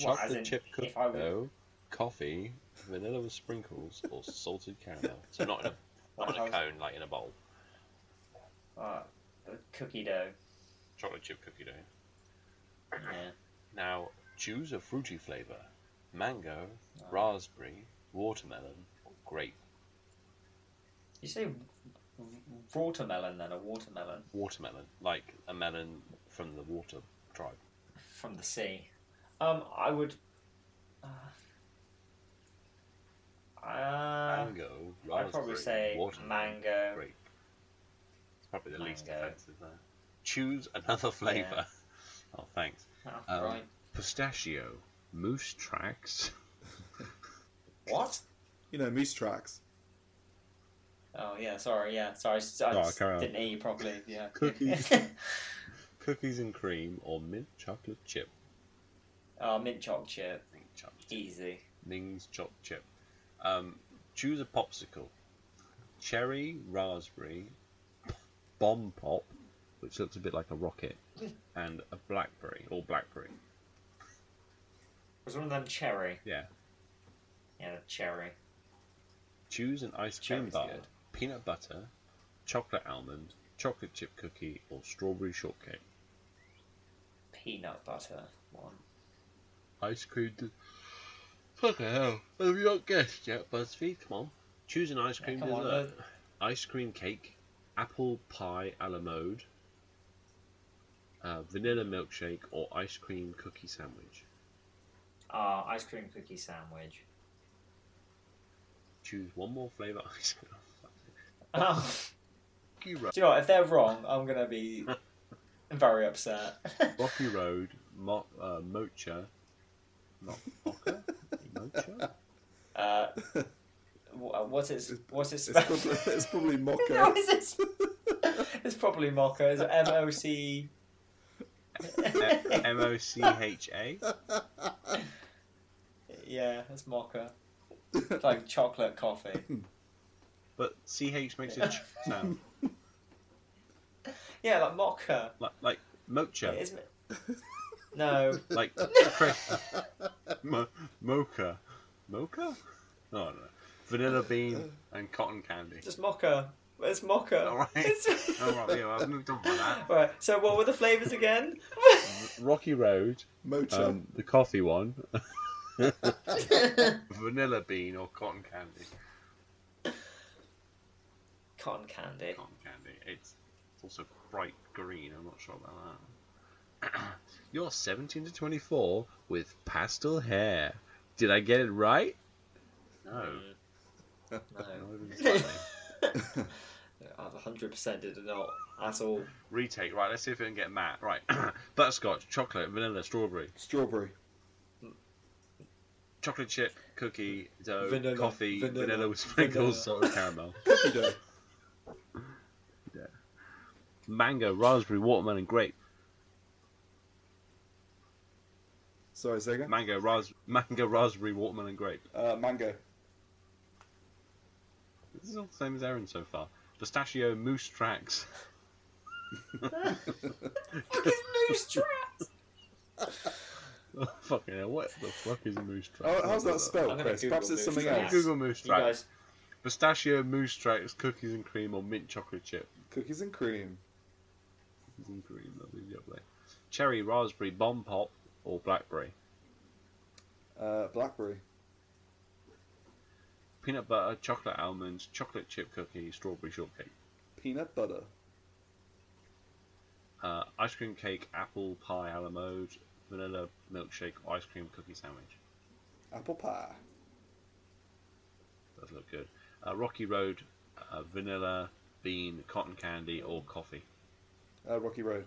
B: What, as
A: Chocolate
B: in,
A: chip cookie
B: if I were-
A: dough, coffee, vanilla with sprinkles, or salted caramel. So not in a, not
B: Like
A: in a
B: if I
A: cone, like in a bowl.
B: was, uh, cookie dough.
A: Chocolate chip cookie dough.
B: Yeah.
A: Now choose a fruity flavour: mango, raspberry, watermelon, or grape.
B: You say w- w- watermelon then, a watermelon
A: Watermelon, like a melon from the water tribe.
B: from the sea. Um, I would. Uh, uh,
A: Mango,
B: I'd
A: raspberry,
B: probably Uh, say
A: watermelon,
B: mango,
A: grape. probably the least
B: Mango.
A: offensive there. Choose another flavour. Oh, thanks.
B: Oh,
A: Um,
B: right.
A: Pistachio, moose tracks,
B: What?
C: You know, moose tracks.
B: Oh yeah, sorry, yeah, sorry. s- I
A: Oh,
B: just
A: carry on.
B: didn't hear you properly. Yeah.
A: Cookies. cookies and cream, or mint chocolate chip.
B: oh, mint chocolate chip,
A: Mint chocolate chip.
B: easy.
A: Ming's chocolate chip. Um, choose a popsicle. Cherry, raspberry, bomb pop, which looks a bit like a rocket, and a blackberry, or blackberry.
B: Was one of them cherry?
A: Yeah.
B: Yeah, the cherry.
A: Choose an ice cream
B: Cherry's
A: bar.
B: good.
A: Peanut butter, chocolate almond, chocolate chip cookie, or strawberry shortcake.
B: Peanut butter one.
A: Ice cream. De- Fucking hell. Have you not guessed yet, BuzzFeed? Come on. Choose an ice
B: Yeah,
A: cream
B: come on,
A: dessert. ice cream cake, apple pie a la mode, uh, vanilla milkshake, or ice cream cookie sandwich.
B: Ah, ice cream cookie sandwich.
A: Choose one more flavour ice cream.
B: Oh,
A: Rocky Road,
B: do you know what? If they're wrong, I'm gonna be very upset.
A: Rocky Road mo- uh, Mocha. Not Mocha? Mocha?
B: uh, wha- what's its what's its
C: It's
B: spell?
C: probably, it's probably
B: no,
C: mocha.
B: is it's, it's probably mocha. It's M O C.
A: M O C H A?
B: Yeah, it's mocha. It's like chocolate coffee.
A: But C H makes a ch sound.
B: Yeah, like mocha.
A: Like, like Mocha.
B: It is- no,
A: like crisp. Mo- mocha, mocha. Oh, No, no, vanilla bean and cotton candy.
B: just mocha. It's mocha.
A: All right.
B: It's-
A: Oh right, yeah, I've moved on from that.
B: Right, so what were the flavors again?
A: Rocky Road,
C: Mocha.
A: um, the coffee one, vanilla bean or cotton candy.
B: Cotton candy.
A: Cotton candy. It's it's also bright green. I'm not sure about that. You're 17 to 24 with pastel hair. Did I get it right? No.
B: Mm. No,
A: Not even slightly.
B: I 100% did not at all.
A: Retake. Right, let's see if we can get Matt. Right. Butterscotch, chocolate, vanilla, strawberry,
C: Strawberry.
A: chocolate chip, cookie, dough,
B: Vanilla,
A: coffee, vanilla,
B: vanilla,
A: with sprinkles,
B: vanilla.
A: salt and caramel.
C: Cookie dough.
A: Mango, raspberry, watermelon, grape.
C: Sorry, say again.
A: Mango, ras- mango, raspberry, watermelon, grape.
C: Uh, mango.
A: This is all the same as Aaron so far. Pistachio, moose tracks,
B: Fucking moose traps!
A: Fucking hell, what the fuck is moose tracks?
C: Oh, how's that
B: I'm
C: spelled,
B: gonna
C: Chris?
B: Google
C: Perhaps it's
B: moose
C: something
B: tracks.
C: else.
A: Google moose
B: You
A: tracks.
B: guys,
A: Pistachio, moose tracks, cookies and cream, or mint chocolate chip.
C: Cookies and cream.
A: Cookies and cream, lovely, lovely. Cherry, raspberry, bomb pop, or blackberry.
C: Uh, blackberry.
A: Peanut butter, chocolate almonds, chocolate chip cookie, strawberry shortcake.
C: Peanut butter.
A: uh, ice cream cake, apple pie a la mode, vanilla milkshake, ice cream cookie sandwich.
C: Apple pie.
A: Does look good. Uh, Rocky Road, uh, vanilla, bean, cotton candy, or coffee.
C: Uh, Rocky Road.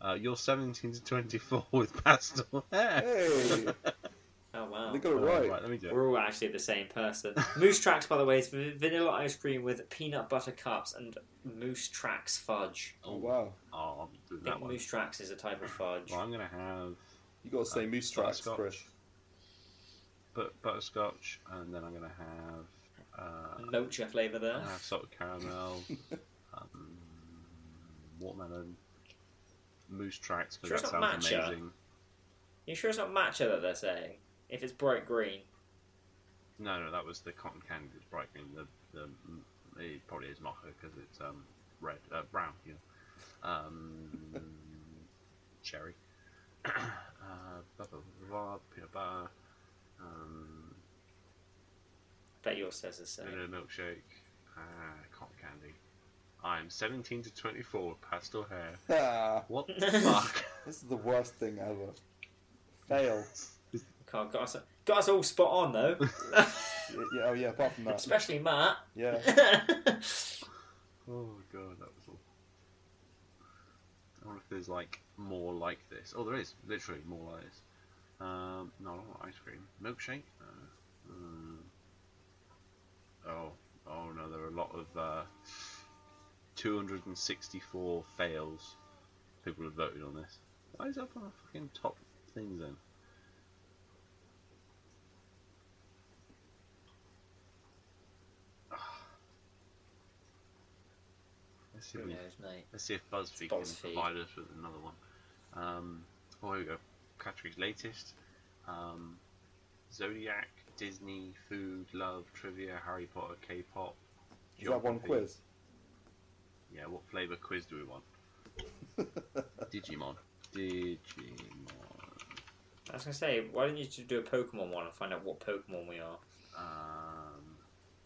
A: Uh, you're 17 to 24 with pastel hair.
C: Hey,
B: oh wow.
C: they got it
A: Oh,
C: right.
A: let me do it.
B: We're all actually the same person. Moose tracks, by the way, is v- vanilla ice cream with peanut butter cups and moose tracks fudge.
C: Oh, wow.
A: Oh, I'll do
B: I
A: that
B: think
A: one.
B: moose tracks is a type of fudge.
A: Well, I'm going to have
C: You got to say moose tracks,
A: Butterscotch.
C: Chris.
A: but- butterscotch, and then I'm going to have, uh,
B: Mocha flavour
A: I'm
B: there.
A: gonna have salted caramel, um, watermelon, moose tracks,
B: Sure
A: because
B: it's
A: that
B: not
A: sounds
B: matcha.
A: amazing.
B: You sure it's not matcha that they're saying? If it's bright green.
A: No, no, that was the cotton candy that's bright green. The, the it probably is mocha because it's um red, uh, brown, you know, um, cherry, uh, blah, blah, blah, blah, peanut butter, um,
B: bet yours says the same.
A: vanilla milkshake, uh, cotton candy. I'm 17 to 24, with pastel hair.
C: Ah,
A: What the fuck?
C: this is the worst thing ever. Fail.
B: God, got, us, got us all spot on though.
C: Y- yeah, oh yeah. Apart from that,
B: Especially Matt.
C: yeah.
A: Oh my god, that was all. I wonder if there's like more like this. Oh, there is literally more like this. Um, no, I don't want ice cream. Milkshake. No. Mm. Oh, oh no, there are a lot of uh, 264 fails. People have voted on this. Why is that one of the fucking top things then? Ah. Let's see if
B: Who
A: we
B: knows, mate?
A: Let's see if BuzzFeed
B: BuzzFeed.
A: can provide us with another one. Um, oh, here we go. Categories latest. Um, Zodiac, Disney, food, love, trivia, Harry Potter, K-pop.
C: Is that one
A: geography.
C: quiz?
A: Yeah, what flavour quiz do we want? Digimon. Digimon.
B: I was gonna say, why don't you just do a Pokemon one and find out what Pokemon we are?
A: Um,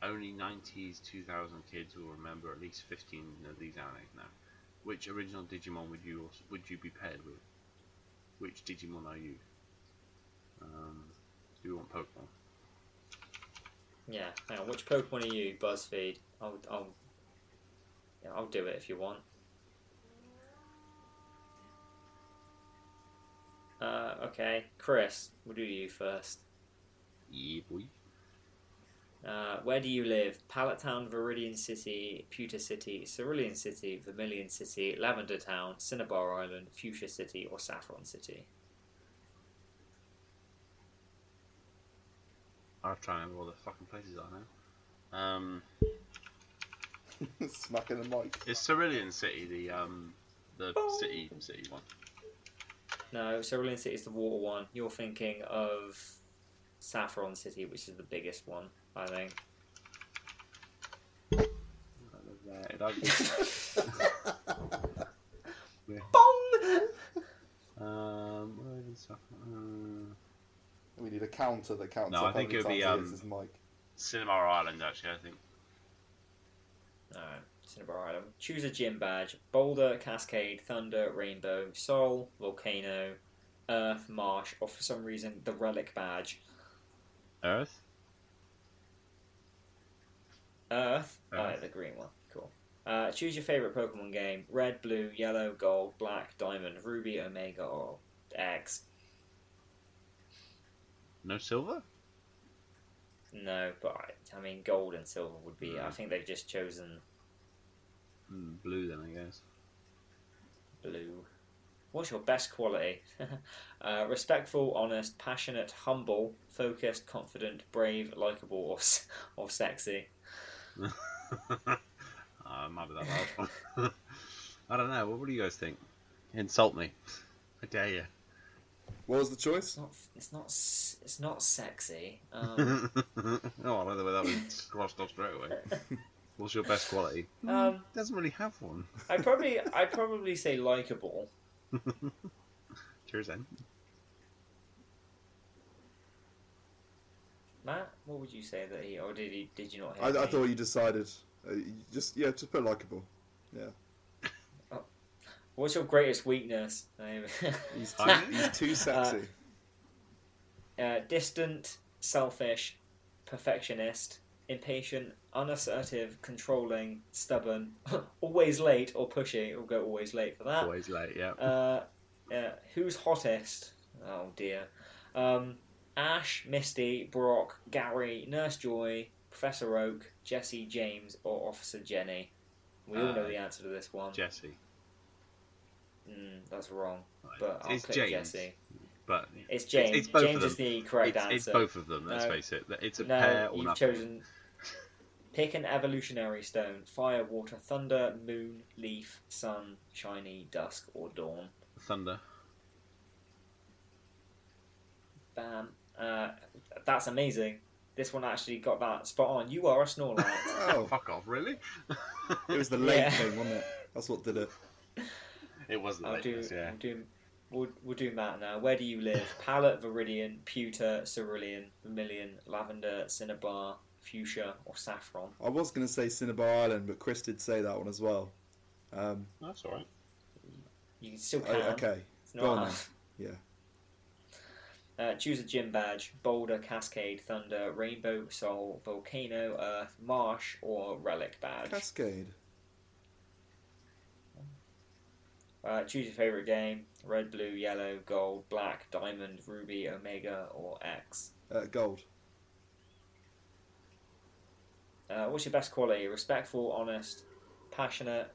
A: only 90s, 2000 kids will remember at least 15 of these animes now. Which original Digimon would you also, would you be paired with? Which Digimon are you? Um, do you want Pokemon?
B: Yeah. Hang on, which Pokemon are you, BuzzFeed? I'll, I'll, yeah, I'll do it if you want. Uh, okay, Chris, we'll do you first.
A: Yeah, boy.
B: Uh, where do you live? Pallet Town, Viridian City, Pewter City, Cerulean City, Vermilion City, Lavender Town, Cinnabar Island, Fuchsia City, or Saffron City?
A: I'll try and remember all the fucking places I know. Um,
C: Smacking the mic.
A: is Cerulean City the um the
E: Boom.
A: city city one?
B: No, Cerulean City is the water one. You're thinking of Saffron City, which is the biggest one, I think.
A: I live there. That'd be-
E: Bong!
A: um, where is Saffron? Uh,
C: We need a counter that counts.
A: No,
C: up
A: I
C: how
A: think
C: many
A: it would be,
C: times he
A: um,
C: hits his mic.
A: Cinnabar Island, actually, I think.
B: No, Cinnabar Island. Choose a gym badge Boulder, Cascade, Thunder, Rainbow, Sol, Volcano, Earth, Marsh, or for some reason, the Relic badge.
D: Earth?
B: Earth? Oh,
A: Earth.
B: the green one. Cool. Uh, choose your favorite Pokemon game red, blue, yellow, gold, black, diamond, ruby, omega, or X.
D: No silver?
B: No, but I, I mean, gold and silver would be. I think they've just chosen
A: Hmm, blue, then, I guess.
B: blue. What's your best quality? uh, respectful, honest, passionate, humble, focused, confident, brave, likable, or, s- or sexy.
A: Uh, might be that last one. I don't know. What, what do you guys think? Insult me. I dare you.
C: What was the
B: It's
C: choice?
B: not. It's not. s- It's not sexy. Um,
A: oh, I like the way that was crossed off straight away. What's your best quality?
B: um,
A: Doesn't really have one.
B: I probably. I probably say likable.
A: Cheers, then.
B: Matt, what would you say that he? Or did he? Did you not? Hear
C: I, I
B: me?
C: thought you decided. Uh, you just yeah, just put likable.
B: What's your greatest weakness? Uh, Um,
C: He's too,
A: I-
C: he's too sexy.
B: uh, distant, selfish, perfectionist, impatient, unassertive, controlling, stubborn, always late or pushy. We'll go always late for that.
A: Always late, yeah.
B: Uh, yeah, who's hottest? Oh dear. Um, Ash, Misty, Brock, Gary, Nurse Joy, Professor Oak, Jesse, James, or Officer Jenny. We all know
A: Uh,
B: the answer to this one.
A: Jesse.
B: Mm, that's wrong,
A: Right.
B: but I'll
A: it's
B: click
A: James,
B: Jesse.
A: but
B: It's James.
A: it's both of
B: James is the correct
A: it's,
B: answer.
A: it's both of them. Let's
B: No.
A: face it. It's a
B: no,
A: pair or
B: you've
A: nothing.
B: chosen. Pick an evolutionary stone: fire, water, thunder, moon, leaf, sun, shiny, dusk, or dawn.
A: Thunder.
B: Bam! Uh, that's amazing. This one actually got that spot on. You are a Snorlax.
C: Oh,
A: Fuck off, really?
C: it was the late
B: Yeah.
C: thing, wasn't it? That's what did it.
A: It was the
B: I'll do,
A: lateness, yeah.
B: I'll do, we'll, we'll do Matt now. Where do you live? Pallet, Viridian, Pewter, Cerulean, Vermilion, Lavender, Cinnabar, Fuchsia, or Saffron?
C: I was going to say Cinnabar Island, but Chris did say that one as well. Um,
A: That's alright.
B: You still
C: oh,
B: can.
C: okay,
B: It's
C: Go
B: not
C: on
B: hard.
C: then.
B: Uh, choose a gym badge: Boulder, Cascade, Thunder, Rainbow, Soul, Volcano, Earth, Marsh, or Relic badge.
C: Cascade.
B: Uh, choose your favorite game: red, blue, yellow, gold, black, diamond, ruby, omega, or X.
C: Uh, gold.
B: Uh, what's your best quality? Respectful, honest, passionate,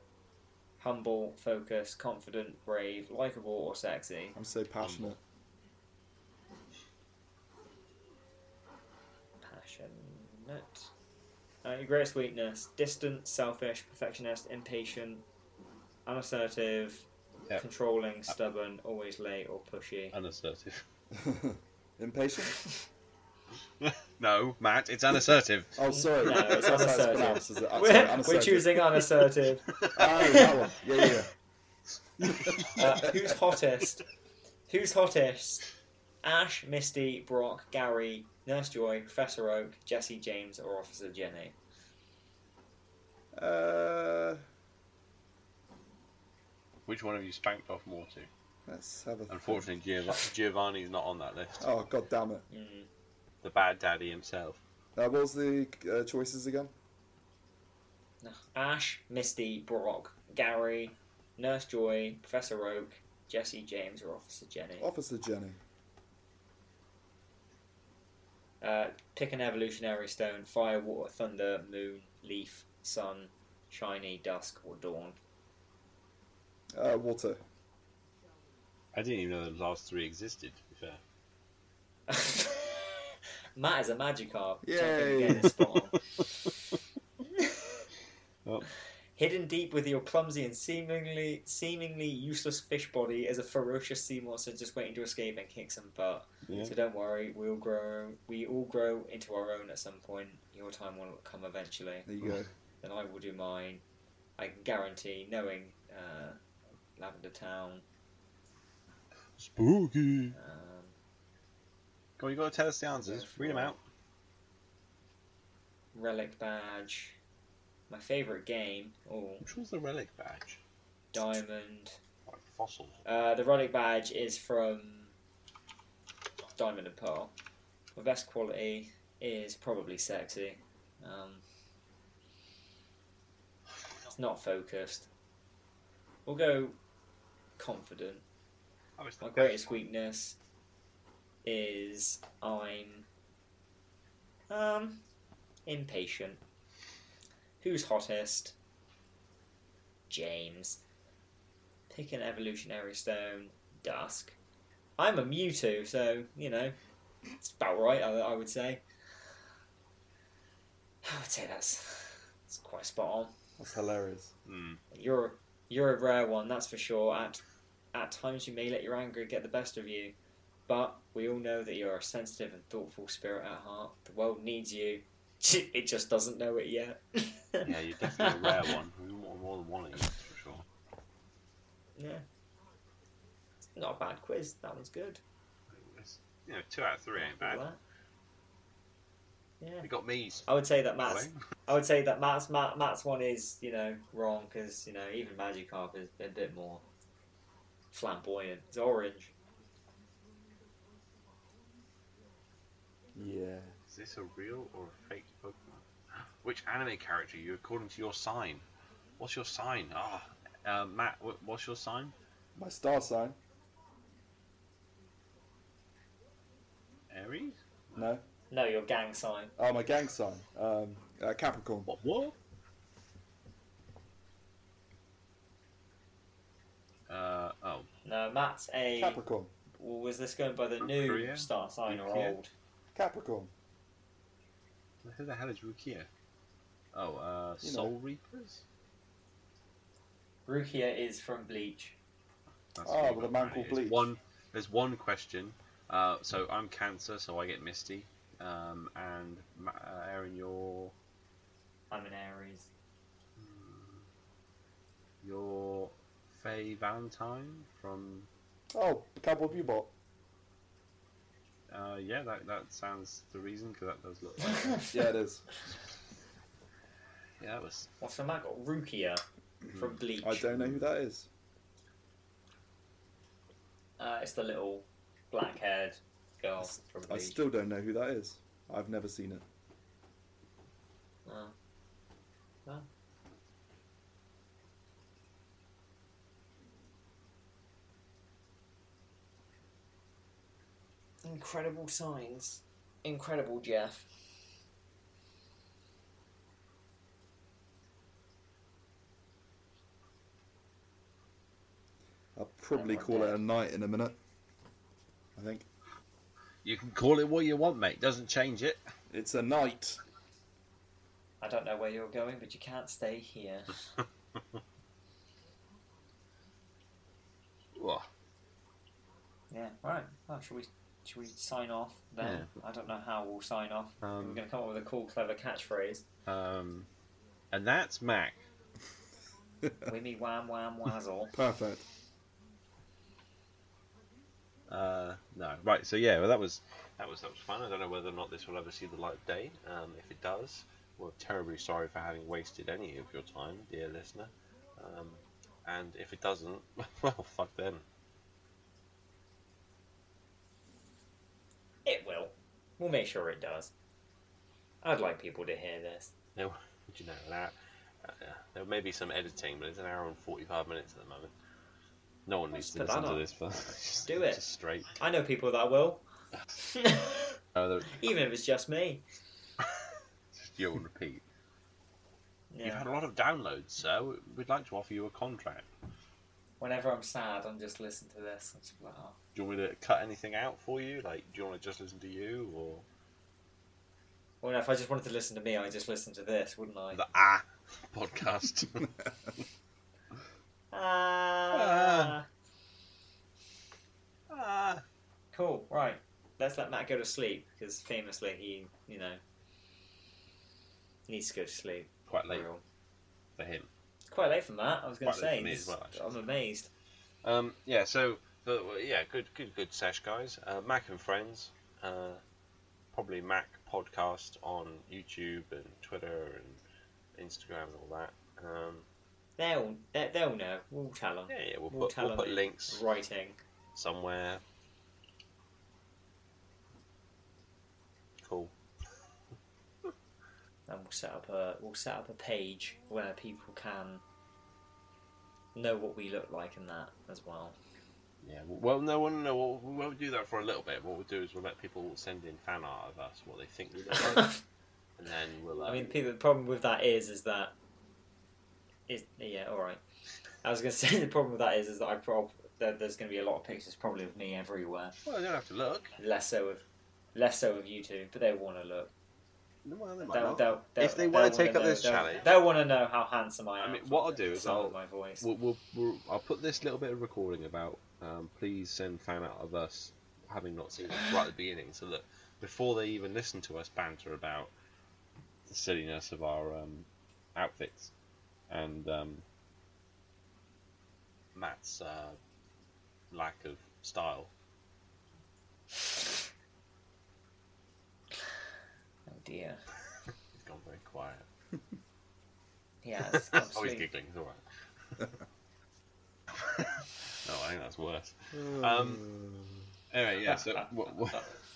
B: humble, focused, confident, brave, likable, or sexy.
C: I'm so passionate.
B: Passionate. Uh, your greatest weakness: distant, selfish, perfectionist, impatient, unassertive,
A: Yep.
B: controlling, stubborn, always late, or pushy.
A: Unassertive.
C: Impatient?
A: No, Matt, it's unassertive.
C: Oh, sorry.
B: No, it's
C: That's how
B: unassertive.
C: pronounced, is it? I'm sorry,
B: We're, we're
C: unassertive.
B: choosing unassertive.
C: Oh, that one. Yeah, yeah, yeah.
B: Uh, who's hottest? Who's hottest? Ash, Misty, Brock, Gary, Nurse Joy, Professor Oak, Jesse James, or Officer Jenny?
C: Uh,
A: Which one of you spanked off more to?
C: let's have a.
A: Unfortunately, Giov- Giovanni's not on that list.
C: Oh god damn it!
B: Mm.
A: The bad daddy himself.
C: Uh, what was the uh, choices again?
B: Ash, Misty, Brock, Gary, Nurse Joy, Professor Oak, Jesse James, or Officer Jenny?
C: Officer Jenny.
B: Uh, pick an evolutionary stone: fire, water, thunder, moon, leaf, sun, shiny, dusk, or dawn.
C: Uh, water.
A: I didn't even know the last three existed, to be fair.
B: Matt is a Magikarp. which I
C: Yay.
B: think again is spot on.
A: Oh.
B: Hidden deep with your clumsy and seemingly seemingly useless fish body is a ferocious sea monster just waiting to escape and kick some butt.
A: Yeah.
B: So don't worry, we'll grow. We all grow into our own at some point. Your time will come eventually.
C: There you go.
B: Then I will do mine. I can guarantee, knowing uh, Lavender Town.
A: Spooky.
B: Um,
A: Come on, you got to tell us the answers. Read them out.
B: relic badge. My favorite game, oh,
A: Which was the relic badge?
B: diamond.
A: Like fossil.
B: Uh, the relic badge is from Diamond and Pearl. My best quality is probably sexy. Um, it's not focused. We'll go confident.
A: Oh, it's
B: My
A: not
B: greatest weakness is I'm um impatient. Who's hottest? James. Pick an evolutionary stone. Dusk. I'm a Mewtwo, so you know it's about right. I, I would say. I would say that's that's quite spot on.
C: That's hilarious.
A: Mm.
B: You're you're a rare one, that's for sure. At at times you may let your anger get the best of you, but we all know that you're a sensitive and thoughtful spirit at heart. The world needs you. It just doesn't know it yet.
A: Yeah, you're definitely a rare one. We want more than one of you, that's for sure.
B: Yeah. It's Not a bad quiz. That one's good.
A: It's, you know, two out of three ain't bad.
B: Yeah.
A: We got me.
B: I would say that Matt's.
A: Wayne.
B: I would say that Matt's Matt, Matt's one is you know wrong because you know even Magikarp is a bit more flamboyant. It's orange.
C: Yeah.
A: Is this a real or a fake Pokemon? Which anime character are you according to your sign? What's your sign? Ah, uh, Matt, wh- what's your sign?
C: My star sign.
A: Aries?
C: No.
B: No, your gang sign.
C: Oh, my gang sign. Um, uh, Capricorn.
A: What? What? Uh, oh.
B: No, Matt's a.
C: Capricorn.
B: Well, was this going by the new
A: Korea?
B: star sign or
A: Korea?
B: old?
C: Capricorn.
A: Who the hell is Rukia? Oh, uh,
C: You know.
A: Soul Reapers?
B: Rukia is from Bleach.
A: That's
C: Oh,
A: what
C: with
A: got
C: a man
A: right.
C: called
A: It's
C: Bleach.
A: One, there's one question. Uh, so I'm Cancer, so I get Misty. Um, and Ma- uh, Aaron, you're
B: I'm an Aries.
A: you're Faye Valentine from.
C: Oh, Cowboy Bebop.
A: Uh, yeah, that that sounds the reason because that does look like.
C: Yeah, it is.
A: yeah, that was.
B: What's the Matt got? Rukia from Bleach.
C: Mm-hmm. I don't know who that is.
B: Uh, it's the little black-haired girl from
C: I
B: Bleach.
C: still don't know who that is. I've never seen it.
B: No. No. Incredible signs.
E: Incredible, Jeff.
C: I'll
B: Oh
C: probably call it a night in a minute. I think
A: You can call it what you want, mate. Doesn't change it.
C: it's a night.
B: I don't know where you're going, but you can't stay here.
A: Ugh.
B: Yeah, right. Well, should we should we sign off then? I don't know how we'll sign off. We're
A: Um,
B: going to come up with a cool, clever catchphrase.
A: um, and that's Mac.
B: Wimmy wham wham wazzle.
C: Perfect.
A: Uh, no, right. So yeah, well, that was that was that was fun. I don't know whether or not this will ever see the light of day. Um, if it does, we're terribly sorry for having wasted any of your time, dear listener. Um, and if it doesn't, well, fuck them.
B: It will. We'll make sure it does. I'd like people to hear this.
A: No, do you know an hour, uh, There may be some editing, but it's an hour and forty-five minutes at the moment. No one needs
B: Let's
A: to
B: put that
A: listen to
B: on.
A: this, but just,
B: Do it.
A: just straight.
B: I know people that will.
A: Oh, there-
B: Even if it's just me.
A: just you on repeat. You've
B: Yeah.
A: had a lot of downloads, sir. We'd like to offer you a contract.
B: Whenever I'm sad, I'm just listening to this. I'm just like, oh.
A: Do you want me to cut anything out for you? Like, do you want to just listen to you or
B: Well, no, if I just wanted to listen to me, I'd just listen to this, wouldn't I?
A: the Ah podcast?
B: Ah.
A: ah.
B: Cool. Right. Let's let Matt go to sleep because famously he, you know, needs to go to sleep.
A: Quite late
B: Real.
A: for him.
B: It's quite late for Matt. I was going to
A: Quite late
B: say.
A: for me
B: this-
A: as well, actually.
B: I'm amazed.
A: Um, yeah. So, but, well, yeah, good, good, good sesh, guys. Uh, Mac and friends. Uh, probably Mac podcast on YouTube and Twitter and Instagram and all that. Um,
B: They'll they- they'll know. We'll tell them.
A: yeah, yeah. We'll,
B: We'll
A: put
B: tell
A: we'll put
B: them.
A: links
B: Writing.
A: somewhere. Cool.
B: and we'll set up a we'll set up a page where people can know what we look like and that as well.
A: Yeah, w- well, no one, no, we'll, we won't do that for a little bit. What we'll do is we'll let people send in fan art of us, what they think we look like, and then we'll. Uh,
B: I mean, people, the problem with that is is that is yeah, all right. I was going to say the problem with that is is that I prob that there's going to be a lot of pictures probably of me everywhere,
A: well, they don't have to look.
B: less so of less so of you two, but they want to look.
A: No, Well, they might
B: They'll,
A: not.
B: they'll, they'll,
A: If they
B: they'll
A: wanna
B: wanna
A: take up
B: know-
A: this
B: they'll-
A: challenge-
B: they'll want to know how handsome I
A: I
B: am.
A: mean,
B: from
A: what I'll
B: the
A: do is
B: sound of
A: I'll-
B: my voice.
A: We'll, we'll, we'll, I'll put this little bit of recording about. Um, please send fan art of us having not seen us right at the beginning, so that before they even listen to us banter about the silliness of our um, outfits and um, Matt's uh, lack of style.
B: Oh dear.
A: He's gone very quiet.
B: Yeah. It's
A: Oh, he's
B: absolutely.
A: giggling. It's all right. no, I think that's worse. Um, Anyway, yeah. So, wha- wha-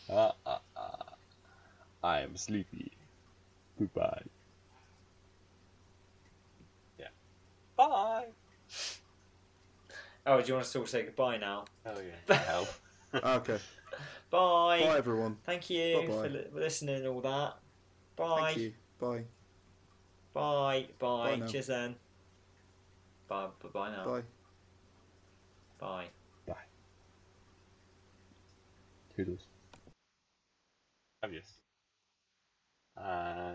A: uh, uh, uh, I am sleepy. Goodbye. Yeah. Bye.
B: Oh, do you want us to all say goodbye now?
A: Oh yeah. Help.
C: okay.
B: Bye.
C: Bye everyone.
B: Thank you
C: Bye-bye.
B: for li- listening and all that. Bye.
C: Thank you. Bye.
B: Bye. Bye.
C: Bye now.
B: Cheers then. Bye. Bye. Bye now.
C: Bye.
B: Bye.
A: Toodles. Obvious. Uh.